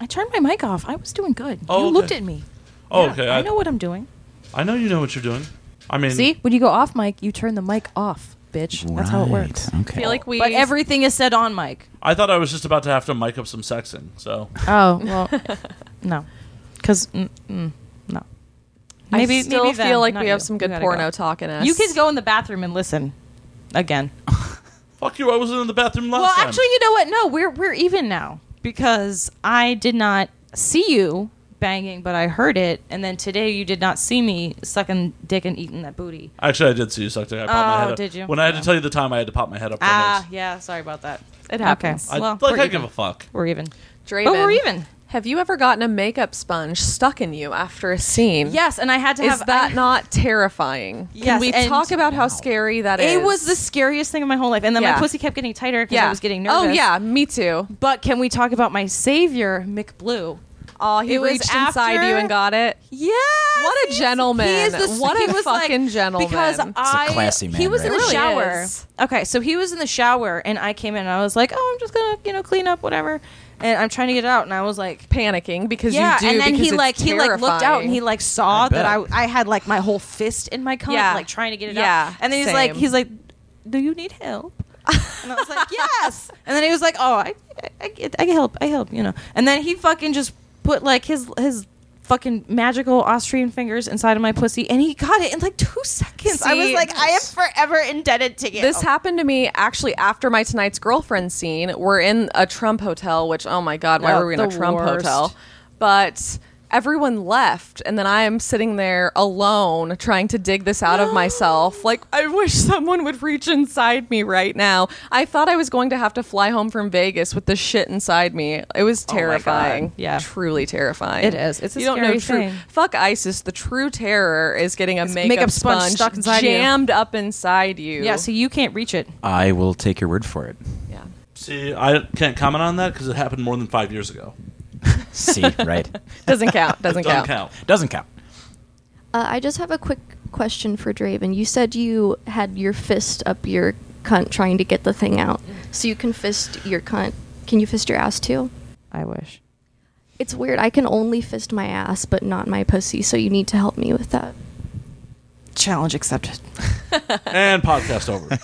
Speaker 9: I turned my mic off. I was doing good.
Speaker 2: Oh,
Speaker 9: you
Speaker 2: okay.
Speaker 9: looked at me.
Speaker 2: Oh,
Speaker 9: Yeah,
Speaker 2: okay.
Speaker 9: I, know what I'm doing.
Speaker 2: I know you know what you're doing. I mean,
Speaker 9: See, when you go off mic, you turn the mic off, bitch. That's how it
Speaker 12: Right,
Speaker 9: works.
Speaker 12: Okay.
Speaker 3: feel like we
Speaker 9: But everything is said on mic.
Speaker 2: I thought I was just about to have to mic up some sexing. So
Speaker 9: Oh well, no, because mm, mm, no.
Speaker 3: I still
Speaker 9: then,
Speaker 3: feel like
Speaker 9: not
Speaker 3: we have
Speaker 9: you.
Speaker 3: some
Speaker 9: You
Speaker 3: good
Speaker 9: gotta
Speaker 3: porno
Speaker 9: go.
Speaker 3: talk in us.
Speaker 9: You kids go in the bathroom and listen again.
Speaker 2: fuck you. I wasn't in the bathroom last
Speaker 9: well,
Speaker 2: time.
Speaker 9: actually, you know what? No, we're we're even now because I did not see you banging, but I heard it, and then today you did not see me sucking dick and eating that booty.
Speaker 2: Actually, I did see you suck dick. I popped my
Speaker 9: Oh,
Speaker 2: head up.
Speaker 9: did you?
Speaker 2: When I had
Speaker 9: Yeah.
Speaker 2: to tell you the time, I had to pop my head up.
Speaker 9: Ah,
Speaker 2: once.
Speaker 9: yeah. Sorry about that.
Speaker 3: It happens.
Speaker 2: I,
Speaker 9: well,
Speaker 2: like
Speaker 9: we're
Speaker 2: I
Speaker 9: even.
Speaker 2: give a fuck.
Speaker 9: We're even.
Speaker 3: Draven.
Speaker 9: But we're even.
Speaker 3: Have you ever gotten a makeup sponge stuck in you after a scene?
Speaker 9: Yes, and I had to
Speaker 3: Is
Speaker 9: have-
Speaker 3: that
Speaker 9: I-
Speaker 3: not terrifying?
Speaker 9: Yes,
Speaker 3: Can we
Speaker 9: and-
Speaker 3: talk about how scary that is?
Speaker 9: It was the scariest thing of my whole life, and then
Speaker 3: Yeah.
Speaker 9: my pussy kept getting tighter because
Speaker 3: Yeah.
Speaker 9: I was getting
Speaker 3: Oh,
Speaker 9: nervous.
Speaker 3: yeah, me too.
Speaker 9: But can we talk about my savior, McBlue?
Speaker 3: Oh, he reached inside you and got it.
Speaker 9: Yeah,
Speaker 3: What a gentleman!
Speaker 9: He is the,
Speaker 3: what
Speaker 9: he
Speaker 3: a
Speaker 9: was
Speaker 3: fucking
Speaker 9: like,
Speaker 3: gentleman!
Speaker 9: Because I,
Speaker 12: classy
Speaker 9: he
Speaker 12: man,
Speaker 9: was
Speaker 12: right?
Speaker 9: in the
Speaker 12: Really
Speaker 9: shower.
Speaker 3: is.
Speaker 9: Okay, so he was in the shower, and I came in, and I was like, "Oh, I'm just gonna, you know, clean up, whatever." And I'm trying to get out, and I was like
Speaker 3: panicking because you
Speaker 9: yeah.
Speaker 3: do,
Speaker 9: and then
Speaker 3: because
Speaker 9: he
Speaker 3: it's
Speaker 9: like he like looked out,
Speaker 3: terrifying.
Speaker 9: and he like saw
Speaker 3: I
Speaker 9: that
Speaker 3: bet.
Speaker 9: I I had like my whole fist in my cum,
Speaker 3: Yeah.
Speaker 9: like trying to get it
Speaker 3: Yeah,
Speaker 9: out. And then he's
Speaker 3: same.
Speaker 9: like, he's like, "Do you need help?" and I was like, "Yes." And then he was like, "Oh, I, I, I, get- I can help. I help." You know. And then he fucking just put like his his fucking magical Austrian fingers inside of my pussy, and he got it in like two seconds. I was
Speaker 3: See,
Speaker 9: like, "I am forever indebted to you."
Speaker 3: This happened to me actually after my tonight's girlfriend scene. We're in a Trump hotel, which oh my god, why
Speaker 9: Oh,
Speaker 3: were we in a
Speaker 9: the
Speaker 3: Trump
Speaker 9: worst.
Speaker 3: hotel? But everyone left, and then I am sitting there alone, trying to dig this out of myself. Like I wish someone would reach inside me right now. I thought I was going to have to fly home from Vegas with the shit inside me. It was
Speaker 9: Oh my God.
Speaker 3: terrifying.
Speaker 9: Yeah.
Speaker 3: truly terrifying.
Speaker 9: It is. It's a
Speaker 3: you don't know
Speaker 9: scary
Speaker 3: true.
Speaker 9: thing.
Speaker 3: Fuck ISIS. The true terror is getting a makeup,
Speaker 9: makeup sponge
Speaker 3: sponge
Speaker 9: stuck inside you.
Speaker 3: jammed up inside you.
Speaker 9: Yeah, so you can't reach it.
Speaker 12: I will take your word for it.
Speaker 7: See, I can't comment on that because it happened more than five years ago.
Speaker 12: See, right?
Speaker 3: Doesn't count. Doesn't,
Speaker 7: Doesn't
Speaker 3: count.
Speaker 7: count.
Speaker 12: Doesn't count.
Speaker 13: Uh, I just have a quick question for Draven. You said you had your fist up your cunt trying to get the thing out. So you can fist your cunt. Can you fist your ass too?
Speaker 9: I wish.
Speaker 13: It's weird. I can only fist my ass, but not my pussy. So you need to help me with that.
Speaker 9: Challenge accepted.
Speaker 7: and podcast over.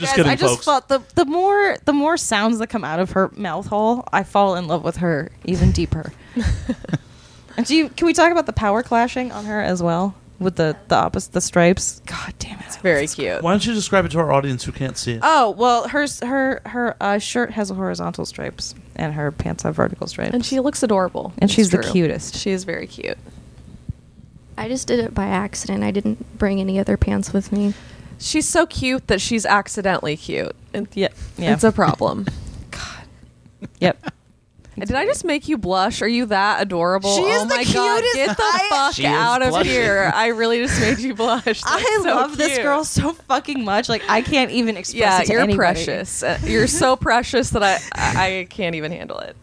Speaker 7: just
Speaker 9: Guys,
Speaker 7: kidding,
Speaker 9: I just
Speaker 7: folks.
Speaker 9: felt the the more the more sounds that come out of her mouth hole, I fall in love with her even deeper. and do you, can we talk about the power clashing on her as well with the the opposite the stripes? God damn it, it's
Speaker 3: very cute.
Speaker 7: Why don't you describe it to our audience who can't see it?
Speaker 9: Oh well, her s- her her uh, shirt has horizontal stripes and her pants have vertical stripes.
Speaker 3: And she looks adorable.
Speaker 9: And she's
Speaker 3: It's
Speaker 9: the cutest.
Speaker 3: She is very cute.
Speaker 13: I just did it by accident. I didn't bring any other pants with me.
Speaker 3: She's so cute that she's accidentally cute. And
Speaker 9: yeah, yeah.
Speaker 3: It's a problem.
Speaker 9: Yep.
Speaker 3: Did I just make you blush? Are you that adorable?
Speaker 9: She is
Speaker 3: oh
Speaker 9: the
Speaker 3: my God.
Speaker 9: cutest.
Speaker 3: Get the
Speaker 9: I-
Speaker 3: fuck
Speaker 9: She is
Speaker 3: out of
Speaker 9: blushing.
Speaker 3: here. I really just made you blush. That's
Speaker 9: I
Speaker 3: so
Speaker 9: love this
Speaker 3: cute.
Speaker 9: girl so fucking much. Like I can't even express
Speaker 3: Yeah,
Speaker 9: it to
Speaker 3: you're
Speaker 9: anybody.
Speaker 3: precious. Uh, You're so precious that I, I I can't even handle it.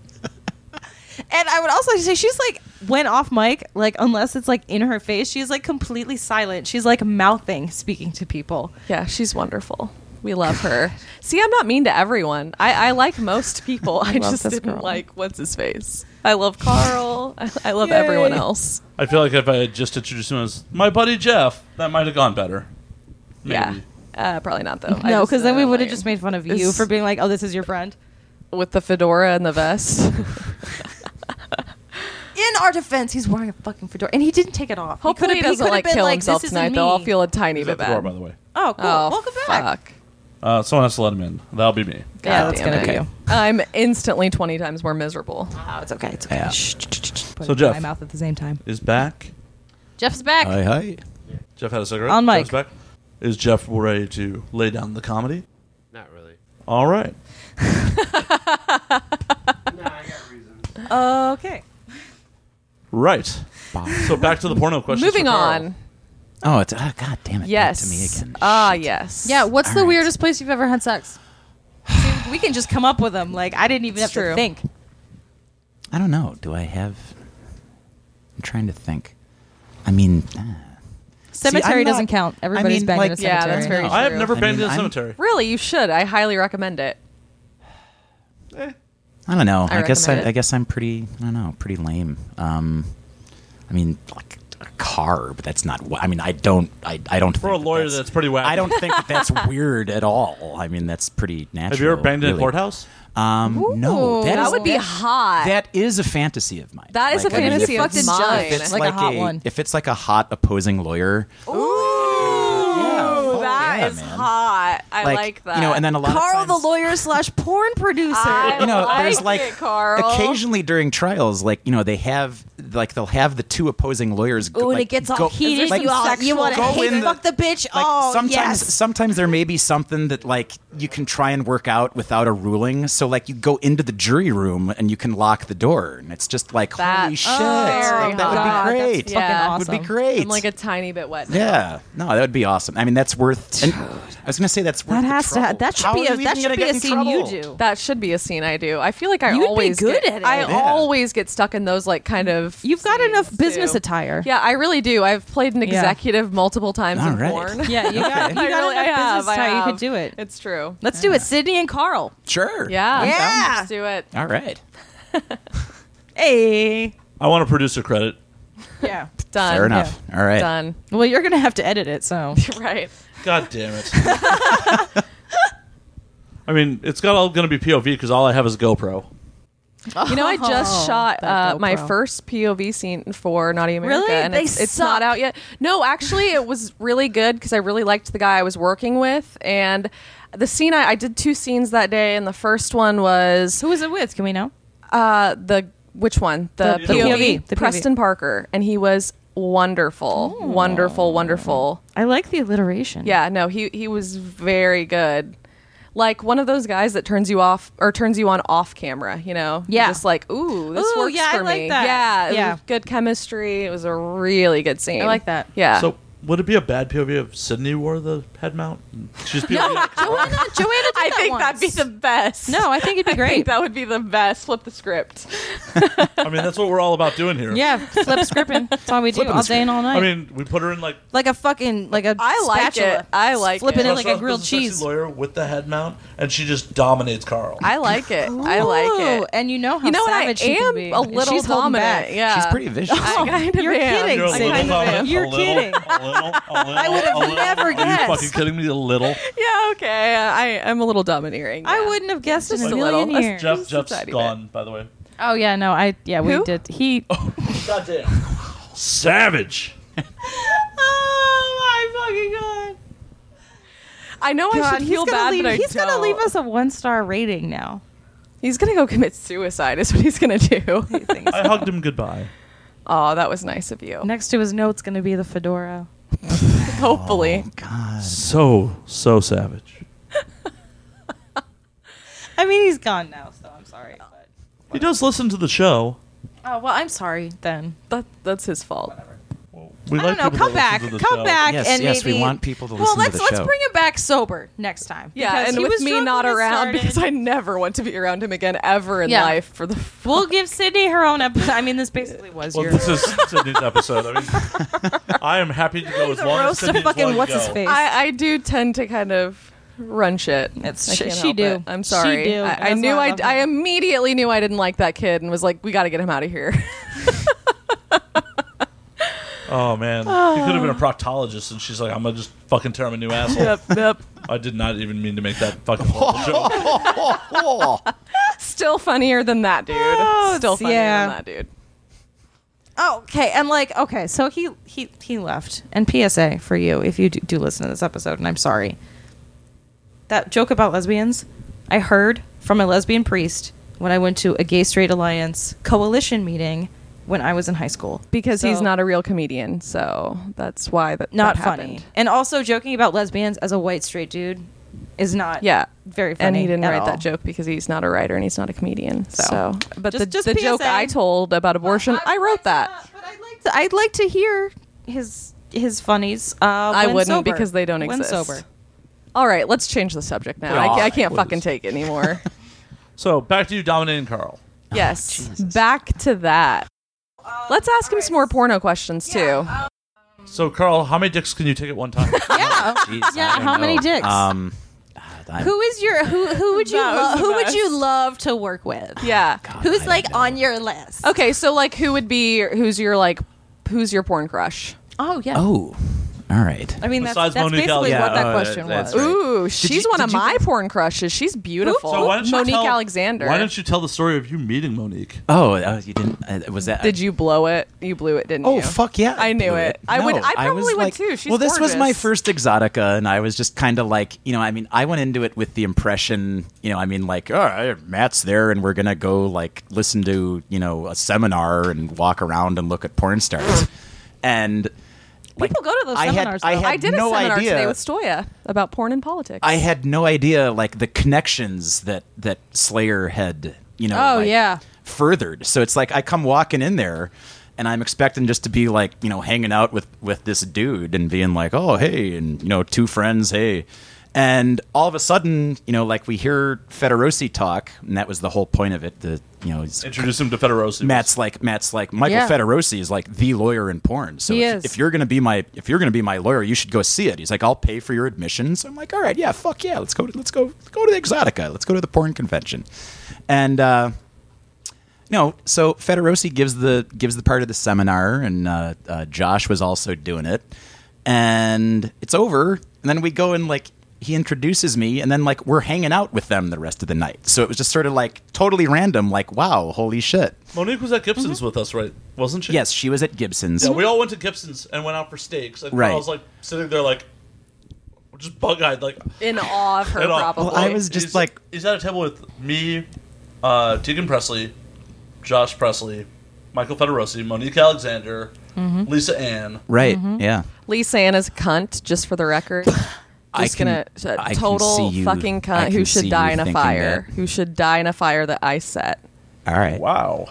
Speaker 9: And I would also say she's like went off mic, like unless it's like in her face, she's like completely silent. She's like mouthing speaking to people.
Speaker 3: Yeah, she's wonderful. We love her. See, I'm not mean to everyone. I, I like most people. I,
Speaker 9: love
Speaker 3: just
Speaker 9: this
Speaker 3: didn't
Speaker 9: girl.
Speaker 3: like what's his face. I love Carl. I, I love everyone
Speaker 7: Yay.
Speaker 3: else.
Speaker 7: I feel like if I had just introduced him as my buddy Jeff, that might have gone better. Maybe.
Speaker 3: Yeah. Uh, probably not though. I
Speaker 9: No,
Speaker 3: just-
Speaker 9: because then
Speaker 3: uh,
Speaker 9: we would have
Speaker 3: like-
Speaker 9: Oh, just made fun of you
Speaker 3: It's-
Speaker 9: for being like, "Oh, this is your friend."
Speaker 3: with the fedora and the vest.
Speaker 9: In our defense, he's wearing a fucking fedora, and he didn't take it off.
Speaker 3: Hopefully, he
Speaker 9: could've-
Speaker 3: doesn't
Speaker 9: could've
Speaker 3: like
Speaker 9: been
Speaker 3: kill
Speaker 9: like,
Speaker 3: himself
Speaker 9: "This isn't
Speaker 3: tonight. Though I'll
Speaker 9: me."
Speaker 3: feel a tiny
Speaker 7: He's
Speaker 3: bit
Speaker 7: at the
Speaker 3: bad.
Speaker 7: door, by the way.
Speaker 9: Oh, cool.
Speaker 3: Oh,
Speaker 9: Welcome back.
Speaker 3: fuck.
Speaker 7: Uh, someone has to let him in. That'll be me.
Speaker 3: God damn it. I'm instantly twenty times more miserable.
Speaker 9: Oh, it's okay. It's okay.
Speaker 7: Yeah.
Speaker 9: Shh, shh, shh, shh. Put
Speaker 7: So
Speaker 9: it in
Speaker 7: Jeff
Speaker 9: my mouth at the same time.
Speaker 7: is back.
Speaker 9: Jeff's back.
Speaker 7: Jeff had a cigarette.
Speaker 9: On mic.
Speaker 7: Jeff's back. Is Jeff ready to lay down the comedy?
Speaker 10: Not really.
Speaker 7: All right.
Speaker 9: Okay.
Speaker 7: Right. So back to the porno question.
Speaker 3: Moving on.
Speaker 12: Oh, it's oh, god damn it.
Speaker 3: Yes.
Speaker 12: To me again.
Speaker 3: Ah, yes.
Speaker 9: Yeah. What's
Speaker 12: All
Speaker 9: the
Speaker 12: right.
Speaker 9: weirdest place you've ever had sex? See, we can just come up with them. Like I didn't even
Speaker 3: It's
Speaker 9: have
Speaker 3: true.
Speaker 9: to think.
Speaker 12: I don't know. Do I have? I'm trying to think. I mean, uh,
Speaker 9: Cemetery doesn't count. Everybody's banged in a cemetery.
Speaker 3: Yeah, that's very
Speaker 7: I have
Speaker 3: true.
Speaker 7: never
Speaker 12: I
Speaker 7: been
Speaker 12: mean,
Speaker 7: to the
Speaker 12: I'm-
Speaker 7: cemetery.
Speaker 3: Really, you should. I highly recommend it.
Speaker 12: I don't know.
Speaker 3: I
Speaker 12: I, guess I,
Speaker 3: recommend it.
Speaker 12: I guess I'm pretty. I don't know. Pretty lame. Um, I mean, like a car, but that's not. wh- I mean, I don't. I, I don't.
Speaker 7: For a
Speaker 12: Think,
Speaker 7: lawyer, that's, pretty wacky.
Speaker 12: I don't think that that's weird at all. I mean, that's pretty natural.
Speaker 7: Have you ever banged in a
Speaker 12: really.
Speaker 7: courthouse?
Speaker 12: Um, no,
Speaker 3: that
Speaker 12: is-
Speaker 3: would be hot.
Speaker 12: That is a fantasy of mine.
Speaker 3: that is
Speaker 12: Like,
Speaker 3: a
Speaker 12: I mean,
Speaker 3: fantasy
Speaker 12: if
Speaker 3: of
Speaker 12: it's-
Speaker 3: mine.
Speaker 12: If it's like, a hot one. If it's like a hot opposing lawyer,
Speaker 3: Ooh, that is hot. I like, that.
Speaker 12: you know, and then a lot of
Speaker 9: Carl, the lawyer slash porn producer.
Speaker 3: I
Speaker 12: you know, there's
Speaker 3: like
Speaker 12: like
Speaker 3: it, Carl.
Speaker 12: occasionally during trials, like you know, they have like they'll have the two opposing lawyers. Go,
Speaker 9: Ooh, and
Speaker 12: like,
Speaker 9: it gets
Speaker 12: go-
Speaker 9: all heated.
Speaker 12: like,
Speaker 9: you all, you
Speaker 12: go
Speaker 9: want to
Speaker 12: in
Speaker 9: hate
Speaker 12: the-
Speaker 9: fuck the bitch.
Speaker 12: like,
Speaker 9: oh,
Speaker 12: sometimes
Speaker 9: yes.
Speaker 12: sometimes there may be something that like you can try and work out without a ruling. So like you go into the jury room and you can lock the door, and it's just like
Speaker 3: Oh,
Speaker 12: holy shit, that would be great. Would be great.
Speaker 3: I'm like a tiny bit wet. now.
Speaker 12: Yeah, no, that would be awesome. I mean, that's worth. And I was gonna say that's worth.
Speaker 3: That
Speaker 12: the
Speaker 3: has to.
Speaker 12: trouble.
Speaker 3: Ha- that should
Speaker 12: How
Speaker 3: be a.
Speaker 12: are you even
Speaker 3: That
Speaker 12: gonna
Speaker 3: should be
Speaker 12: get
Speaker 3: a
Speaker 12: in
Speaker 3: scene
Speaker 12: trouble?
Speaker 3: you do. That should be a scene I do. I feel like I
Speaker 9: You'd be
Speaker 3: always
Speaker 9: good
Speaker 3: get,
Speaker 9: at it.
Speaker 3: I
Speaker 9: Yeah.
Speaker 3: always get stuck in those like kind of. You've got enough
Speaker 9: business attire.
Speaker 3: Yeah, I really do. I've played an
Speaker 9: Yeah.
Speaker 3: executive multiple times
Speaker 9: All
Speaker 3: in
Speaker 9: right.
Speaker 3: porn.
Speaker 9: Yeah, you got- Okay. you got
Speaker 3: I really, I
Speaker 9: enough
Speaker 3: have.
Speaker 9: business
Speaker 3: I
Speaker 9: attire, you
Speaker 3: have.
Speaker 9: could do it.
Speaker 3: It's true.
Speaker 9: Let's do it, Sydney and Carl.
Speaker 12: Sure.
Speaker 3: Yeah.
Speaker 9: I'm down.
Speaker 3: Let's do it.
Speaker 12: All right.
Speaker 9: Hey.
Speaker 2: I want a producer credit.
Speaker 9: Yeah.
Speaker 3: Done.
Speaker 12: Fair enough. All right.
Speaker 3: Done.
Speaker 9: Well, you're gonna have to edit it, so
Speaker 3: right.
Speaker 2: God damn it. I mean, it's got all going to be POV because all I have is a GoPro.
Speaker 3: You know, I just
Speaker 9: Oh,
Speaker 3: shot
Speaker 9: that
Speaker 3: uh, my
Speaker 9: GoPro.
Speaker 3: first POV scene for Naughty America.
Speaker 9: Really?
Speaker 3: And
Speaker 9: They
Speaker 3: it's, it's not out yet. No, actually, it was really good because I really liked the guy I was working with. And the scene I, I did two scenes that day, and the first one was
Speaker 9: who was it with? Can we know?
Speaker 3: Uh, the which one? The,
Speaker 9: The- the
Speaker 3: POV,
Speaker 9: POV. The POV.
Speaker 3: Preston Parker, and he was wonderful, wonderful, wonderful.
Speaker 9: I like the alliteration.
Speaker 3: Yeah, no, he he was very good. Like one of those guys that turns you off or turns you on off camera, you know? You're
Speaker 9: Yeah.
Speaker 3: just like, ooh, this
Speaker 9: Ooh,
Speaker 3: works
Speaker 9: yeah, I
Speaker 3: for
Speaker 9: like
Speaker 3: me.
Speaker 9: that.
Speaker 3: Yeah. it
Speaker 9: Yeah.
Speaker 3: was Good chemistry. It was a really good scene.
Speaker 9: I like that.
Speaker 3: Yeah.
Speaker 2: So would it be a bad POV if Sydney wore the head mount? She's POV.
Speaker 9: Joanna, Joanna did
Speaker 3: I think that'd be the best.
Speaker 9: No, I think it'd be
Speaker 3: I
Speaker 9: great.
Speaker 3: think that would be the best. Flip the script.
Speaker 2: I mean, that's what we're all about doing here.
Speaker 9: Yeah, flip scripting. That's all we do
Speaker 2: Flipping
Speaker 9: all
Speaker 2: the
Speaker 9: day and all night.
Speaker 2: I mean, we put her in like
Speaker 9: like a fucking like a
Speaker 3: I like
Speaker 9: spatula.
Speaker 3: it. I like
Speaker 9: flipping
Speaker 3: it.
Speaker 9: it like a
Speaker 2: Russell
Speaker 9: grilled
Speaker 2: is a sexy
Speaker 9: cheese.
Speaker 2: lawyer with the head mount, and she just dominates Carl.
Speaker 3: I like it. I like
Speaker 9: Ooh,
Speaker 3: it.
Speaker 9: and you know how
Speaker 3: You know what? I
Speaker 9: savage she can
Speaker 3: am
Speaker 9: be.
Speaker 3: a
Speaker 9: And
Speaker 3: little
Speaker 9: she's holding
Speaker 3: dominant.
Speaker 9: back.
Speaker 3: Yeah. She's pretty
Speaker 12: vicious.
Speaker 3: I kind of
Speaker 9: You're
Speaker 3: am.
Speaker 9: kidding.
Speaker 2: You're a
Speaker 9: I
Speaker 2: little
Speaker 9: kind of am.
Speaker 2: dominant, a
Speaker 9: You're
Speaker 2: little,
Speaker 9: kidding.
Speaker 2: A little, a little,
Speaker 9: I would have
Speaker 2: a little.
Speaker 9: never
Speaker 2: Are
Speaker 9: guessed.
Speaker 2: you fucking kidding me? A little.
Speaker 3: Yeah, okay. I am a little domineering.
Speaker 9: I wouldn't have guessed in
Speaker 3: Just
Speaker 9: a
Speaker 3: a
Speaker 9: million
Speaker 3: little.
Speaker 9: years.
Speaker 2: Jeff, Jeff's gone, by the way.
Speaker 9: Oh yeah, no, I yeah we
Speaker 2: Who?
Speaker 9: did. He
Speaker 2: Savage.
Speaker 9: Oh my fucking
Speaker 3: I know
Speaker 9: god!
Speaker 3: I should feel
Speaker 9: he's gonna
Speaker 3: bad,
Speaker 9: leave,
Speaker 3: but I
Speaker 9: he's
Speaker 3: don't.
Speaker 9: gonna leave us a one star rating now.
Speaker 3: He's gonna go commit suicide. Is what he's gonna do.
Speaker 2: I hugged him goodbye.
Speaker 3: oh, that was nice of you.
Speaker 9: Next to his note's gonna be the fedora.
Speaker 3: Hopefully.
Speaker 2: So so savage.
Speaker 9: I mean, he's gone now, so I'm sorry. But.
Speaker 2: He does listen to the show.
Speaker 9: Oh well, I'm sorry then.
Speaker 3: That that's his fault.
Speaker 2: We
Speaker 9: I don't
Speaker 2: like
Speaker 9: know.
Speaker 2: people
Speaker 9: Come
Speaker 2: that listen
Speaker 9: back.
Speaker 2: to the
Speaker 9: Come
Speaker 2: show.
Speaker 9: back
Speaker 12: Yes,
Speaker 9: and
Speaker 12: yes, we
Speaker 9: maybe.
Speaker 12: want people to
Speaker 9: well,
Speaker 12: listen to
Speaker 9: let's
Speaker 12: the
Speaker 9: let's
Speaker 12: show.
Speaker 9: bring him back sober next time.
Speaker 3: Yeah,
Speaker 9: because
Speaker 3: and
Speaker 9: he
Speaker 3: with
Speaker 9: was
Speaker 3: me
Speaker 9: drunk
Speaker 3: not
Speaker 9: when it
Speaker 3: around
Speaker 9: started.
Speaker 3: because I never want to be around him again ever in
Speaker 9: Yeah.
Speaker 3: life for the
Speaker 9: We'll give Sydney her own episode. I mean, this basically was
Speaker 2: Well,
Speaker 9: your.
Speaker 2: this is Sydney's episode. I mean, I am happy to go as long as Sydney's willing to go.
Speaker 3: I, I do tend to kind of run shit. It's
Speaker 9: she- she do.
Speaker 3: I'm
Speaker 9: She
Speaker 3: sorry.
Speaker 9: do, and
Speaker 3: I, I
Speaker 9: that's
Speaker 3: knew
Speaker 9: why I
Speaker 3: I,
Speaker 9: love
Speaker 3: I
Speaker 9: her.
Speaker 3: immediately knew I didn't like that kid and was like, we got to get him out of here.
Speaker 2: Oh man, he could have been a proctologist, and she's like, "I'm gonna just fucking tear him a new asshole."
Speaker 3: yep, yep.
Speaker 2: I did not even mean to make that fucking horrible joke.
Speaker 3: Still funnier than that dude.
Speaker 9: Oh,
Speaker 3: Still
Speaker 9: it's-
Speaker 3: funnier
Speaker 9: yeah.
Speaker 3: than that dude.
Speaker 9: Oh, okay, and like, okay, so he he he left. And PSA for you, if you do, do listen to this episode, and I'm sorry. That joke about lesbians, I heard from a lesbian priest when I went to a Gay Straight Alliance coalition meeting when I was in high school
Speaker 3: Because he's
Speaker 9: So-
Speaker 3: not a real comedian, so that's why that
Speaker 9: not
Speaker 3: that
Speaker 9: funny.
Speaker 3: happened.
Speaker 9: And also joking about lesbians as a white straight dude is not
Speaker 3: Yeah,
Speaker 9: very funny.
Speaker 3: And he didn't
Speaker 9: at
Speaker 3: write
Speaker 9: all.
Speaker 3: that joke because he's not a writer and he's not a comedian. So, but
Speaker 9: Just-
Speaker 3: the,
Speaker 9: just
Speaker 3: the joke
Speaker 9: PSA.
Speaker 3: I told about abortion, I wrote that.
Speaker 9: So I'd like to hear his his funnies. Uh,
Speaker 3: I
Speaker 9: when
Speaker 3: wouldn't
Speaker 9: sober.
Speaker 3: because they don't
Speaker 9: When
Speaker 3: exist.
Speaker 9: sober.
Speaker 3: All right, let's change the subject now.
Speaker 2: Yeah,
Speaker 3: I, ca- I
Speaker 2: alright,
Speaker 3: can't
Speaker 2: please.
Speaker 3: fucking take it anymore.
Speaker 2: Oh, So back to you, dominating Carl.
Speaker 3: yes, back to that. Let's ask him some more porno questions too.
Speaker 2: So Carl, how many dicks can you take at one time?
Speaker 9: Yeah. yeah. How many dicks?
Speaker 12: Um,
Speaker 9: who is your who? Who would you
Speaker 3: That was
Speaker 9: lo-
Speaker 3: the
Speaker 9: who would
Speaker 3: best.
Speaker 9: you love to work with?
Speaker 3: Yeah.
Speaker 14: Who's like on your list?
Speaker 3: Okay, so like, who would be? Who's your like? Who's your porn crush?
Speaker 9: Oh yeah.
Speaker 12: Oh, all right.
Speaker 9: I mean, that's,
Speaker 2: Besides
Speaker 9: that's
Speaker 2: Monique Alexander.
Speaker 9: basically what that
Speaker 12: Yeah, oh,
Speaker 9: question
Speaker 12: that-
Speaker 9: was.
Speaker 12: that's right.
Speaker 3: Ooh,
Speaker 12: you-
Speaker 3: she's one
Speaker 12: did
Speaker 3: of
Speaker 12: you
Speaker 3: my porn crushes. She's beautiful.
Speaker 2: So why don't you
Speaker 3: Monique
Speaker 2: tell-
Speaker 3: Alexander.
Speaker 2: Why don't you tell the story of you meeting Monique?
Speaker 12: Oh, uh, you didn't. Uh, was that?
Speaker 3: Did you blow it? You blew it, didn't
Speaker 12: Oh
Speaker 3: you?
Speaker 12: fuck yeah!
Speaker 3: I knew
Speaker 12: blew
Speaker 3: it. I would.
Speaker 12: No,
Speaker 3: I probably
Speaker 12: was
Speaker 3: would
Speaker 12: like-
Speaker 3: too. She's
Speaker 12: well, this was my
Speaker 3: gorgeous.
Speaker 12: first Exotica, and I was just kind of like, you know, I mean, I went into it with the impression, you know, I mean, like, all right, Matt's there, and we're gonna go like listen to, you know, a seminar and walk around and look at porn stars, and
Speaker 3: People go to those
Speaker 12: I had-
Speaker 3: seminars.
Speaker 12: I
Speaker 3: though.
Speaker 12: had
Speaker 3: did a
Speaker 12: no
Speaker 3: seminar
Speaker 12: idea.
Speaker 3: today with Stoya about porn and politics.
Speaker 12: I had no idea like the connections that that Slayer had, you know,
Speaker 3: oh
Speaker 12: like,
Speaker 3: yeah.
Speaker 12: furthered. So it's like I come walking in there and I'm expecting just to be like, you know, hanging out with with this dude and being like, "Oh, hey," and you know, two friends, "Hey." And all of a sudden, you know, like we hear Federosi talk, and that was the whole point of it. The you know, he's-
Speaker 2: Introduce him to Federosi.
Speaker 12: Matt's like Matt's like Michael
Speaker 2: Yeah.
Speaker 12: Federosi is like the lawyer in porn. So
Speaker 2: He
Speaker 12: if,
Speaker 2: is.
Speaker 12: if you're gonna be my if you're gonna be my lawyer, you should go see it. He's like, I'll pay for your admissions. I'm like, all right, yeah, fuck yeah, let's go to, let's go let's go to the Exotica, let's go to the porn convention, and uh, no, so Federosi gives the gives the part of the seminar, and uh, uh, Josh was also doing it, and it's over, and then we go and like. He introduces me, and then like we're hanging out with them the rest of the night. So it was just sort of like totally random. Like, wow, holy shit!
Speaker 2: Monique was at
Speaker 9: Mm-hmm.
Speaker 2: Gibson's with us, right? Wasn't she?
Speaker 12: Yes, she was at Gibson's.
Speaker 2: Yeah, we all went to Gibson's and went out for steaks. And
Speaker 12: Right.
Speaker 2: I was like sitting there, like just bug eyed, like
Speaker 3: In awe of her,
Speaker 2: in awe.
Speaker 3: probably. Well, I was
Speaker 2: just like he's at a table with me, uh, Tegan Presley, Josh Presley, Michael Federosi, Monique Alexander,
Speaker 3: Mhm.
Speaker 2: Lisa Ann.
Speaker 12: Right?
Speaker 14: Mm-hmm.
Speaker 12: Yeah.
Speaker 3: Lisa Ann is a cunt, just for the record. Just
Speaker 12: I
Speaker 3: gonna
Speaker 12: can-
Speaker 3: a
Speaker 12: I can
Speaker 3: total
Speaker 12: see you-
Speaker 3: fucking
Speaker 12: I
Speaker 3: cunt
Speaker 12: can
Speaker 3: who
Speaker 12: see
Speaker 3: should die
Speaker 12: you
Speaker 3: in a
Speaker 12: thinking
Speaker 3: fire.
Speaker 12: that.
Speaker 3: Who should die in a fire that I set.
Speaker 12: All right.
Speaker 2: Wow.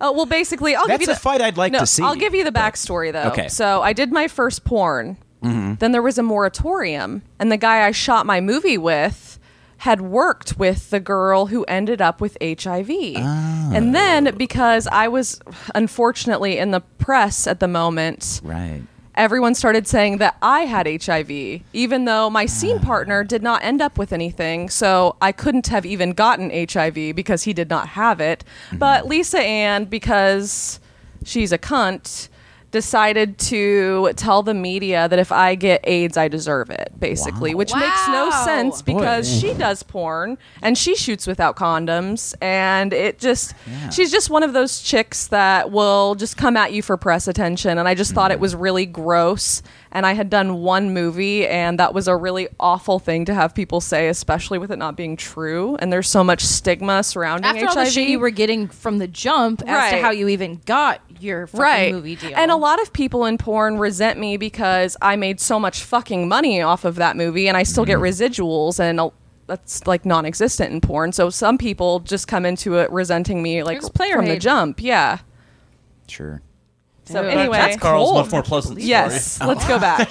Speaker 3: Oh well, basically, I'll
Speaker 12: That's
Speaker 3: give you
Speaker 12: a
Speaker 3: the,
Speaker 12: fight I'd like
Speaker 3: no,
Speaker 12: to see,
Speaker 3: I'll give you the backstory though.
Speaker 12: Okay.
Speaker 3: So I did my first porn.
Speaker 12: Mm-hmm.
Speaker 3: Then there was a moratorium, and the guy I shot my movie with had worked with the girl who ended up with HIV.
Speaker 12: Oh.
Speaker 3: And then because I was unfortunately in the press at the moment,
Speaker 12: Right.
Speaker 3: everyone started saying that I had HIV, even though my scene partner did not end up with anything. So I couldn't have even gotten HIV because he did not have it. But Lisa Ann, because she's a cunt, decided to tell the media that if I get AIDS, I deserve it, basically, which makes no sense
Speaker 14: Boy.
Speaker 3: because she does porn and she shoots without condoms. And it just, she's just one of those chicks that will just come at you for press attention. And I just thought it was really gross. And I had done one movie, and that was a really awful thing to have people say, especially with it not being true. And there's so much stigma surrounding
Speaker 14: After all
Speaker 3: HIV.
Speaker 14: the shit you were getting from the jump as to
Speaker 3: Right.
Speaker 14: how you even got your fucking
Speaker 3: right.
Speaker 14: movie deal.
Speaker 3: And a lot of people in porn resent me because I made so much fucking money off of that movie and I still
Speaker 12: Mm-hmm.
Speaker 3: get residuals and a- that's like non-existent in porn. So some people just come into it resenting me like
Speaker 14: It's player
Speaker 3: from the
Speaker 14: hate.
Speaker 3: jump. Yeah.
Speaker 12: Sure.
Speaker 3: So
Speaker 14: Ew.
Speaker 3: anyway,
Speaker 14: That's
Speaker 12: Carl's much more pleasant story.
Speaker 3: Yes,
Speaker 12: Oh.
Speaker 3: let's go back.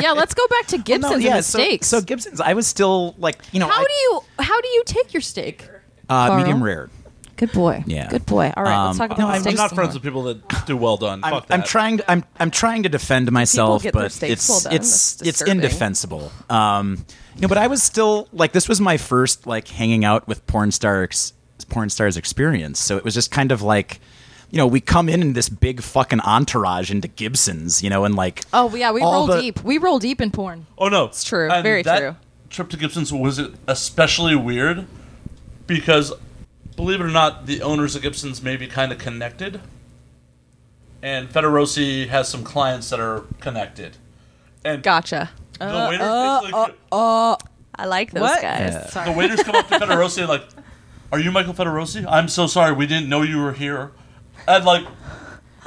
Speaker 14: yeah, let's go back to Gibson's and the
Speaker 12: so,
Speaker 14: steaks.
Speaker 12: So Gibson's, I was still like, you know,
Speaker 14: how
Speaker 12: I-
Speaker 14: do you how do you take your steak?
Speaker 12: uh,
Speaker 14: Carl?
Speaker 12: medium rare.
Speaker 14: Good boy.
Speaker 12: Yeah.
Speaker 14: Good boy. All right, let's
Speaker 12: Um,
Speaker 14: talk about
Speaker 2: No,
Speaker 14: the
Speaker 2: I'm, I'm
Speaker 14: steaks
Speaker 2: not
Speaker 14: some
Speaker 2: friends
Speaker 14: more.
Speaker 2: with people that do well done. Fuck that.
Speaker 12: I'm trying to I'm I'm trying to defend myself,
Speaker 2: get their
Speaker 12: but
Speaker 2: steaks
Speaker 12: it's
Speaker 2: well done.
Speaker 12: it's
Speaker 2: That's
Speaker 12: it's
Speaker 2: disturbing.
Speaker 12: indefensible. Um, you know, but I was still like this was my first like hanging out with porn stars porn stars experience, so it was just kind of like. You know, we come in in this big fucking entourage into Gibson's, you know, and like
Speaker 14: Oh yeah, we
Speaker 12: all
Speaker 14: roll
Speaker 12: the-
Speaker 14: deep. We roll deep in porn.
Speaker 2: Oh no, it's
Speaker 3: true. Very true.
Speaker 2: Trip to Gibson's was especially weird because, believe it or not, the owners of Gibson's may be kind of connected, and Federosi has some clients that are connected. And
Speaker 3: gotcha.
Speaker 2: The waiter,
Speaker 3: Uh,
Speaker 2: it's like,
Speaker 3: I like those
Speaker 2: What?
Speaker 3: guys.
Speaker 2: Yeah.
Speaker 3: oh, Sorry.
Speaker 2: the waiters come up to Federosi and like, "Are you Michael Federosi? I'm so sorry, we didn't know you were here." And like,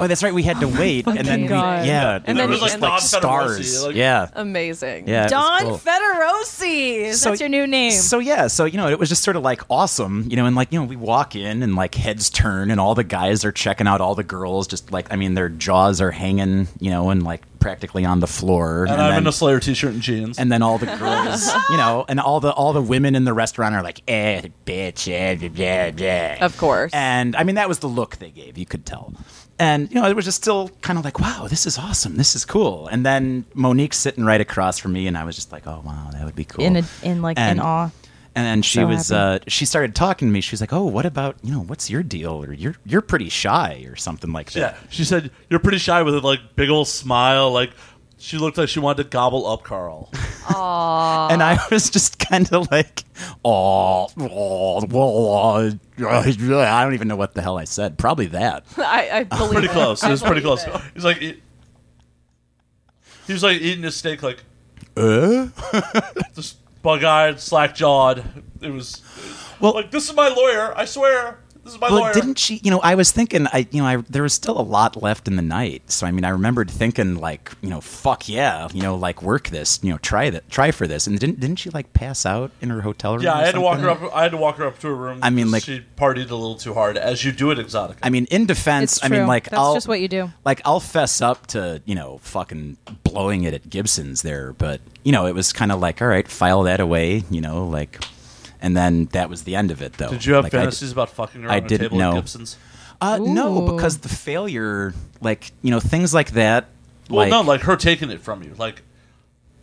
Speaker 12: Oh, that's right. We had to wait, and then we,
Speaker 2: God.
Speaker 12: yeah,
Speaker 2: And then
Speaker 12: it
Speaker 2: he-
Speaker 12: was just
Speaker 2: and Don
Speaker 12: like
Speaker 2: Federosi,
Speaker 12: stars.
Speaker 2: like-
Speaker 12: yeah,
Speaker 3: Amazing.
Speaker 12: Yeah, it was
Speaker 14: Don
Speaker 12: cool.
Speaker 14: Federosi.
Speaker 12: So-
Speaker 14: That's your new name.
Speaker 12: So yeah, so you know, it was just sort of like awesome, you know, and like you know, we walk in and like heads turn, and all the guys are checking out all the girls, just like I mean, their jaws are hanging, you know, and like practically on the floor.
Speaker 2: and I'm
Speaker 12: then,
Speaker 2: in a Slayer t-shirt and jeans.
Speaker 12: and then all the girls, you know, and all the all the women in the restaurant are like, eh, bitch, eh, yeah, yeah.
Speaker 3: Of course.
Speaker 12: And I mean, that was the look they gave. You could tell. And you know, it was just still kind of like, wow, this is awesome. This is cool. And then Monique's sitting right across from me, and I was just like, oh wow, that would be cool.
Speaker 14: In a, in like
Speaker 12: And-
Speaker 14: in awe.
Speaker 12: And then she
Speaker 14: So
Speaker 12: was, uh,
Speaker 14: happy.
Speaker 12: she started talking to me. She was like, "Oh, what about you know, what's your deal? Or you're you're pretty shy, or something like that."
Speaker 2: Yeah, she said you're pretty shy with a like big old smile. Like she looked like she wanted to gobble up Carl.
Speaker 3: Aww.
Speaker 12: And I was just kind of like, "Oh, oh, oh, oh, I don't even know what the hell I said. Probably that."
Speaker 3: I, I believe
Speaker 2: pretty
Speaker 3: it.
Speaker 2: close. It
Speaker 3: I
Speaker 2: was pretty
Speaker 3: believe
Speaker 2: close.
Speaker 3: it.
Speaker 2: He's like, eat- he was like eating his steak, like
Speaker 12: Uh?
Speaker 2: just bug-eyed, slack-jawed. It was well, like this is my lawyer. I swear, this This is my
Speaker 12: well,
Speaker 2: lawyer.
Speaker 12: didn't she? You know, I was thinking, I you know, I there was still a lot left in the night. So I mean, I remembered thinking like, you know, fuck yeah, you know, like work this, you know, try that, try for this. And didn't didn't she like pass out in her hotel room?
Speaker 2: yeah,
Speaker 12: or
Speaker 2: I had to walk her
Speaker 12: something?
Speaker 2: up. I had to walk her up to her room.
Speaker 12: I mean,
Speaker 2: because
Speaker 12: like-
Speaker 2: she partied a little too hard, as you do at Exotica.
Speaker 12: I mean, in defense,
Speaker 9: It's
Speaker 12: I mean,
Speaker 9: true.
Speaker 12: like,
Speaker 9: That's
Speaker 12: I'll
Speaker 9: just what you do.
Speaker 12: Like, I'll fess up to you know, fucking blowing it at Gibson's there, but you know, it was kind of like, all right, file that away, you know, like, and then that was the end of it, though.
Speaker 2: Did you have
Speaker 12: Like, I d-
Speaker 2: fantasies about fucking around
Speaker 12: I
Speaker 2: on a
Speaker 12: didn't
Speaker 2: table
Speaker 12: know.
Speaker 2: at Gibson's?
Speaker 12: Uh, no, because the failure, like, you know, things like that.
Speaker 2: Well,
Speaker 12: like,
Speaker 2: no, like her taking it from you, like,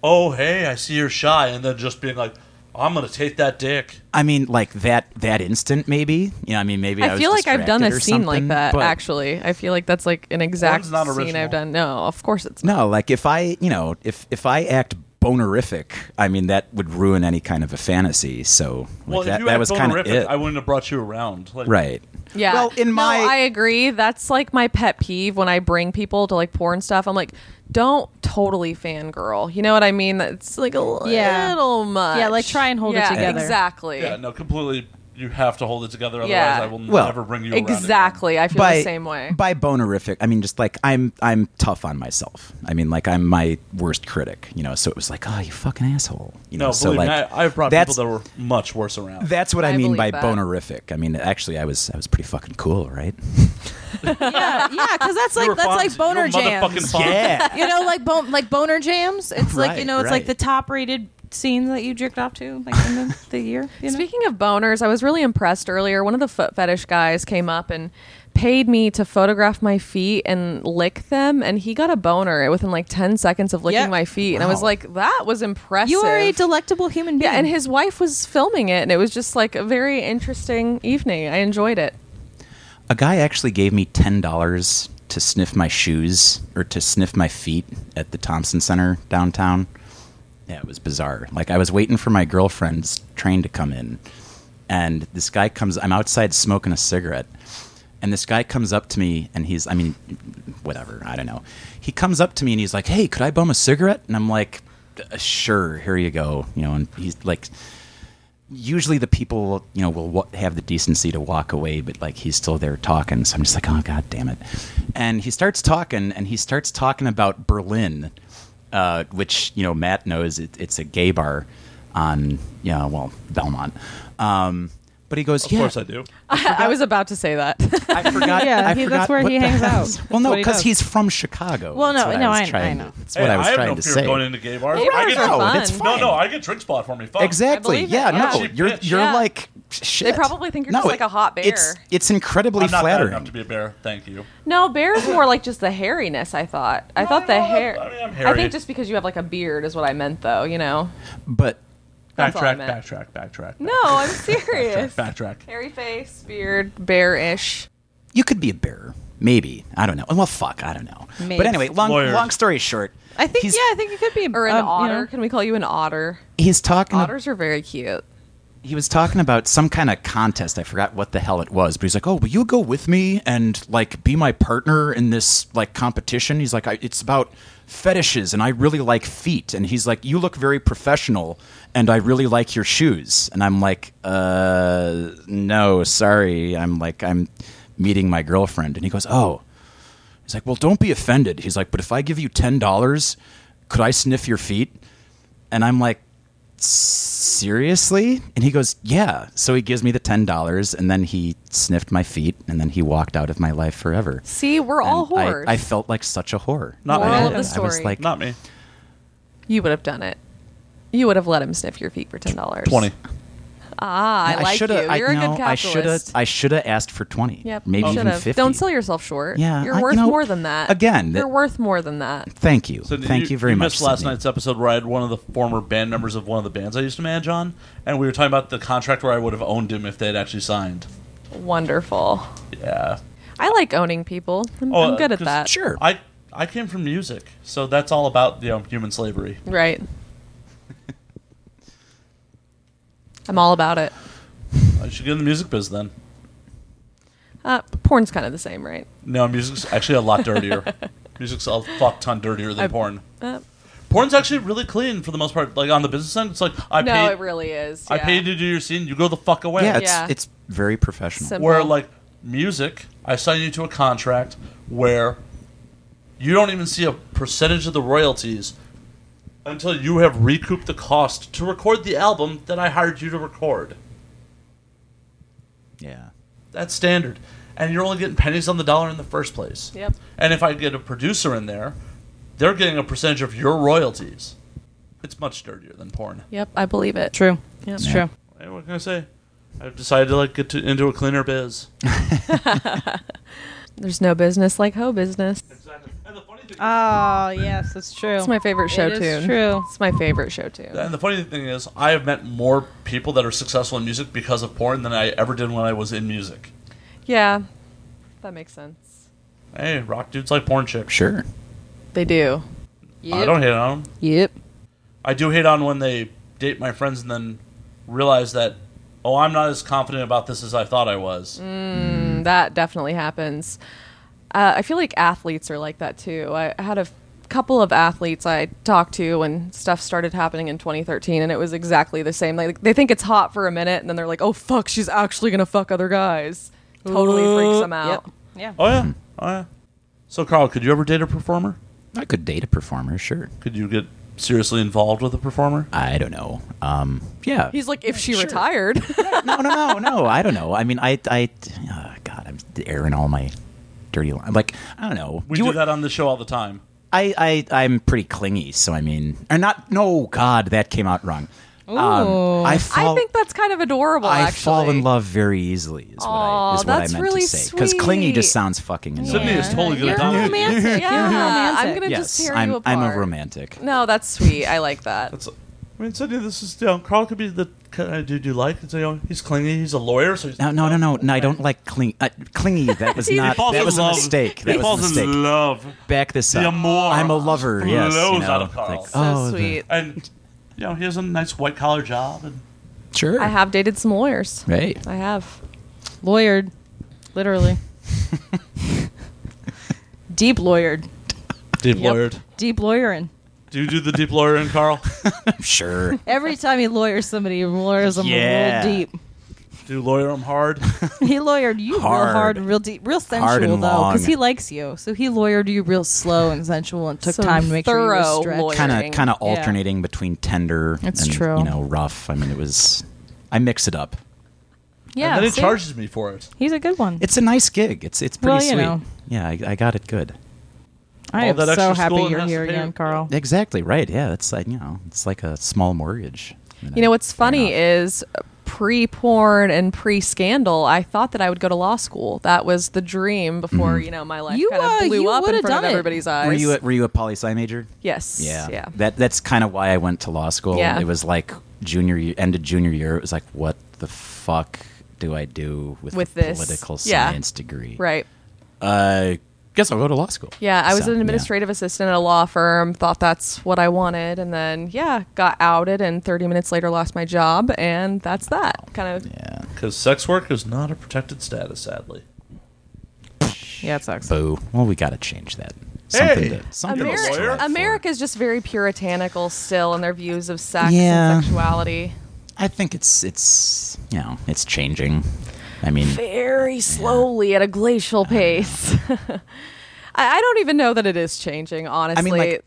Speaker 2: oh hey, I see you're shy, and then just being like, I'm gonna take that dick.
Speaker 12: I mean, like that that instant, maybe. You know, I mean, maybe I,
Speaker 3: I feel
Speaker 12: was
Speaker 3: like I've done a
Speaker 12: distracted or
Speaker 3: scene like
Speaker 12: something,
Speaker 3: that.
Speaker 12: but-
Speaker 3: Actually, I feel like that's like an exact
Speaker 12: not
Speaker 3: scene
Speaker 12: original.
Speaker 3: I've done. No, of course it's
Speaker 12: No, like if I, you know, if if I act bonerific, I mean that would ruin any kind of a fantasy. So like
Speaker 2: well, if
Speaker 12: that,
Speaker 2: you
Speaker 12: that
Speaker 2: had
Speaker 12: was
Speaker 2: been
Speaker 12: kind of
Speaker 2: horrific,
Speaker 12: it,
Speaker 2: I wouldn't have brought you around. Like,
Speaker 12: right?
Speaker 3: Yeah. Well, in my I agree. That's like my pet peeve when I bring people to like porn stuff. I'm like, don't totally fangirl. You know what I mean? It's like a
Speaker 9: Yeah.
Speaker 3: little much.
Speaker 9: Yeah, like, try and hold it
Speaker 3: Yeah,
Speaker 9: together.
Speaker 3: Exactly.
Speaker 2: Yeah, no, completely. You have to hold it together, otherwise
Speaker 3: Yeah.
Speaker 2: I will
Speaker 12: Well,
Speaker 2: never bring you around. again.
Speaker 3: Exactly. I feel
Speaker 12: by
Speaker 3: the same way.
Speaker 12: by bonerific, I mean just like I'm I'm tough on myself. I mean like I'm my worst critic. You know, so it was like, oh, you fucking asshole. You know,
Speaker 2: no,
Speaker 12: so
Speaker 2: believe
Speaker 12: like
Speaker 2: me, I, I've brought people
Speaker 12: that's-
Speaker 2: that were much worse around.
Speaker 12: That's what I,
Speaker 2: I
Speaker 12: mean
Speaker 2: believe
Speaker 12: by
Speaker 2: that.
Speaker 12: bonerific. I mean, actually, I was I was pretty fucking cool, right?
Speaker 9: yeah, yeah, because that's
Speaker 2: You
Speaker 9: like
Speaker 2: were
Speaker 9: that's like
Speaker 2: Fonzie.
Speaker 9: boner
Speaker 2: You were motherfucking
Speaker 9: jams.
Speaker 2: Fonzie. Yeah.
Speaker 9: you know, like bone like boner jams. It's like you
Speaker 3: Right,
Speaker 9: know, it's like
Speaker 3: right.
Speaker 9: the top rated scenes that you jerked off to like in the, the year. You know?
Speaker 3: Speaking of boners, I was really impressed earlier. One of the foot fetish guys came up and paid me to photograph my feet and lick them, and he got a boner within like 10 seconds of licking my feet. And I was
Speaker 9: Wow.
Speaker 3: like, that was impressive.
Speaker 9: You are a delectable human being.
Speaker 3: Yeah, and his wife was filming it, and it was just like a very interesting evening. I enjoyed it.
Speaker 12: A guy actually gave me ten dollars to sniff my shoes or to sniff my feet at the Thompson Center downtown. Yeah, it was bizarre. Like I was waiting for my girlfriend's train to come in, and this guy comes. I'm outside smoking a cigarette, and this guy comes up to me, and he's. I mean, whatever. I don't know. He comes up to me and he's like, "Hey, could I bum a cigarette?" And I'm like, "Uh, "Sure, here you go." You know, and he's like usually the people you know will wa- have the decency to walk away but like he's still there talking so i'm just like oh god damn it and he starts talking and he starts talking about berlin uh, which you know matt knows it, it's a gay bar on yeah well belmont um, but he goes of course
Speaker 2: i do
Speaker 3: I, was about to say that.
Speaker 12: I forgot
Speaker 9: Yeah,
Speaker 12: I
Speaker 9: he-
Speaker 12: forgot
Speaker 9: that's where
Speaker 12: what
Speaker 9: he
Speaker 12: the-
Speaker 9: hangs out.
Speaker 12: well no
Speaker 9: That's what he
Speaker 12: because
Speaker 9: does.
Speaker 12: he's from chicago
Speaker 9: Well,
Speaker 12: That's
Speaker 9: no,
Speaker 12: what
Speaker 9: no,
Speaker 12: was
Speaker 9: I- I
Speaker 12: trying-
Speaker 9: know.
Speaker 12: that's what i was
Speaker 2: have
Speaker 12: trying
Speaker 2: no
Speaker 12: to
Speaker 2: fear
Speaker 12: say
Speaker 2: of going into gay bars.
Speaker 12: Gay
Speaker 2: I
Speaker 12: bars
Speaker 2: get
Speaker 12: are
Speaker 2: no,
Speaker 12: fun. that's
Speaker 2: no,
Speaker 12: fine.
Speaker 2: no, I get drink spot for me. Fuck.
Speaker 12: Exactly. Yeah, no, you're you're
Speaker 3: Yeah.
Speaker 12: like shit.
Speaker 3: They probably think you're
Speaker 12: No,
Speaker 3: just like a hot bear.
Speaker 12: It's it's incredibly
Speaker 2: I'm not bad
Speaker 12: flattering.
Speaker 2: enough to be a bear. Thank you.
Speaker 3: No, bear's more like just the hairiness, I thought. I thought the hair. I,
Speaker 2: I'm hairy.
Speaker 3: think just because you have like a beard is what I meant, though, you know?
Speaker 12: But
Speaker 3: That's all I
Speaker 2: backtrack,
Speaker 3: meant.
Speaker 2: backtrack, backtrack.
Speaker 3: No, I'm serious.
Speaker 2: Backtrack.
Speaker 3: Hairy face, beard, bearish.
Speaker 12: You could be a bearer, maybe. I don't know. Well, fuck, I don't know.
Speaker 3: Maybe.
Speaker 12: But anyway, long
Speaker 3: Lawyers.
Speaker 12: long story short,
Speaker 3: I think,
Speaker 12: He's-
Speaker 3: yeah, I think you could be. Or an
Speaker 9: um, you
Speaker 3: otter.
Speaker 9: know.
Speaker 3: Can we call you an otter?
Speaker 12: he's talking. ab-
Speaker 3: Otters are very cute.
Speaker 12: he was talking about some kind of contest. I forgot what the hell it was, but he's like, "Oh, will you go with me and like be my partner in this like competition?" He's like, I, "It's about fetishes, and I really like feet." And he's like, "You look very professional, and I really like your shoes." And I'm like, "Uh, no, sorry. I'm like, I'm meeting my girlfriend." And he goes, "Oh." He's like, "Well, don't be offended." He's like, "But if I give you ten dollars, could I sniff your feet?" And I'm like, "Seriously?" And he goes, "Yeah." So he gives me the ten dollars, and then he sniffed my feet, and then he walked out of my life forever.
Speaker 3: See, we're all whores.
Speaker 12: I, I felt like such a whore.
Speaker 3: Not
Speaker 12: I,
Speaker 3: me. Moral of
Speaker 12: did.
Speaker 3: the
Speaker 12: I was
Speaker 3: story.
Speaker 12: like,
Speaker 2: not me.
Speaker 3: you would have done it. You would have let him sniff your feet for $10.
Speaker 12: Twenty.
Speaker 3: Ah, I, like you.
Speaker 12: shoulda-
Speaker 3: You're
Speaker 12: I,
Speaker 3: a good
Speaker 12: no, I
Speaker 3: capitalist.
Speaker 12: shoulda. I shoulda asked for twenty.
Speaker 3: Yep.
Speaker 12: Maybe even
Speaker 3: should've.
Speaker 12: fifty.
Speaker 3: Don't sell yourself short.
Speaker 12: Yeah,
Speaker 3: You're
Speaker 12: I- you
Speaker 3: worth
Speaker 12: know,
Speaker 3: more than that.
Speaker 12: again,
Speaker 3: You're
Speaker 12: that-
Speaker 3: worth more than that.
Speaker 12: Thank you. Thank you, very much.
Speaker 2: missed last
Speaker 12: Sydney.
Speaker 2: night's episode where I had one of the former band members of one of the bands I used to manage on, and we were talking about the contract where I would have owned him if they had actually signed.
Speaker 3: Wonderful.
Speaker 2: Yeah.
Speaker 3: I like owning people. I'm,
Speaker 2: Oh,
Speaker 3: I'm good at
Speaker 2: 'cause
Speaker 3: that.
Speaker 2: I I came from music, so that's all about you know, human slavery.
Speaker 3: Right. I'm all about it.
Speaker 2: I should get in the music biz then.
Speaker 3: Uh, porn's kind of the same, right?
Speaker 2: No, music's actually a lot dirtier. music's a fuck ton dirtier than
Speaker 3: I-
Speaker 2: porn.
Speaker 3: Uh,
Speaker 2: Porn's actually really clean for the most part. Like on the business end, it's like I
Speaker 3: no,
Speaker 2: paid.
Speaker 3: it really is.
Speaker 2: I
Speaker 3: yeah.
Speaker 2: paid to do your scene. You go the fuck away.
Speaker 12: Yeah, it's it's very professional.
Speaker 3: Simple.
Speaker 2: Where like music, I sign you to a contract where you don't even see a percentage of the royalties until you have recouped the cost to record the album that I hired you to record.
Speaker 12: Yeah.
Speaker 2: That's standard. And you're only getting pennies on the dollar in the first place.
Speaker 3: Yep.
Speaker 2: And if I get a producer in there, they're getting a percentage of your royalties. It's much dirtier than porn.
Speaker 3: Yep, I believe it.
Speaker 9: True. It's
Speaker 2: Yeah.
Speaker 9: true.
Speaker 2: Hey, what can I say? I've decided to like get to, into a cleaner biz.
Speaker 3: There's no business like hoe business.
Speaker 9: Oh yes, that's true.
Speaker 3: It's my favorite show
Speaker 9: It is
Speaker 3: tune.
Speaker 9: True.
Speaker 3: It's my favorite show tune.
Speaker 2: And the funny thing is, I have met more people that are successful in music because of porn than I ever did when I was in music.
Speaker 3: Yeah, that makes sense.
Speaker 2: Hey, rock dudes like porn chicks.
Speaker 12: Sure.
Speaker 3: They do.
Speaker 2: I don't hate on them.
Speaker 9: Yep.
Speaker 2: I do hate on when they date my friends and then realize that, oh, I'm not as confident about this as I thought I was.
Speaker 3: Mm, that definitely happens. Uh, I feel like athletes are like that too. I I had a f- couple of athletes I talked to when stuff started happening in 2013, and it was exactly the same. Like they think it's hot for a minute, and then they're like, "Oh fuck, she's actually gonna fuck other guys." Totally freaks them out.
Speaker 9: Yeah.
Speaker 2: Oh yeah. Oh yeah. So Carl, could you ever date a performer?
Speaker 12: I could date a performer, sure.
Speaker 2: Could you get seriously involved with a performer?
Speaker 12: I don't know. Um, yeah.
Speaker 3: He's like, if she retired.
Speaker 12: no, no, no, no. I don't know. I mean, I, I, oh, God, I'm airing all my dirty lines. Like, I don't know.
Speaker 2: We do that on the show all the time.
Speaker 12: I, I, I'm pretty clingy, so I mean, or not. No, God, that came out wrong. Um,
Speaker 3: Ooh.
Speaker 12: I fall.
Speaker 3: think that's kind of adorable.
Speaker 12: I
Speaker 3: actually.
Speaker 12: fall in love very easily. Is what I,
Speaker 3: Aw,
Speaker 12: is what I
Speaker 3: that's
Speaker 12: meant
Speaker 3: really
Speaker 12: to say. Because clingy just sounds fucking annoying.
Speaker 2: Sydney is totally gonna
Speaker 3: You're
Speaker 2: dominate.
Speaker 3: romantic.
Speaker 2: you.
Speaker 3: Yeah, I'm gonna
Speaker 12: yes,
Speaker 3: just tear
Speaker 12: I'm,
Speaker 3: you apart.
Speaker 12: I'm a romantic.
Speaker 3: No, that's sweet. I like that.
Speaker 2: I mean, Sydney, this is you know, Carl could be the kind of dude you like. It's, you know, he's clingy. He's a lawyer, so he's
Speaker 12: No, no, no, no, no. I don't like cling, uh, clingy. That was
Speaker 2: He
Speaker 12: not.
Speaker 2: falls
Speaker 12: That
Speaker 2: in
Speaker 12: was a
Speaker 2: love.
Speaker 12: mistake.
Speaker 2: He
Speaker 12: That was
Speaker 2: falls
Speaker 12: a
Speaker 2: in
Speaker 12: mistake.
Speaker 2: love.
Speaker 12: Back this
Speaker 2: The
Speaker 12: up.
Speaker 2: amour
Speaker 12: I'm a lover. Yes. You
Speaker 2: blows
Speaker 12: know,
Speaker 2: out of Carl.
Speaker 12: like, oh, the-
Speaker 2: and you know, he has a nice white collar job. And
Speaker 12: oh, Sure.
Speaker 3: I have dated some lawyers.
Speaker 12: Hey.
Speaker 3: I have.
Speaker 9: Lawyered, literally. Deep lawyered.
Speaker 2: deep lawyer.
Speaker 9: Deep lawyering.
Speaker 2: Do you do the deep lawyer in Carl?
Speaker 12: sure.
Speaker 9: Every time he lawyers somebody, he lawyers them
Speaker 2: Yeah.
Speaker 9: real deep.
Speaker 2: Do lawyer him hard.
Speaker 9: He lawyered you real
Speaker 2: Hard.
Speaker 9: hard, real deep, real sensual
Speaker 2: Hard and
Speaker 9: though, because
Speaker 12: long.
Speaker 9: he likes you. So he lawyered you real slow and sensual and took
Speaker 3: Some
Speaker 9: time to make sure you
Speaker 3: thorough
Speaker 9: were stretched.
Speaker 12: kind of kind of alternating between tender
Speaker 9: It's
Speaker 12: and
Speaker 9: true.
Speaker 12: you know rough. I mean, it was. I mix it up.
Speaker 9: Yeah,
Speaker 2: And then
Speaker 9: see?
Speaker 2: he charges me for it.
Speaker 9: He's a good one.
Speaker 12: It's a nice gig. It's it's pretty
Speaker 9: Well, you
Speaker 12: sweet.
Speaker 9: know.
Speaker 12: Yeah, I, I got it good.
Speaker 9: I
Speaker 2: all
Speaker 9: am
Speaker 2: that
Speaker 9: so
Speaker 2: extra
Speaker 9: happy
Speaker 2: school and
Speaker 9: you're
Speaker 2: has to
Speaker 9: here
Speaker 2: pay
Speaker 9: again,
Speaker 2: it.
Speaker 9: Carl.
Speaker 12: Exactly right. Yeah, it's like you know, it's like a small mortgage.
Speaker 3: You know what's funny is pre-porn and pre-scandal. I thought that I would go to law school. That was the dream before
Speaker 12: Mm-hmm.
Speaker 3: you know my life
Speaker 9: You,
Speaker 3: kind of
Speaker 9: uh,
Speaker 3: blew
Speaker 9: you
Speaker 3: up in
Speaker 9: would've
Speaker 3: front of
Speaker 9: done it.
Speaker 3: everybody's eyes.
Speaker 12: Were you a, were you a poli sci major?
Speaker 3: Yes,
Speaker 12: Yeah.
Speaker 3: yeah.
Speaker 12: That that's kind of why I went to law school.
Speaker 3: Yeah.
Speaker 12: It was like junior year, ended junior year. It was like, what the fuck do I do with,
Speaker 3: With
Speaker 12: a
Speaker 3: this.
Speaker 12: political
Speaker 3: Yeah.
Speaker 12: science degree?
Speaker 3: right?
Speaker 12: I guess I'll go to law school.
Speaker 3: Yeah, I was
Speaker 12: So,
Speaker 3: an
Speaker 12: yeah.
Speaker 3: administrative assistant at a law firm. Thought that's what I wanted, and then yeah, got outed, and 30 minutes later lost my job, and that's that. Kind of
Speaker 2: Because sex work is not a protected status, sadly.
Speaker 3: yeah, it sucks.
Speaker 12: Boo. Well, we got to change that. Something
Speaker 2: Hey,
Speaker 12: to something to
Speaker 3: Ameri-
Speaker 12: strive for.
Speaker 3: America's just very puritanical still in their views of sex
Speaker 12: Yeah.
Speaker 3: and sexuality.
Speaker 12: I think it's it's you know it's changing. I mean,
Speaker 3: Very slowly at a glacial pace. I, I don't even know that it is changing, honestly.
Speaker 2: like,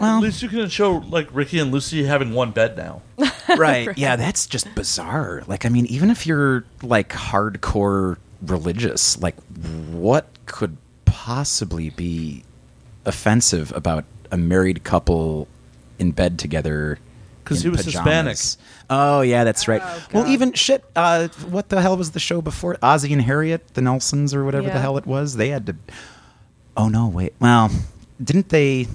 Speaker 2: at least you can show like Ricky and Lucy having one bed now.
Speaker 12: right? Yeah, that's just bizarre. Like, I mean, even if you're like hardcore religious, like, what could possibly be offensive about a married couple in bed together?
Speaker 2: 'Cause
Speaker 12: in
Speaker 2: he was
Speaker 12: pajamas? Oh yeah, that's right. well, even shit. Uh, what the hell was the show before Ozzy and Harriet, the Nelsons, or whatever
Speaker 11: Yeah.
Speaker 12: the hell it was? They had to. Oh no! Wait. Well, didn't they?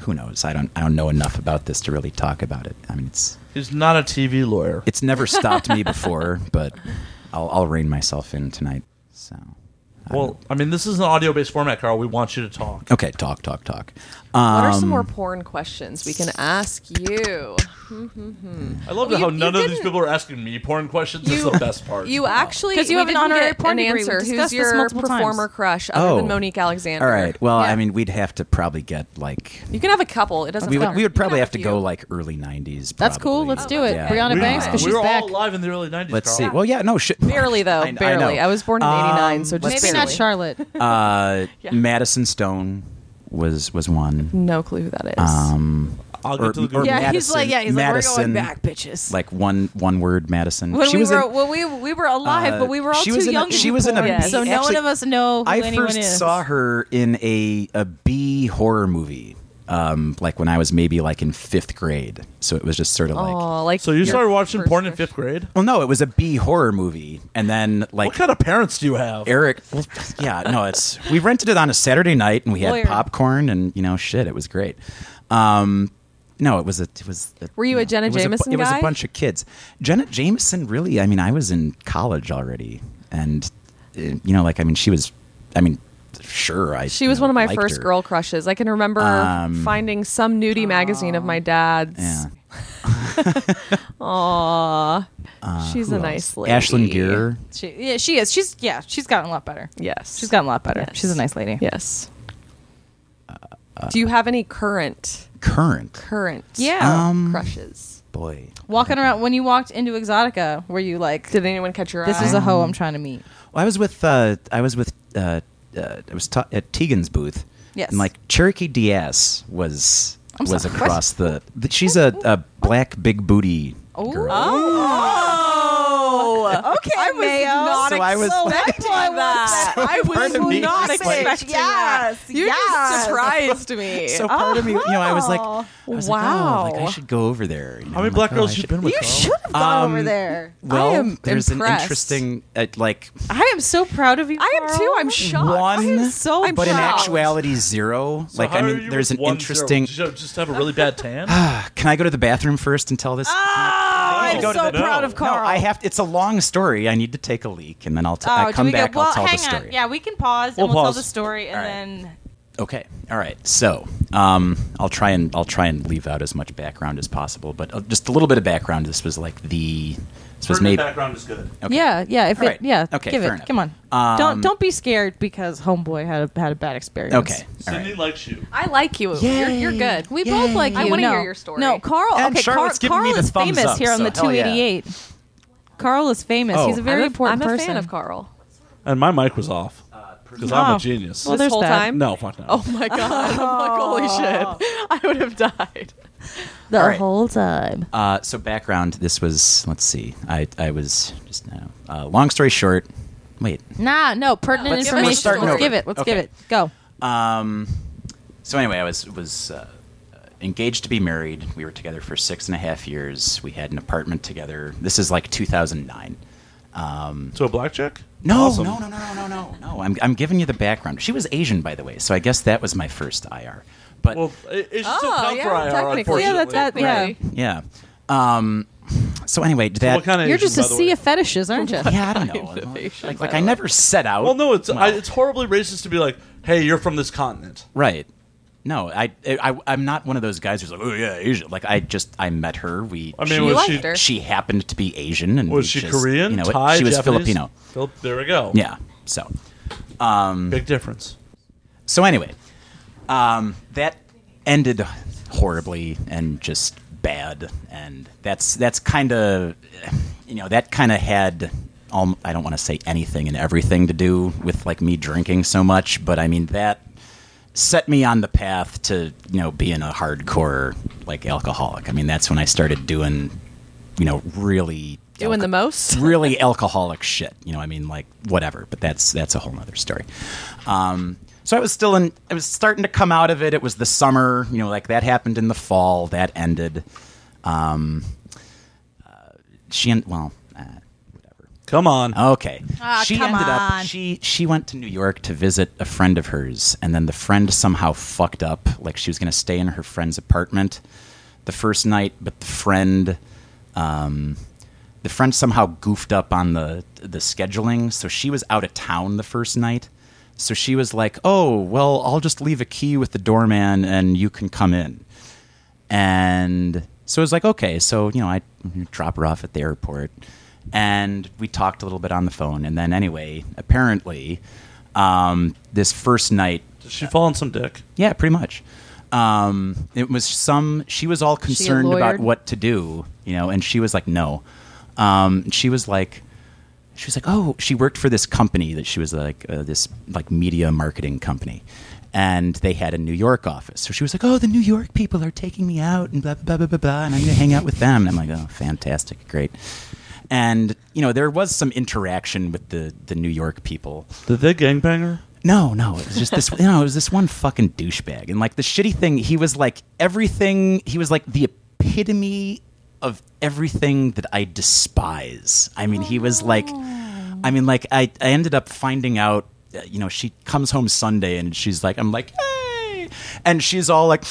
Speaker 12: Who knows? I don't. I don't know enough about this to really talk about it. I mean, it's
Speaker 2: He's not a TV lawyer.
Speaker 12: it's never stopped me before, but I'll, I'll rein myself in tonight. So
Speaker 2: Well, I mean, this is an audio-based format, Carl. We want you to talk.
Speaker 12: okay, talk, talk, talk.
Speaker 3: what are some
Speaker 12: Um,
Speaker 3: more porn questions we can ask you?
Speaker 2: I love
Speaker 3: Well,
Speaker 2: how
Speaker 3: you- you
Speaker 2: none of these
Speaker 3: didn't-
Speaker 2: people are asking me porn questions. That's the best part.
Speaker 3: You actually
Speaker 9: 'Cause you
Speaker 3: we
Speaker 9: have an
Speaker 3: didn't
Speaker 9: honorary
Speaker 3: get
Speaker 9: porn
Speaker 3: an
Speaker 9: degree. We
Speaker 3: answer. Who's
Speaker 9: discussed this
Speaker 3: your
Speaker 9: multiple times.
Speaker 3: performer crush other
Speaker 12: Oh.
Speaker 3: than Monique Alexander?
Speaker 12: All right. Well, I mean, we'd have to probably get like
Speaker 3: You can have a couple. It doesn't
Speaker 12: we would,
Speaker 3: matter.
Speaker 12: we would
Speaker 3: You can
Speaker 12: probably have to
Speaker 3: a
Speaker 12: go
Speaker 3: few.
Speaker 12: like early '90s.
Speaker 3: That's
Speaker 12: probably.
Speaker 3: cool. Let's
Speaker 9: do it. Brianna Banks, 'cause
Speaker 2: we
Speaker 9: she's
Speaker 2: were all
Speaker 9: back.
Speaker 2: alive in the early '90s.
Speaker 12: Let's see.
Speaker 2: Carl.
Speaker 12: Well, yeah, no shit.
Speaker 3: Barely though,
Speaker 12: I- I know.
Speaker 3: barely. I, was born in '89, so
Speaker 12: Um,
Speaker 3: just
Speaker 9: Maybe not
Speaker 3: barely.
Speaker 9: Charlotte.
Speaker 12: Uh,
Speaker 3: Yeah.
Speaker 12: Madison Stone was was one.
Speaker 3: No clue who that is.
Speaker 12: Um,
Speaker 3: I'll get
Speaker 12: or-
Speaker 3: to the
Speaker 12: or
Speaker 3: Google. Yeah, he's
Speaker 12: Madison-
Speaker 3: like- yeah, he's like, we're going
Speaker 12: Madison-
Speaker 3: back, bitches.
Speaker 12: Like one one word, Madison.
Speaker 9: When
Speaker 12: she
Speaker 9: we
Speaker 12: was
Speaker 9: were
Speaker 12: in,
Speaker 9: when we we were alive,
Speaker 12: uh,
Speaker 9: but we were all
Speaker 12: she
Speaker 9: too
Speaker 12: was in a-
Speaker 9: young to
Speaker 12: she
Speaker 9: be
Speaker 12: was in a-
Speaker 9: born,
Speaker 12: Yes.
Speaker 9: so no one
Speaker 12: actually,
Speaker 9: of us know who
Speaker 12: I
Speaker 9: anyone
Speaker 12: first
Speaker 9: is.
Speaker 12: saw her in a a B horror movie. Um, like when I was maybe like in fifth grade, so it was just sort of like.
Speaker 3: Oh, like
Speaker 12: So you started
Speaker 2: watching porn in fifth grade?
Speaker 12: Well, no, it was a B horror movie, and then like. What kind
Speaker 2: of parents do you have?
Speaker 12: Eric, well, yeah, no, it's we rented it on a Saturday night, and we had
Speaker 3: Lawyer.
Speaker 12: popcorn, and you know, shit, it was great. Um, no, it was a, it was a
Speaker 3: Were you a Jenna
Speaker 12: it was a bu-
Speaker 3: Jameson
Speaker 12: it was
Speaker 3: guy?
Speaker 12: a bunch of kids. Janet Jameson, really? I mean, I was in college already, and uh, you know, like, I mean, she was. I mean, sure, I.
Speaker 3: She
Speaker 12: you
Speaker 3: was
Speaker 12: know,
Speaker 3: one of my
Speaker 12: liked
Speaker 3: first
Speaker 12: her.
Speaker 3: girl crushes. I can remember
Speaker 12: Um,
Speaker 3: finding some nudie magazine of my dad's.
Speaker 12: Yeah.
Speaker 3: Aw,
Speaker 12: Uh,
Speaker 3: she's
Speaker 12: who
Speaker 3: a
Speaker 12: else?
Speaker 3: nice lady.
Speaker 12: Ashlyn Gear.
Speaker 9: She, yeah, she is. She's yeah, she's gotten a lot better.
Speaker 3: Yes,
Speaker 9: she's gotten a lot better. She's a nice lady.
Speaker 3: Yes.
Speaker 12: Uh,
Speaker 3: Do you have any current
Speaker 12: Current.
Speaker 3: current
Speaker 9: Yeah.
Speaker 12: Um,
Speaker 3: crushes?
Speaker 12: Boy.
Speaker 9: Walking around when you walked into Exotica, were you like,
Speaker 3: did anyone catch your
Speaker 9: This
Speaker 3: eye?
Speaker 9: is a hoe I'm trying to meet.
Speaker 12: Well, I was with uh, I was with uh, uh, I was ta- at Tegan's booth.
Speaker 9: Yes.
Speaker 12: And like Cherokee Diaz was
Speaker 9: I'm
Speaker 12: was
Speaker 9: sorry,
Speaker 12: across the, th- She's a, a black big booty.
Speaker 9: Ooh.
Speaker 3: Oh,
Speaker 9: okay, I was not
Speaker 12: So I was like-
Speaker 9: expecting that. I was
Speaker 12: Pardon me.
Speaker 9: not
Speaker 12: It's like-
Speaker 9: expecting
Speaker 3: Yes,
Speaker 9: that.
Speaker 3: you just surprised me.
Speaker 12: So part of me, you know, I was like, I was like,
Speaker 3: wow.
Speaker 12: oh, like, I should go over there. You know,
Speaker 2: How many
Speaker 12: like,
Speaker 2: black
Speaker 12: oh, I
Speaker 2: girls you
Speaker 12: should-
Speaker 2: been with?
Speaker 9: have gone over there.
Speaker 12: Well,
Speaker 9: I am
Speaker 12: there's an
Speaker 9: impressed.
Speaker 12: interesting, uh, like,
Speaker 9: I am so proud of you. I am too. I'm
Speaker 12: shocked. One,
Speaker 9: I am so
Speaker 12: but in
Speaker 9: proud.
Speaker 12: actuality, zero. like, I mean, there's an interesting.
Speaker 2: Did you just have a really bad tan?
Speaker 12: Can I go to the bathroom first and tell this?
Speaker 9: Ah, Oh, I'm
Speaker 12: Go to
Speaker 9: so
Speaker 12: the-
Speaker 9: proud of
Speaker 12: No,
Speaker 9: Carl.
Speaker 12: I have. To, it's a long story. I need to take a leak, and then I'll t-
Speaker 9: oh,
Speaker 12: I
Speaker 9: do
Speaker 12: come
Speaker 9: we
Speaker 12: back.
Speaker 9: Go, well,
Speaker 12: I'll tell
Speaker 9: hang
Speaker 12: the story.
Speaker 9: on. Yeah, we can pause
Speaker 12: We'll
Speaker 9: and we'll tell
Speaker 12: pause.
Speaker 9: the story, and then
Speaker 12: Okay. All right. So, um, I'll try and I'll try and leave out as much background as possible, but uh, just a little bit of background. This was like the. This was
Speaker 2: Pertinent
Speaker 12: made.
Speaker 2: background is good.
Speaker 9: yeah, yeah. If
Speaker 12: All
Speaker 9: it,
Speaker 12: right.
Speaker 9: yeah,
Speaker 12: Okay,
Speaker 9: give
Speaker 12: fair
Speaker 9: it.
Speaker 12: enough.
Speaker 9: Come on.
Speaker 12: Um,
Speaker 9: don't don't be scared because homeboy had a had a bad experience.
Speaker 12: Okay.
Speaker 2: Sydney likes you.
Speaker 3: I like you. You're, you're good.
Speaker 9: We both like you.
Speaker 3: I want to
Speaker 9: no.
Speaker 3: hear your story.
Speaker 9: No, Carl.
Speaker 12: And
Speaker 9: okay, Carl,
Speaker 12: Charlotte's giving
Speaker 9: Carl
Speaker 12: me the
Speaker 9: is
Speaker 12: thumbs
Speaker 9: famous
Speaker 12: up,
Speaker 9: here on
Speaker 12: so
Speaker 9: the
Speaker 12: hell yeah.
Speaker 9: 288. Carl is famous.
Speaker 2: Oh.
Speaker 9: He's a very
Speaker 3: I'm a-
Speaker 9: important
Speaker 3: I'm a
Speaker 9: person.
Speaker 3: fan of Carl.
Speaker 2: And my mic was off because I'm
Speaker 9: Oh.
Speaker 2: a genius.
Speaker 9: Well, This there's whole that. time?
Speaker 2: No, fuck no.
Speaker 3: Oh my god! I'm like, holy shit! I would have died.
Speaker 9: The
Speaker 12: All right.
Speaker 9: whole time.
Speaker 12: Uh, so background. This was. Let's see. I I was just now. Uh, long story short. Wait.
Speaker 9: Nah, no pertinent
Speaker 12: Let's-
Speaker 9: information.
Speaker 12: let's start over.
Speaker 9: give it. Let's
Speaker 12: Okay.
Speaker 9: give it. Go.
Speaker 12: Um, so anyway, I was was uh, uh, engaged to be married. We were together for six and a half years. We had an apartment together. This is like 2009. Um,
Speaker 2: so a black chick?
Speaker 12: No,
Speaker 2: Awesome.
Speaker 12: no, no, no, no, no, no, no. I'm I'm giving you the background. She was Asian, by the way, so I guess that was my first IR. But
Speaker 2: well, it, it should still
Speaker 3: Oh,
Speaker 2: count
Speaker 3: yeah,
Speaker 2: for IR,
Speaker 3: technically.
Speaker 2: unfortunately.
Speaker 3: Yeah, that's- that- yeah.
Speaker 2: Right.
Speaker 12: yeah. Um, so anyway, that
Speaker 2: what kind of
Speaker 9: You're just a
Speaker 2: by the way.
Speaker 9: sea of fetishes, aren't you?
Speaker 12: yeah, I don't know. Like, like I never set out.
Speaker 2: Well, no, it's I, it's horribly racist to be like, "Hey, you're from this continent."
Speaker 12: Right. No, I, I I'm not one of those guys who's like, oh yeah, Asian. Like I just I met her. We
Speaker 2: I mean, You was she- liked her.
Speaker 12: she happened to be Asian and
Speaker 2: Was
Speaker 12: we
Speaker 2: she
Speaker 12: just,
Speaker 2: Korean?
Speaker 12: You know, it-
Speaker 2: Thai,
Speaker 12: she was
Speaker 2: Japanese?
Speaker 12: Filipino.
Speaker 2: Phil- there we go.
Speaker 12: Yeah. So, um,
Speaker 2: big difference.
Speaker 12: So anyway, um, that ended horribly and just bad, and that's that's kind of you know that kind of had. All, I don't want to say anything and everything to do with like me drinking so much, but I mean that set me on the path to you know being a hardcore like alcoholic. I mean that's when I started doing you know really
Speaker 3: Doing the most.
Speaker 12: really alcoholic shit. You know, I mean, like whatever. But that's that's a whole nother story. Um, so I was still in. I was starting to come out of it. It was the summer. You know, like that happened in the fall. That ended. Um, uh, she and well, uh, whatever.
Speaker 2: Come on.
Speaker 12: Okay.
Speaker 9: Ah,
Speaker 12: she
Speaker 9: come
Speaker 12: ended
Speaker 9: on.
Speaker 12: up. She she went to New York to visit a friend of hers, and then the friend somehow fucked up. Like she was going to stay in her friend's apartment the first night, but the friend. Um, the friend somehow goofed up on the the scheduling, so she was out of town the first night. So she was like, "Oh, well, I'll just leave a key with the doorman, and you can come in." And so I was like, "Okay." So you know, I drop her off at the airport, and we talked a little bit on the phone. And then anyway, apparently, um, this first night,
Speaker 2: did she fall on some dick?
Speaker 12: Yeah, pretty much. Um, it was some. She was all concerned about
Speaker 15: lawyered?
Speaker 12: what to do, you know, and she was like, "No." Um, she was like, she was like, oh, she worked for this company that she was like uh, this like media marketing company, and they had a New York office. So she was like, oh, the New York people are taking me out and blah blah blah blah blah, blah and I'm gonna hang out with them. And I'm like, oh, fantastic, great. And you know, there was some interaction with the the New York people.
Speaker 7: Did they gangbang her?
Speaker 12: No, no, it was just this. no, it was this one fucking douchebag. And like the shitty thing, he was like everything. He was like the epitome of everything that I despise. I mean, he was like, I mean, like I, I ended up finding out. uh, You know, she comes home Sunday and she's like, I'm like, hey, and she's all like,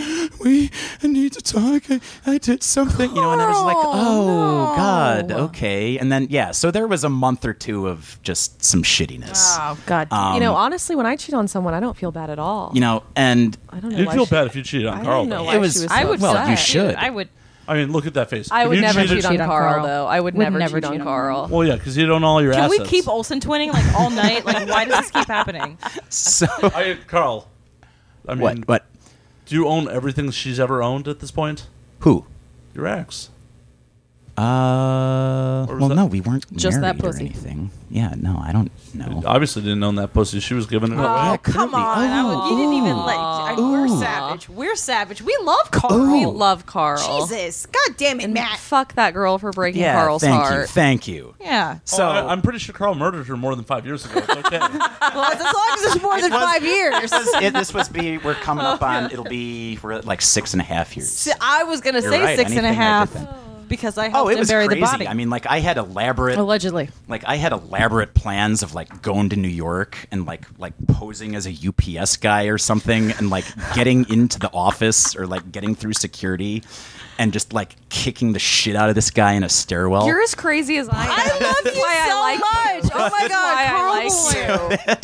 Speaker 12: we need to talk. I, I did something, you know, and I was like, oh god, okay. And then yeah, so there was a month or two of just some shittiness.
Speaker 3: Oh God!
Speaker 12: Um,
Speaker 3: you know, honestly, when I cheat on someone, I don't feel bad at all.
Speaker 12: you know, and
Speaker 3: I don't know You'd why feel she- bad if you cheated on I don't Carl, know though. why
Speaker 12: it
Speaker 3: she
Speaker 12: was,
Speaker 3: was so
Speaker 12: well,
Speaker 3: upset.
Speaker 12: you should.
Speaker 3: I would-
Speaker 2: I mean, look at that face.
Speaker 3: I
Speaker 2: If
Speaker 3: would
Speaker 2: you
Speaker 3: never
Speaker 2: cheated-
Speaker 3: cheat on Carl, though. I would never, cheat, on Carl.
Speaker 2: Well, yeah, because you don't all your
Speaker 9: Can
Speaker 2: assets.
Speaker 9: we keep Olsen twinning like all night? Like, why does this keep happening?
Speaker 12: So,
Speaker 2: I, Carl, I mean,
Speaker 12: What, what?
Speaker 2: Do you own everything she's ever owned at this point?
Speaker 12: Who?
Speaker 2: Your ex.
Speaker 12: Uh,
Speaker 2: Or was
Speaker 12: well,
Speaker 2: that-
Speaker 12: no, we weren't
Speaker 2: Just that
Speaker 12: married or
Speaker 2: pussy.
Speaker 12: anything. Yeah, no, I don't know.
Speaker 2: Obviously, didn't own that pussy. She was giving it
Speaker 9: Oh,
Speaker 2: away.
Speaker 9: come on! I would- you didn't even like. I, we're savage. We're savage. We love Carl.
Speaker 3: We love Carl.
Speaker 9: Jesus, God damn it,
Speaker 3: And
Speaker 9: Matt!
Speaker 3: Fuck that girl for breaking
Speaker 2: Yeah,
Speaker 3: Carl's
Speaker 2: thank you,
Speaker 3: heart.
Speaker 12: thank you.
Speaker 9: Yeah.
Speaker 2: So Oh, I, am pretty sure Carl murdered her more than five years ago. It's okay.
Speaker 9: well, as long as it's more than five years.
Speaker 12: This was, it, this was be we're coming up on it'll be we're at like six and a half years.
Speaker 9: S- I was gonna
Speaker 12: You're
Speaker 9: say
Speaker 12: right,
Speaker 9: six and a
Speaker 12: anything I
Speaker 9: half
Speaker 12: did
Speaker 9: because I helped
Speaker 12: Oh, it
Speaker 9: him
Speaker 12: was
Speaker 9: bury
Speaker 12: crazy.
Speaker 9: the body. Oh.
Speaker 12: I mean, like I had elaborate
Speaker 9: Allegedly.
Speaker 12: like I had elaborate plans of like going to New York and like like posing as a UPS guy or something and like getting into the office or like getting through security and just like kicking the shit out of this guy in a stairwell.
Speaker 3: You're as crazy as I am. I love you so much.
Speaker 9: Oh my God, Carl
Speaker 3: Carl.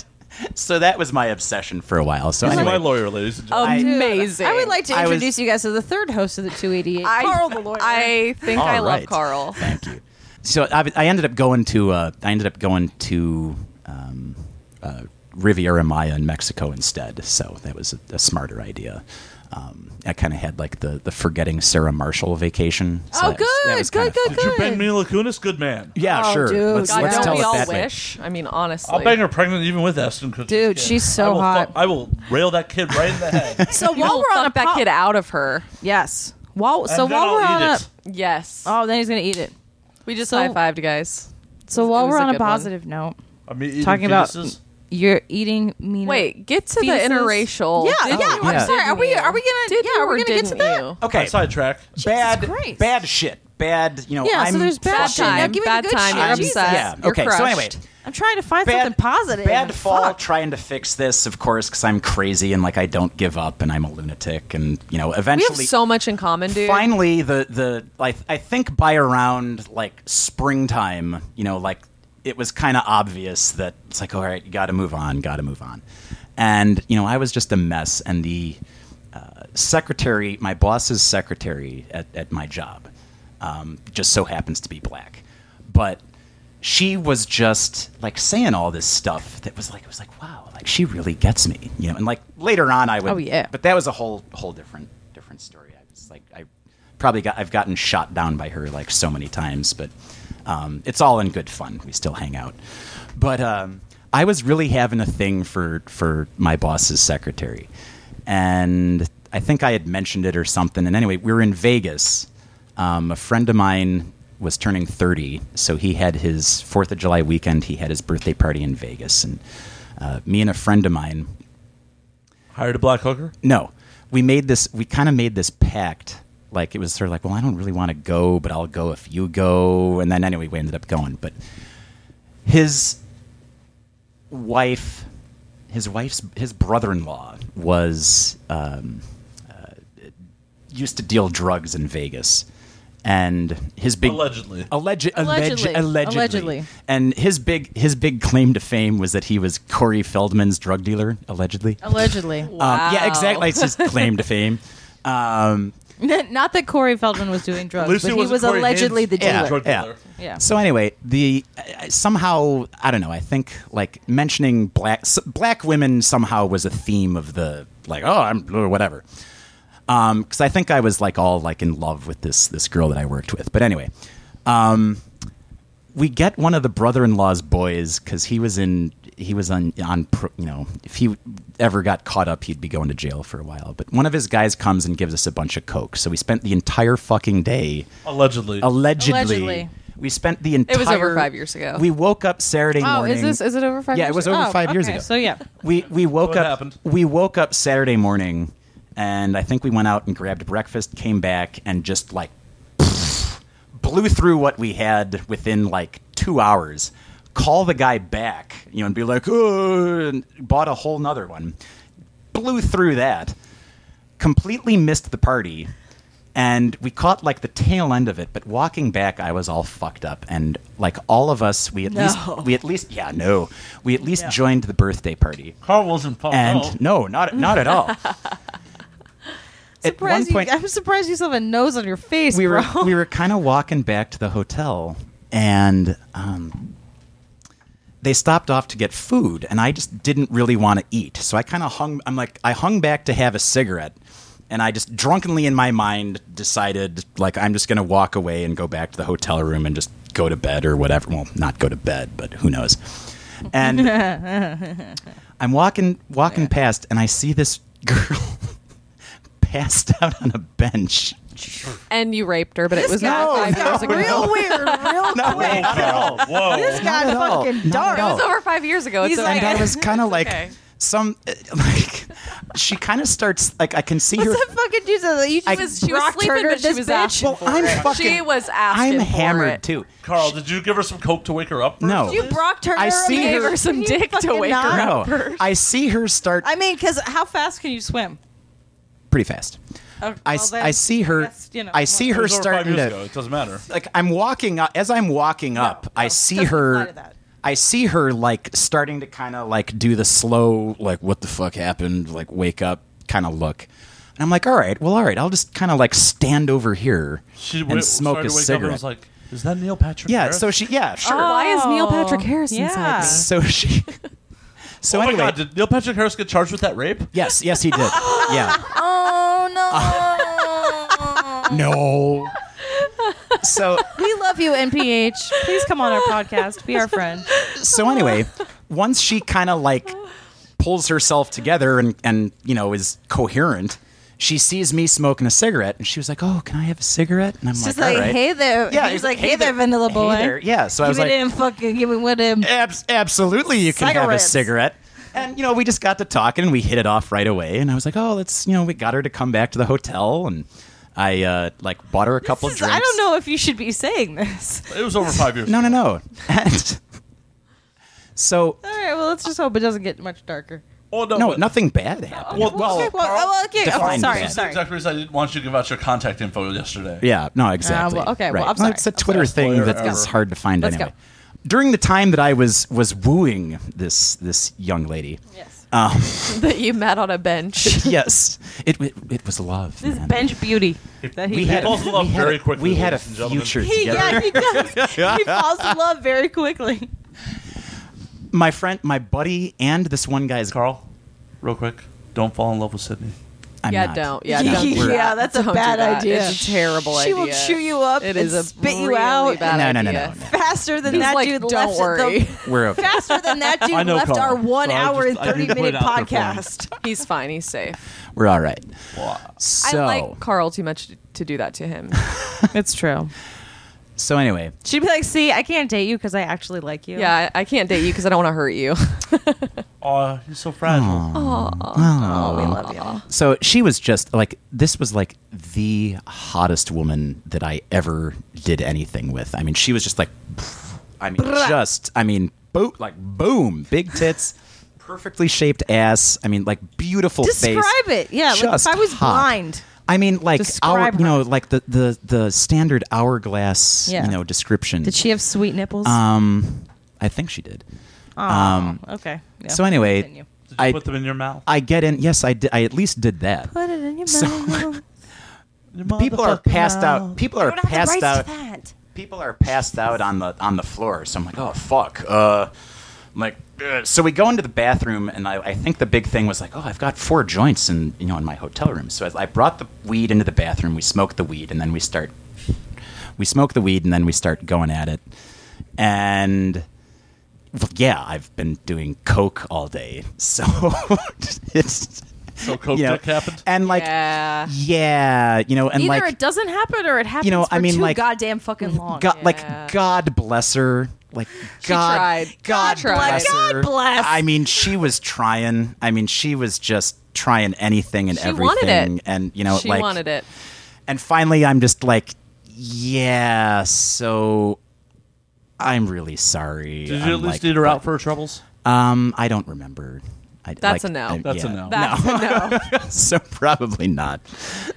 Speaker 12: so that was my obsession for a while. So
Speaker 2: He's
Speaker 12: anyway,
Speaker 2: my lawyer, ladies and
Speaker 12: I-
Speaker 9: Amazing. I would like to
Speaker 12: I was-
Speaker 9: introduce you guys to the third host of the 288, Carl the lawyer.
Speaker 3: I think I
Speaker 12: All
Speaker 3: love
Speaker 12: right.
Speaker 3: Carl.
Speaker 12: Thank you. So I, I ended up going to uh, I ended up going to um, uh, Riviera Maya in Mexico instead. So that was a, a smarter idea. Um, I kind of had like the, the forgetting Sarah Marshall vacation. So
Speaker 3: Oh,
Speaker 12: that was- that
Speaker 3: good,
Speaker 12: was kinda
Speaker 3: good, good,
Speaker 12: fun.
Speaker 3: good.
Speaker 2: you bang Mila Kunis, good man.
Speaker 12: Yeah,
Speaker 3: Oh,
Speaker 12: sure.
Speaker 3: dude,
Speaker 12: let's
Speaker 3: God,
Speaker 12: let's
Speaker 3: don't
Speaker 12: tell
Speaker 3: we
Speaker 12: it
Speaker 3: all
Speaker 12: that way.
Speaker 3: wish? I mean, honestly.
Speaker 2: I'll bang her pregnant even with Ashton Kutcher.
Speaker 9: Dude, she's
Speaker 2: I
Speaker 9: so
Speaker 2: will
Speaker 9: hot.
Speaker 2: fu- I will rail that kid right in the head.
Speaker 9: So
Speaker 3: You
Speaker 9: while
Speaker 3: will
Speaker 9: we're on
Speaker 3: fuck
Speaker 9: a
Speaker 3: that
Speaker 9: pop-
Speaker 3: kid out of her.
Speaker 9: Yes. While
Speaker 3: And
Speaker 9: so
Speaker 3: then
Speaker 9: while
Speaker 3: I'll
Speaker 9: we're on
Speaker 3: eat
Speaker 9: a
Speaker 3: it. Yes.
Speaker 12: Uh,
Speaker 9: Oh, then he's gonna eat it.
Speaker 3: We just
Speaker 9: So-
Speaker 3: high fived, guys.
Speaker 9: So
Speaker 3: It
Speaker 9: while
Speaker 3: was
Speaker 9: we're on a
Speaker 3: good one.
Speaker 9: positive note,
Speaker 2: I mean, eating
Speaker 9: talking about
Speaker 2: fetuses?
Speaker 9: you're eating meat.
Speaker 3: Wait, get to the interracial.
Speaker 9: Yeah,
Speaker 3: Did
Speaker 9: yeah.
Speaker 3: you or
Speaker 9: I'm sorry. Are we?
Speaker 3: didn't
Speaker 9: Are we
Speaker 3: you?
Speaker 9: gonna?
Speaker 3: Did
Speaker 9: yeah,
Speaker 3: you
Speaker 9: are we
Speaker 3: or
Speaker 9: gonna get to
Speaker 3: didn't
Speaker 9: that?
Speaker 3: you?
Speaker 12: Okay,
Speaker 2: sidetrack.
Speaker 12: Bad, bad shit. Bad, you know.
Speaker 9: yeah,
Speaker 12: I'm
Speaker 9: so there's bad,
Speaker 12: fucking-
Speaker 9: shit. Now give me
Speaker 3: Bad
Speaker 9: the good
Speaker 3: time.
Speaker 9: shit.
Speaker 3: You're
Speaker 9: Jesus.
Speaker 3: obsessed.
Speaker 12: Yeah. You're Okay, so crushed. anyway.
Speaker 9: I'm trying to find something positive.
Speaker 12: Bad fall
Speaker 9: Fuck.
Speaker 12: trying to fix this, of course, because I'm crazy and like I don't give up and I'm a lunatic and you know
Speaker 3: We
Speaker 12: eventually
Speaker 3: have so much in common, dude.
Speaker 12: finally the the like I think by around like springtime, you know, like it was kind of obvious that it's like all right, you got to move on, got to move on. And you know, I was just a mess and the uh, secretary, my boss's secretary at, at my job, um, just so happens to be black. But she was just like saying all this stuff that was like, it was like, wow, like she really gets me, you know. And like later on, I would,
Speaker 9: Oh, yeah.
Speaker 12: But that was a whole whole different different story. I was like, I probably got I've gotten shot down by her like so many times, but um, it's all in good fun. We still hang out. But um, I was really having a thing for for my boss's secretary, and I think I had mentioned it or something. And anyway, we were in Vegas. Um, a friend of mine was turning 30, so he had his Fourth of July weekend. He had his birthday party in Vegas, and uh, me and a friend of mine
Speaker 2: hired a black hooker.
Speaker 12: No, we made this. We kind of made this pact. Like it was sort of like, well, I don't really want to go, but I'll go if you go. And then anyway, we ended up going. But his wife, his wife's, his brother-in-law was um, uh, used to deal drugs in Vegas, and his big
Speaker 2: Allegedly.
Speaker 12: alleged allegedly.
Speaker 9: Allegedly.
Speaker 12: allegedly
Speaker 9: Allegedly.
Speaker 12: and his big his big claim to fame was that he was Corey Feldman's drug dealer allegedly
Speaker 9: Allegedly.
Speaker 12: um, yeah exactly it's his claim to fame um,
Speaker 9: Not that Corey Feldman was doing drugs, but he was allegedly the dealer.
Speaker 12: Yeah.
Speaker 9: Yeah.
Speaker 12: So anyway, the uh, somehow I don't know. I think like mentioning black s- black women somehow was a theme of the like oh I'm or whatever. Um, because I think I was like all like in love with this this girl that I worked with. But anyway, um, we get one of the brother-in-law's boys because he was in he was on on pro- you know if he ever got caught up he'd be going to jail for a while but one of his guys comes and gives us a bunch of coke so we spent the entire fucking day
Speaker 2: Allegedly.
Speaker 12: allegedly,
Speaker 9: Allegedly.
Speaker 12: we spent the entire
Speaker 3: It was over five years ago.
Speaker 12: we woke up Saturday
Speaker 9: Oh,
Speaker 12: morning
Speaker 9: is this is it over five?
Speaker 12: yeah it
Speaker 9: years
Speaker 12: was
Speaker 9: ago?
Speaker 12: over
Speaker 9: Oh,
Speaker 12: five years
Speaker 9: okay,
Speaker 12: ago
Speaker 9: So yeah,
Speaker 12: we we woke
Speaker 9: So it
Speaker 12: up we woke up Saturday morning and I think we went out and grabbed breakfast came back and just like blew through what we had within like two hours. Call the guy back, you know, and be like, oh, and bought a whole nother one. Blew through that. Completely missed the party. And we caught like the tail end of it, but walking back, I was all fucked up, and like all of us, we at
Speaker 2: No.
Speaker 12: least we at least yeah no, we at least
Speaker 2: Yeah.
Speaker 12: joined the birthday party.
Speaker 2: Carl Oh. wasn't fucked
Speaker 12: and
Speaker 2: up.
Speaker 12: no, not not at all. at one
Speaker 9: Surprised you-
Speaker 12: point,
Speaker 9: I'm surprised you still have a nose on your face,
Speaker 12: we were
Speaker 9: bro.
Speaker 12: we were kind of walking back to the hotel, and um, they stopped off to get food, and I just didn't really want to eat, so I kind of hung. I'm like, I hung back to have a cigarette, and I just drunkenly in my mind decided like I'm just gonna walk away and go back to the hotel room and just go to bed or whatever. Well, not go to bed, but who knows. And I'm walking walking past, and I see this girl passed out on a bench.
Speaker 3: And you raped her, but it
Speaker 12: This
Speaker 3: was not
Speaker 12: guy-
Speaker 3: five years ago.
Speaker 12: real
Speaker 9: weird, real
Speaker 12: No, wait, not at all. Whoa.
Speaker 3: This
Speaker 12: got
Speaker 3: got
Speaker 12: fucking dark.
Speaker 3: It was over five years ago. It's
Speaker 12: and
Speaker 3: okay.
Speaker 12: I was kind of
Speaker 3: It's
Speaker 12: like
Speaker 3: okay.
Speaker 12: some uh, like she kind of starts like I can see her.
Speaker 9: fucking do something. You
Speaker 3: She
Speaker 12: I-
Speaker 3: was, she was
Speaker 12: Brock
Speaker 3: sleeping,
Speaker 12: Turner
Speaker 3: but she
Speaker 12: this
Speaker 3: was
Speaker 12: bitch?
Speaker 3: asking
Speaker 12: Well,
Speaker 3: for
Speaker 12: I'm
Speaker 3: it.
Speaker 12: fucking-
Speaker 3: She was asking
Speaker 12: I'm
Speaker 3: for
Speaker 12: hammered
Speaker 3: it.
Speaker 12: too.
Speaker 2: Carl, did you give her some coke to wake her up?
Speaker 12: No,
Speaker 9: Brock Turner
Speaker 12: I see
Speaker 9: gave
Speaker 12: her-
Speaker 9: her some
Speaker 3: Can you
Speaker 9: dick to
Speaker 3: fucking
Speaker 9: wake
Speaker 3: not?
Speaker 9: her up.
Speaker 12: no. I see her start
Speaker 9: I mean, because how fast can you swim?
Speaker 12: pretty fast.
Speaker 9: Oh,
Speaker 12: I,
Speaker 9: well,
Speaker 12: s-
Speaker 9: then
Speaker 12: I see her.
Speaker 9: that's, you know,
Speaker 12: I see
Speaker 9: well,
Speaker 12: her
Speaker 9: it was over five
Speaker 12: starting
Speaker 2: years
Speaker 12: to.
Speaker 2: ago. It doesn't matter.
Speaker 12: Like I'm walking up, as I'm walking up, I see her. I see her like starting to kind of like do the slow, like what the fuck happened, like wake up kind of look. And I'm like, all right, well, all right, I'll just kind of like stand over here
Speaker 2: She
Speaker 12: and
Speaker 2: wa-
Speaker 12: smoke
Speaker 2: started to
Speaker 12: a
Speaker 2: wake up and
Speaker 12: cigarette.
Speaker 2: was like, is that Neil Patrick
Speaker 12: yeah,
Speaker 2: Harris?
Speaker 12: so she, yeah, sure.
Speaker 13: Uh-huh.
Speaker 3: Why is Neil Patrick Harris
Speaker 9: Oh. yeah.
Speaker 3: inside me?
Speaker 12: So she. So
Speaker 2: oh
Speaker 12: anyway,
Speaker 2: my god, did Neil Patrick Harris get charged with that rape?
Speaker 12: yes, yes, he did. yeah.
Speaker 9: Oh
Speaker 12: No. So
Speaker 9: we love you, NPH. Please come on our podcast. Be our friend.
Speaker 12: so anyway, once she kind of like pulls herself together and and you know is coherent, she sees me smoking a cigarette and she was like, "Oh, can I have a cigarette?" And I'm
Speaker 9: It's
Speaker 12: like,
Speaker 9: just like,
Speaker 12: "All right."
Speaker 9: hey there.
Speaker 12: Yeah,
Speaker 9: Yeah, he's
Speaker 12: it's
Speaker 9: like, hey, there, vanilla boy.
Speaker 12: there. Yeah, so I
Speaker 9: give
Speaker 12: was
Speaker 9: me
Speaker 12: like-
Speaker 9: them fucking, give me with him.
Speaker 12: Abs- absolutely, you can have a
Speaker 9: Cigarettes.
Speaker 12: cigarette. And you know, we just got to talking and we hit it off right away. And I was like, "Oh, let's you know, we got her to come back to the hotel and." I uh, like bought her a couple drinks.
Speaker 9: I don't know if you should be saying this.
Speaker 2: It was over five years.
Speaker 12: No, no, no. And so
Speaker 9: All right, well, let's just hope it doesn't get much darker.
Speaker 2: Oh no,
Speaker 12: no, nothing bad happened.
Speaker 2: Well, well,
Speaker 9: okay, well, oh, well, okay. Oh,
Speaker 12: define
Speaker 9: sorry,
Speaker 12: that.
Speaker 9: sorry.
Speaker 2: exactly reason I didn't want you to give out your contact info yesterday.
Speaker 12: Yeah, no, exactly.
Speaker 9: Uh, well, okay, well,
Speaker 12: right.
Speaker 9: I'm sorry.
Speaker 12: It's a
Speaker 9: I'm
Speaker 12: Twitter
Speaker 2: sorry.
Speaker 12: thing that
Speaker 2: Spoiler
Speaker 12: is
Speaker 2: error.
Speaker 12: hard to find
Speaker 9: Let's
Speaker 12: anyway.
Speaker 9: go.
Speaker 12: During the time that I was was wooing this this young lady, yes, um,
Speaker 3: that you met on a bench.
Speaker 12: yes, it, it it was love.
Speaker 9: This
Speaker 12: man.
Speaker 9: bench beauty that he
Speaker 12: Um, we had
Speaker 2: falls in love
Speaker 12: we had
Speaker 2: very
Speaker 12: a,
Speaker 2: quickly,
Speaker 12: We had a
Speaker 2: ladies and gentlemen.
Speaker 12: future
Speaker 9: He, yeah,
Speaker 12: together.
Speaker 9: he does. He falls in love very quickly.
Speaker 12: my friend, my buddy, and this one guy's Carl.
Speaker 2: Real quick, don't fall in love with Sydney.
Speaker 12: I'm
Speaker 3: yeah,
Speaker 12: not.
Speaker 3: don't. Yeah,
Speaker 12: Yeah,
Speaker 3: don't do
Speaker 12: we're-
Speaker 3: that.
Speaker 9: Yeah, that's a
Speaker 3: Don't do
Speaker 9: bad
Speaker 3: that.
Speaker 9: idea.
Speaker 3: It's a terrible
Speaker 9: She
Speaker 3: idea.
Speaker 9: will chew you up
Speaker 3: It
Speaker 9: and
Speaker 3: is a
Speaker 9: spit you
Speaker 3: really
Speaker 9: out.
Speaker 3: Bad
Speaker 12: No, no,
Speaker 3: idea.
Speaker 12: no, no, no.
Speaker 9: Faster than
Speaker 3: He's
Speaker 9: that
Speaker 3: like,
Speaker 9: dude
Speaker 3: "Don't
Speaker 9: left
Speaker 3: worry."
Speaker 9: the
Speaker 12: We're okay.
Speaker 9: faster than that dude
Speaker 12: I know
Speaker 9: left
Speaker 12: Colin,
Speaker 9: our one
Speaker 12: so I
Speaker 9: hour
Speaker 12: just- I
Speaker 9: and
Speaker 12: need
Speaker 9: thirty
Speaker 12: to point
Speaker 9: minute
Speaker 12: out the point.
Speaker 9: podcast.
Speaker 3: He's fine. He's safe.
Speaker 12: We're all right. So
Speaker 3: I like Carl too much to do that to him.
Speaker 9: it's true.
Speaker 12: So anyway,
Speaker 9: She'd be like, "See, I can't date you because I actually like you."
Speaker 3: Yeah, I, I can't date you because I don't want to hurt you.
Speaker 2: Oh, he's so fragile.
Speaker 12: Oh,
Speaker 9: we love you.
Speaker 12: So she was just like this was like the hottest woman that I ever did anything with. I mean, she was just like, I mean,
Speaker 9: Bruh.
Speaker 12: just I mean, boom, like boom, big tits, perfectly shaped ass. I mean, like beautiful face.
Speaker 9: Describe it. Yeah, like if
Speaker 12: Just
Speaker 9: I was
Speaker 12: hot.
Speaker 9: blind.
Speaker 12: I mean, like
Speaker 9: Describe
Speaker 12: hour, you know, like the the the standard hourglass,
Speaker 9: Yeah.
Speaker 12: you know, description.
Speaker 9: Did she have sweet nipples?
Speaker 12: Um, I think she did.
Speaker 9: Aw, okay. Yeah.
Speaker 12: um, So anyway,
Speaker 9: Continue.
Speaker 12: did
Speaker 2: you
Speaker 12: I
Speaker 2: put them in your mouth?
Speaker 12: I get in. Yes, I did. I at least did that.
Speaker 9: Put it in your
Speaker 12: So-
Speaker 9: mouth.
Speaker 12: people are passed out. People are
Speaker 9: don't have the
Speaker 12: passed
Speaker 9: rights
Speaker 12: out.
Speaker 9: to that.
Speaker 12: People are passed out on the on the floor. So I'm like, oh fuck. Uh, I'm like, "Ugh." so we go into the bathroom, and I, I think the big thing was like, oh, I've got four joints in you know in my hotel room. So I, I brought the weed into the bathroom. We smoke the weed, and then we start. We smoke the weed, and then we start going at it. And well, yeah, I've been doing coke all day, so it's
Speaker 2: So coke
Speaker 12: you know,
Speaker 2: dick happened.
Speaker 12: And like,
Speaker 9: yeah,
Speaker 12: you know, and
Speaker 9: Either
Speaker 12: like,
Speaker 9: it doesn't happen or it happens
Speaker 12: know,
Speaker 9: for
Speaker 12: I mean,
Speaker 9: too
Speaker 12: like-
Speaker 9: goddamn fucking long.
Speaker 12: God, like God bless her. Like
Speaker 9: She
Speaker 12: God,
Speaker 9: tried.
Speaker 12: God
Speaker 9: She tried.
Speaker 12: bless
Speaker 9: God
Speaker 12: her.
Speaker 9: bless.
Speaker 12: I mean, she was trying. I mean, she was just trying anything and
Speaker 3: She
Speaker 12: everything.
Speaker 3: wanted it.
Speaker 12: And you know,
Speaker 3: she
Speaker 12: like,
Speaker 3: wanted it.
Speaker 12: and finally, I'm just like, yeah. So, I'm really sorry.
Speaker 2: Did you
Speaker 12: I'm
Speaker 2: at least
Speaker 12: like,
Speaker 2: eat her out for her troubles?
Speaker 12: Um, I don't remember. I,
Speaker 3: That's
Speaker 12: like,
Speaker 3: a no.
Speaker 12: I-
Speaker 2: That's a
Speaker 12: yeah.
Speaker 2: no.
Speaker 3: That's
Speaker 12: no. so probably not.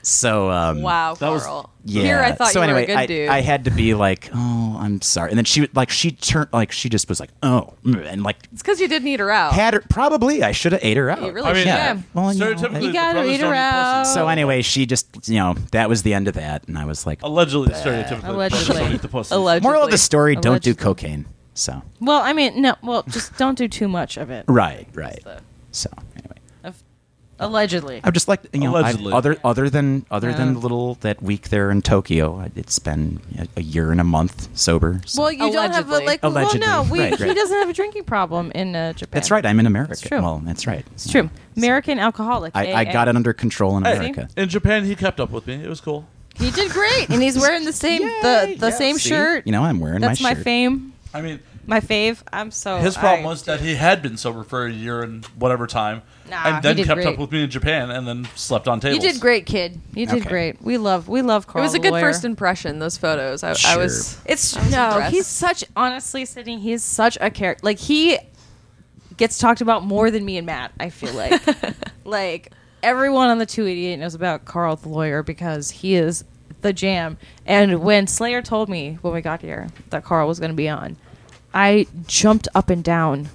Speaker 12: So um,
Speaker 3: Wow, That was- Carl.
Speaker 12: yeah.
Speaker 3: Here I thought
Speaker 12: so
Speaker 3: you were a
Speaker 12: anyway,
Speaker 3: good
Speaker 12: I,
Speaker 3: dude.
Speaker 12: I had to be like, oh, I'm sorry, and then she would like she turned like she just was like, oh, mm, and like
Speaker 3: It's because you didn't eat her out.
Speaker 12: had her probably I should have ate her out.
Speaker 3: Oh. You really I mean, should.
Speaker 12: yeah. Well, you know,
Speaker 3: Stereotypically,
Speaker 12: I-
Speaker 3: You the gotta brothers eat her don't eat out. pussy.
Speaker 12: So anyway, she just you know that was the end of that, and I was like,
Speaker 2: allegedly,
Speaker 12: stereotypically,
Speaker 9: Allegedly. don't eat the pussies. Allegedly.
Speaker 12: Moral of the story: don't do
Speaker 9: Allegedly.
Speaker 12: cocaine. So
Speaker 9: Well, I mean, no. Well, just don't do too much of it.
Speaker 12: right, right. So
Speaker 9: Of- allegedly.
Speaker 12: I'm just like you know, I've-
Speaker 9: Allegedly.
Speaker 12: other other than other than
Speaker 9: Yeah.
Speaker 12: the little that week there in Tokyo, I- it's been a, a year and a month sober. so-
Speaker 9: Well, you don't have a
Speaker 3: Allegedly.
Speaker 9: like.
Speaker 12: Allegedly.
Speaker 9: Well, no, we,
Speaker 12: Right,
Speaker 9: he
Speaker 12: right.
Speaker 9: doesn't have a drinking problem in uh, Japan.
Speaker 12: that's right. I'm in America.
Speaker 9: It's true.
Speaker 12: Well, that's right.
Speaker 9: It's true. American alcoholic.
Speaker 12: I, I
Speaker 9: AA.
Speaker 12: got it under control in
Speaker 9: Hey.
Speaker 12: America.
Speaker 2: In Japan, he kept up with me. It was cool.
Speaker 9: He did great, and he's wearing the same the the same
Speaker 12: see?
Speaker 9: shirt.
Speaker 12: You know, I'm wearing my
Speaker 9: That's my
Speaker 12: shirt.
Speaker 9: fame.
Speaker 2: I mean,
Speaker 9: my fave. I'm so
Speaker 2: His problem
Speaker 9: Oh, I-
Speaker 2: was that he had been sober for a year and whatever time,
Speaker 9: Nah,
Speaker 2: and then
Speaker 9: he did
Speaker 2: kept
Speaker 9: great.
Speaker 2: up with me in Japan, and then slept on
Speaker 9: You
Speaker 2: tables.
Speaker 9: did great, kid. You did
Speaker 2: Okay.
Speaker 9: great. We love we love Carl.
Speaker 3: it was a good
Speaker 9: Lawyer.
Speaker 3: first impression. Those photos. I, I was.
Speaker 9: It's
Speaker 3: I was
Speaker 9: no.
Speaker 3: impressed.
Speaker 9: He's such honestly, Sydney. He's such a character. Like he gets talked about more than me and Matt. I feel like like everyone on the 288 knows about Carl the lawyer because he is the jam. And when Slayer told me when we got here that Carl was going to be on, I jumped up and down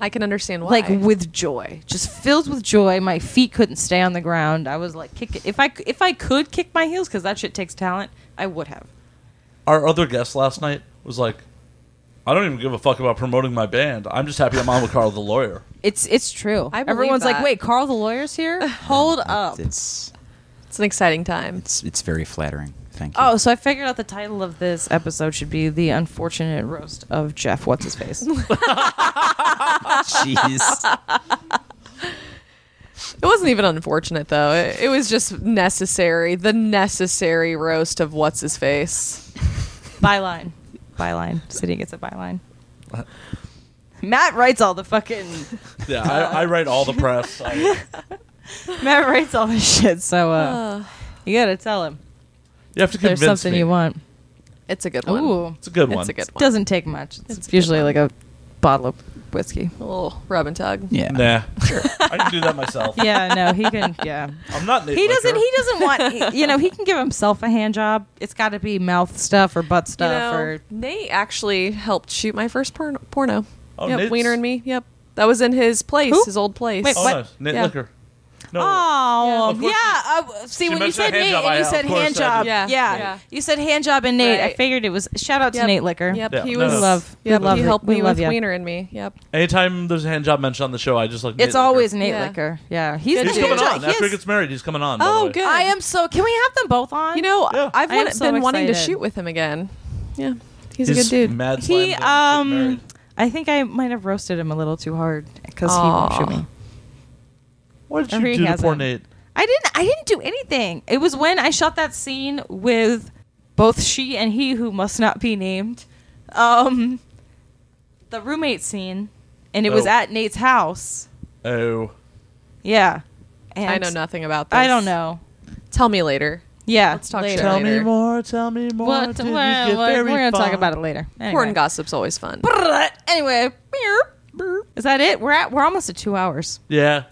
Speaker 3: I can understand why.
Speaker 9: like with joy, just filled with joy. My feet couldn't stay on the ground. I was like, kick if I c- if I could kick my heels because that shit takes talent, I would have.
Speaker 2: Our other guest last night was like, "I don't even give a fuck about promoting my band. I'm just happy I'm on with Carl the lawyer."
Speaker 9: It's it's true.
Speaker 3: I believe
Speaker 9: Everyone's
Speaker 3: that.
Speaker 9: like, wait, Carl the lawyer's here. Hold up.
Speaker 12: It's
Speaker 3: it's an exciting time.
Speaker 12: it's it's very flattering. Thank you.
Speaker 9: Oh, so I figured out the title of this episode should be the unfortunate roast of Jeff. What's his face?
Speaker 12: Jeez.
Speaker 3: It wasn't even unfortunate though. It, it was just necessary. The necessary roast of what's his face.
Speaker 9: byline, byline. City gets a byline. Matt writes all the fucking.
Speaker 2: Yeah, I, I write all the press. I-
Speaker 9: Matt writes all the shit. So uh, you gotta tell him.
Speaker 2: you have to
Speaker 9: if There's
Speaker 2: convince
Speaker 9: something
Speaker 2: me.
Speaker 9: you want.
Speaker 3: It's a good one.
Speaker 9: Ooh.
Speaker 2: It's a good one.
Speaker 3: It's a good one.
Speaker 9: Doesn't take much. It's, usually like a bottle of whiskey.
Speaker 3: a little rub and tug.
Speaker 12: Yeah.
Speaker 2: Nah. Sure. I can do that myself.
Speaker 9: yeah, no, he can. Yeah,
Speaker 2: I'm not. Nate
Speaker 9: he doesn't.
Speaker 2: Licker.
Speaker 9: He doesn't want. You know, he can give himself a hand job. It's got to be mouth stuff or butt
Speaker 3: You
Speaker 9: stuff
Speaker 3: know,
Speaker 9: or
Speaker 3: Nate actually helped shoot my first porn- porno.
Speaker 2: Oh,
Speaker 3: yep,
Speaker 2: Nate's-
Speaker 3: Wiener and me. Yep, that was in his place,
Speaker 9: Who?
Speaker 3: his old place.
Speaker 9: Wait,
Speaker 2: Oh,
Speaker 9: what?
Speaker 2: no, Nate
Speaker 3: Yeah.
Speaker 2: Licker. No.
Speaker 9: Oh,
Speaker 2: Of
Speaker 9: yeah.
Speaker 2: course
Speaker 9: uh, see,
Speaker 2: She
Speaker 9: when you
Speaker 2: mentioned
Speaker 9: said
Speaker 2: a hand
Speaker 9: Nate
Speaker 2: job, I-
Speaker 9: and you
Speaker 2: of
Speaker 9: said
Speaker 2: course I
Speaker 9: hand
Speaker 2: did.
Speaker 9: job,
Speaker 3: Yeah.
Speaker 9: yeah,
Speaker 3: Yeah.
Speaker 9: You said hand job and Nate. I
Speaker 3: Right.
Speaker 9: figured it was. Shout out
Speaker 3: Yep.
Speaker 9: to Nate Licker.
Speaker 3: Yep,
Speaker 2: Yeah,
Speaker 3: he
Speaker 2: no,
Speaker 3: was.
Speaker 2: no.
Speaker 9: Love-
Speaker 3: Yep,
Speaker 9: we love
Speaker 3: he
Speaker 9: you.
Speaker 3: helped
Speaker 9: We
Speaker 3: me
Speaker 9: love
Speaker 3: with
Speaker 9: ya.
Speaker 3: Wiener and me. Yep.
Speaker 2: Anytime there's a hand job mentioned on the show, I just like.
Speaker 9: It's
Speaker 2: Nate Licker.
Speaker 9: always Nate
Speaker 3: Yeah.
Speaker 9: Licker. Yeah, he's,
Speaker 2: He's,
Speaker 9: the
Speaker 2: coming
Speaker 9: hand job-
Speaker 2: on
Speaker 9: he
Speaker 2: after he
Speaker 9: is-
Speaker 2: gets married. He's coming on. by the
Speaker 3: Oh,
Speaker 2: way.
Speaker 3: good.
Speaker 9: I am so. Can we have them both on?
Speaker 3: You know, I've
Speaker 9: I am
Speaker 3: wa-
Speaker 9: so
Speaker 3: been wanting to
Speaker 9: excited.
Speaker 3: shoot with him again. Yeah, he's, a
Speaker 2: He's
Speaker 3: good dude.
Speaker 2: Mad slam
Speaker 9: he
Speaker 2: dunk, get uh, married.
Speaker 9: um, I think I might have roasted him a little too hard because he won't
Speaker 3: Aw.
Speaker 9: shoot me.
Speaker 2: What did
Speaker 9: Or
Speaker 2: you
Speaker 9: he
Speaker 2: do to poor
Speaker 9: hasn't.
Speaker 2: Nate?
Speaker 9: I didn't. I didn't do anything. It was when I shot that scene with both she and he, who must not be named, um, the roommate scene, and it was
Speaker 2: Oh.
Speaker 9: at Nate's house.
Speaker 2: Oh,
Speaker 9: Yeah, and
Speaker 3: I know nothing about this.
Speaker 9: I don't know.
Speaker 3: Tell me later.
Speaker 9: Yeah,
Speaker 3: Let's talk
Speaker 9: later.
Speaker 3: shit Tell me later.
Speaker 2: more. Tell me more.
Speaker 9: Well, t- well, we're, we're gonna talk about it later.
Speaker 3: Porn
Speaker 9: Anyway.
Speaker 3: gossip's always fun.
Speaker 9: Anyway, is that it? We're at. We're almost at two hours.
Speaker 2: Yeah,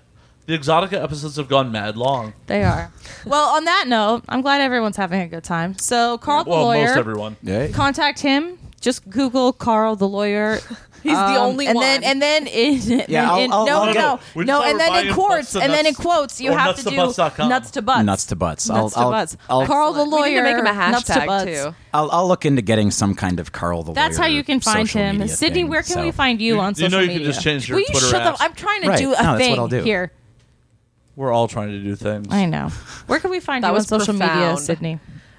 Speaker 2: The Exotica episodes have gone mad long.
Speaker 9: They are. well, on that note, I'm glad everyone's having a good time. So Carl the
Speaker 2: Well,
Speaker 9: lawyer.
Speaker 2: most everyone. Yeah.
Speaker 9: Contact him. Just Google Carl the lawyer.
Speaker 14: He's
Speaker 3: Um,
Speaker 14: the only
Speaker 9: and
Speaker 14: one.
Speaker 9: Then, and then in,
Speaker 12: Yeah,
Speaker 9: in-
Speaker 12: I'll-
Speaker 9: in-
Speaker 12: I'll-
Speaker 9: no,
Speaker 12: I'll- No, no.
Speaker 9: no, no,
Speaker 12: We just
Speaker 9: no,
Speaker 12: thought
Speaker 9: and
Speaker 12: we were
Speaker 9: then
Speaker 12: buying
Speaker 9: in
Speaker 12: nuts
Speaker 9: quotes,
Speaker 12: to
Speaker 9: and then in
Speaker 12: nuts-
Speaker 9: quotes, you
Speaker 12: or
Speaker 9: have to do
Speaker 12: nuts-to-butts.com.
Speaker 9: nuts to butts.
Speaker 12: Nuts to butts. I'll-
Speaker 9: Nuts to
Speaker 12: I'll-
Speaker 9: butts.
Speaker 12: I'll-
Speaker 9: Carl the lawyer.
Speaker 3: We need to make him a
Speaker 9: nuts to
Speaker 3: hashtag,
Speaker 9: butts.
Speaker 3: too.
Speaker 12: I'll, I'll look into getting some kind of Carl the
Speaker 9: That's how
Speaker 12: Lawyer
Speaker 9: you can find
Speaker 12: social
Speaker 9: him.
Speaker 12: media
Speaker 9: Sydney,
Speaker 12: thing,
Speaker 9: where can
Speaker 12: so-
Speaker 9: we find you on
Speaker 2: You
Speaker 9: social
Speaker 2: know
Speaker 9: media?
Speaker 2: you can just change your
Speaker 9: Will you
Speaker 2: Twitter
Speaker 9: shut
Speaker 2: at.
Speaker 9: up? I'm trying to
Speaker 2: Right.
Speaker 9: do a
Speaker 2: No, that's what
Speaker 9: thing
Speaker 2: I'll do.
Speaker 9: here.
Speaker 2: We're all trying to do things.
Speaker 9: I know. Where can we find
Speaker 3: That
Speaker 9: you
Speaker 3: was
Speaker 9: on social media,
Speaker 3: profound.
Speaker 9: Sydney?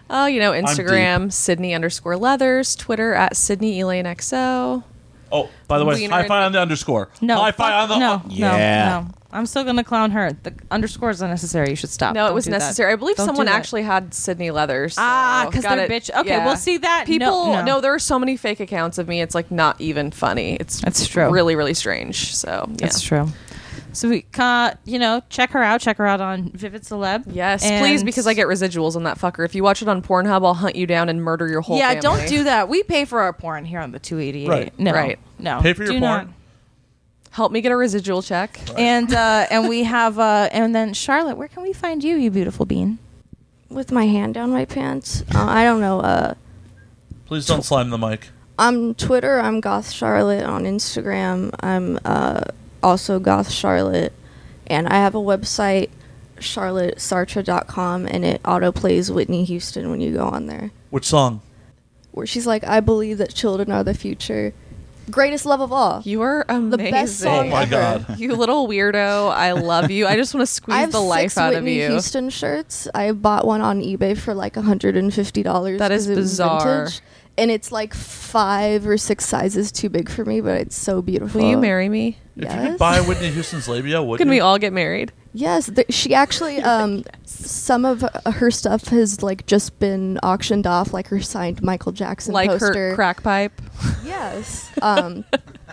Speaker 3: Oh, you know,
Speaker 2: I'm
Speaker 3: Instagram, Sydney underscore leathers, Twitter at Sydney Elaine XO.
Speaker 2: Oh, by the way,
Speaker 3: Wiener
Speaker 2: high
Speaker 3: and-
Speaker 2: five on the underscore.
Speaker 9: No.
Speaker 2: High five on
Speaker 9: fuck-
Speaker 2: the.
Speaker 9: no, no,
Speaker 2: Yeah.
Speaker 9: no. I'm still gonna clown her. The underscore is unnecessary. You should stop.
Speaker 3: No, it
Speaker 9: Don't
Speaker 3: was
Speaker 9: do that.
Speaker 3: necessary. I believe
Speaker 9: Don't
Speaker 3: someone
Speaker 9: do that.
Speaker 3: actually had Sydney Leathers.
Speaker 9: Ah,
Speaker 3: so
Speaker 9: 'cause
Speaker 3: got
Speaker 9: they're
Speaker 3: it.
Speaker 9: bitch- okay, well, see that- no,
Speaker 3: people.
Speaker 9: no.
Speaker 3: there are so many fake accounts of me. It's like not even funny. It's
Speaker 9: That's true.
Speaker 3: Really, really strange. So yeah.
Speaker 9: That's true. So we, uh, you know, check her out. Check her out on Vivid Celeb.
Speaker 3: Yes, please,
Speaker 9: And-
Speaker 3: because I get residuals on that fucker. If you watch it on Pornhub, I'll hunt you down and murder your whole.
Speaker 9: yeah, don't
Speaker 3: family.
Speaker 9: do that. We pay for our porn here on the 288.
Speaker 3: Right.
Speaker 9: No,
Speaker 3: Right.
Speaker 9: no.
Speaker 3: Pay for your
Speaker 9: do
Speaker 3: porn.
Speaker 9: not.
Speaker 3: Help me get a residual check.
Speaker 9: And uh, and we have uh, and then Charlotte, where can we find you, you beautiful bean?
Speaker 13: With my hand down my pants. Uh, I don't know. Uh,
Speaker 2: Please don't slime the mic.
Speaker 13: on Twitter, I'm Goth Charlotte. On Instagram, I'm uh, also Goth Charlotte. And I have a website, charlottesartre.com, and it autoplays Whitney Houston when you go on there.
Speaker 2: Which song?
Speaker 13: Where she's like, I believe that children are the future. Greatest love of all.
Speaker 3: You are amazing.
Speaker 13: The best song
Speaker 3: Oh my
Speaker 13: ever.
Speaker 3: God. You little weirdo. I love you. I just want to squeeze
Speaker 13: I have
Speaker 3: the life
Speaker 13: six
Speaker 3: out of
Speaker 13: Whitney
Speaker 3: you.
Speaker 13: Houston shirts. I bought one on eBay for like $150.
Speaker 3: That is
Speaker 13: 'cause it was
Speaker 3: bizarre.
Speaker 13: vintage. And it's like five or six sizes too big for me, but it's so beautiful.
Speaker 3: Will you marry me?
Speaker 2: If you
Speaker 13: Yes.
Speaker 2: could buy Whitney Houston's labia, would
Speaker 3: Can
Speaker 2: you?
Speaker 3: we all get married?
Speaker 13: Yes, th- she actually. Um, Some of uh, her stuff has like just been auctioned off, like her signed Michael Jackson
Speaker 3: Like her
Speaker 13: poster.
Speaker 3: crack pipe.
Speaker 13: Yes. Um,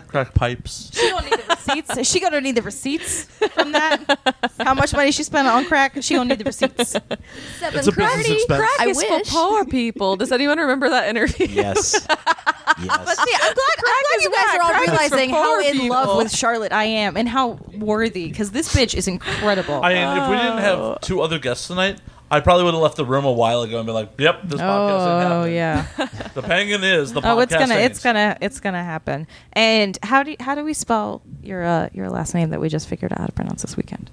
Speaker 2: crack pipes?
Speaker 9: She don't need the receipts. she gonna need the receipts from that. How much money she spent on crack? She gonna need the receipts.
Speaker 13: Seven
Speaker 2: It's a business
Speaker 3: Crack-
Speaker 2: expense.
Speaker 3: Crack
Speaker 13: I
Speaker 3: is
Speaker 13: wish.
Speaker 3: for poor people. Does anyone remember that interview?
Speaker 12: Yes.
Speaker 9: But see, I'm glad, I'm glad you guys
Speaker 3: bad.
Speaker 9: are all
Speaker 3: Crack is for
Speaker 9: realizing how
Speaker 3: poor
Speaker 9: in love
Speaker 3: people.
Speaker 9: with Charlotte I am and how worthy because this bitch is incredible.
Speaker 2: I mean, if we didn't
Speaker 9: Oh.
Speaker 2: have two other guests tonight, I probably would have left the room a while ago and been like, "Yep, this podcast ain't
Speaker 9: Oh,
Speaker 2: happening."
Speaker 9: yeah.
Speaker 2: the pangin is the podcast.
Speaker 9: oh, it's gonna,
Speaker 2: ain't.
Speaker 9: it's gonna, it's gonna happen. And how do you, how do we spell your uh, your last name that we just figured out how to pronounce this weekend?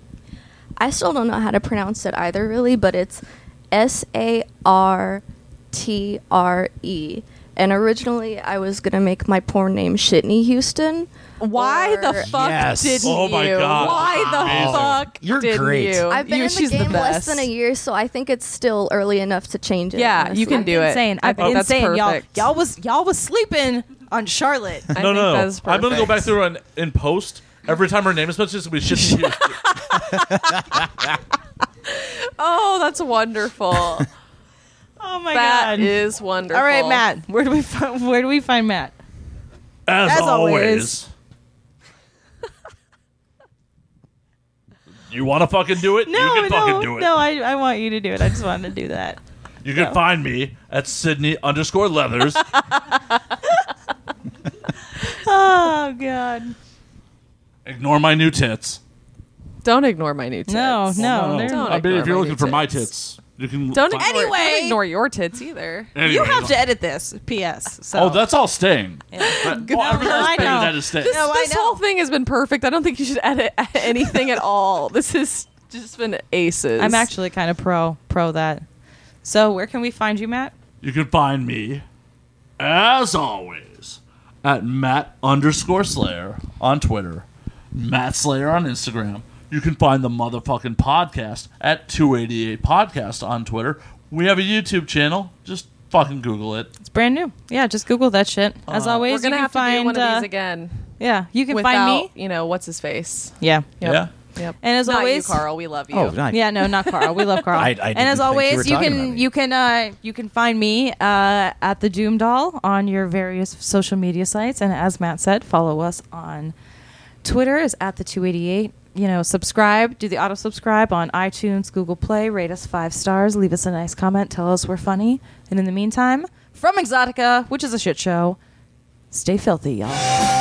Speaker 13: I still don't know how to pronounce it either, really, but it's S A R T R E. And originally, I was gonna make my porn name Shitney Houston.
Speaker 3: Why the
Speaker 13: Or-
Speaker 3: fuck
Speaker 13: Yes.
Speaker 3: didn't
Speaker 13: Oh my
Speaker 3: you?
Speaker 13: God.
Speaker 3: Why the
Speaker 13: Amazing.
Speaker 3: fuck
Speaker 12: You're
Speaker 3: didn't
Speaker 12: great.
Speaker 3: you?
Speaker 13: I've been
Speaker 3: You-
Speaker 13: in the
Speaker 3: she's
Speaker 13: game less
Speaker 3: best.
Speaker 13: than a year, so I think it's still early enough to change it.
Speaker 3: Yeah, you can
Speaker 13: honestly.
Speaker 3: do it. Oh,
Speaker 9: Insane. I've been
Speaker 3: that's
Speaker 9: insane, y'all.
Speaker 3: perfect.
Speaker 9: Y'all was y'all was sleeping on Charlotte.
Speaker 2: no, no, no. I'm gonna go back through and in post. Every time her name is mentioned, it's gonna be shit. to
Speaker 3: Oh, that's wonderful. oh
Speaker 9: my God.
Speaker 3: That is wonderful.
Speaker 9: All right, Matt. Where do we find, where do we find Matt?
Speaker 2: As,
Speaker 9: As
Speaker 2: always. you want to fucking do it?
Speaker 9: No,
Speaker 2: you can
Speaker 9: no,
Speaker 2: fucking do it.
Speaker 9: no. I, I want you to do it. I just wanted to do that.
Speaker 2: you can
Speaker 9: no.
Speaker 2: find me at Sydney underscore Leathers.
Speaker 9: Oh God.
Speaker 2: Ignore my new tits.
Speaker 3: Don't ignore my new tits.
Speaker 9: No, no, they're-
Speaker 3: Don't
Speaker 2: I mean,
Speaker 3: ignore
Speaker 2: if you're
Speaker 3: my
Speaker 2: looking
Speaker 3: new
Speaker 2: for my
Speaker 3: tits.
Speaker 2: tits, you can.
Speaker 3: Don't
Speaker 2: find-
Speaker 3: ignore,
Speaker 9: Anyway.
Speaker 3: don't ignore your tits either.
Speaker 2: Anyway,
Speaker 9: you have
Speaker 2: no.
Speaker 9: to edit this. P.S. So.
Speaker 2: Oh, that's all staying.
Speaker 9: No, no, I know.
Speaker 2: That is staying.
Speaker 3: This,
Speaker 9: No, I
Speaker 3: this whole thing has been perfect. I don't think you should edit anything at all. This has just been aces.
Speaker 9: I'm actually kind of pro pro that. So where can we find you, Matt?
Speaker 2: You can find me, as always, at Matt underscore Slayer on Twitter, Matt Slayer on Instagram. You can find the motherfucking podcast at 288 Podcast on Twitter. We have a YouTube channel. Just fucking Google it.
Speaker 9: It's brand new. Yeah, just Google that shit. As
Speaker 2: Uh,
Speaker 9: always,
Speaker 3: We're gonna
Speaker 9: you can
Speaker 3: have
Speaker 9: find
Speaker 3: to do one of
Speaker 9: uh,
Speaker 3: these again.
Speaker 9: Yeah, you can
Speaker 3: without,
Speaker 9: find me.
Speaker 3: You know what's his face?
Speaker 9: Yeah.
Speaker 3: Yep.
Speaker 2: Yeah.
Speaker 3: Yep.
Speaker 9: And as
Speaker 3: Not
Speaker 9: always-
Speaker 3: you, Carl, we love you.
Speaker 9: Oh,
Speaker 12: nice.
Speaker 9: Yeah, no, not Carl. We love Carl.
Speaker 12: I- I didn't
Speaker 9: and
Speaker 12: think
Speaker 9: as
Speaker 12: you were
Speaker 9: always, you,
Speaker 12: talking about
Speaker 9: can you can uh, you can find me uh, at the Doom Doll on your various social media sites, and as Matt said, follow us on Twitter is at the two eighty eight. You know, subscribe, do the auto subscribe on iTunes, Google Play, rate us five stars, leave us a nice comment, tell us we're funny, and in the meantime, from Exotica, which is a shit show, stay filthy, y'all.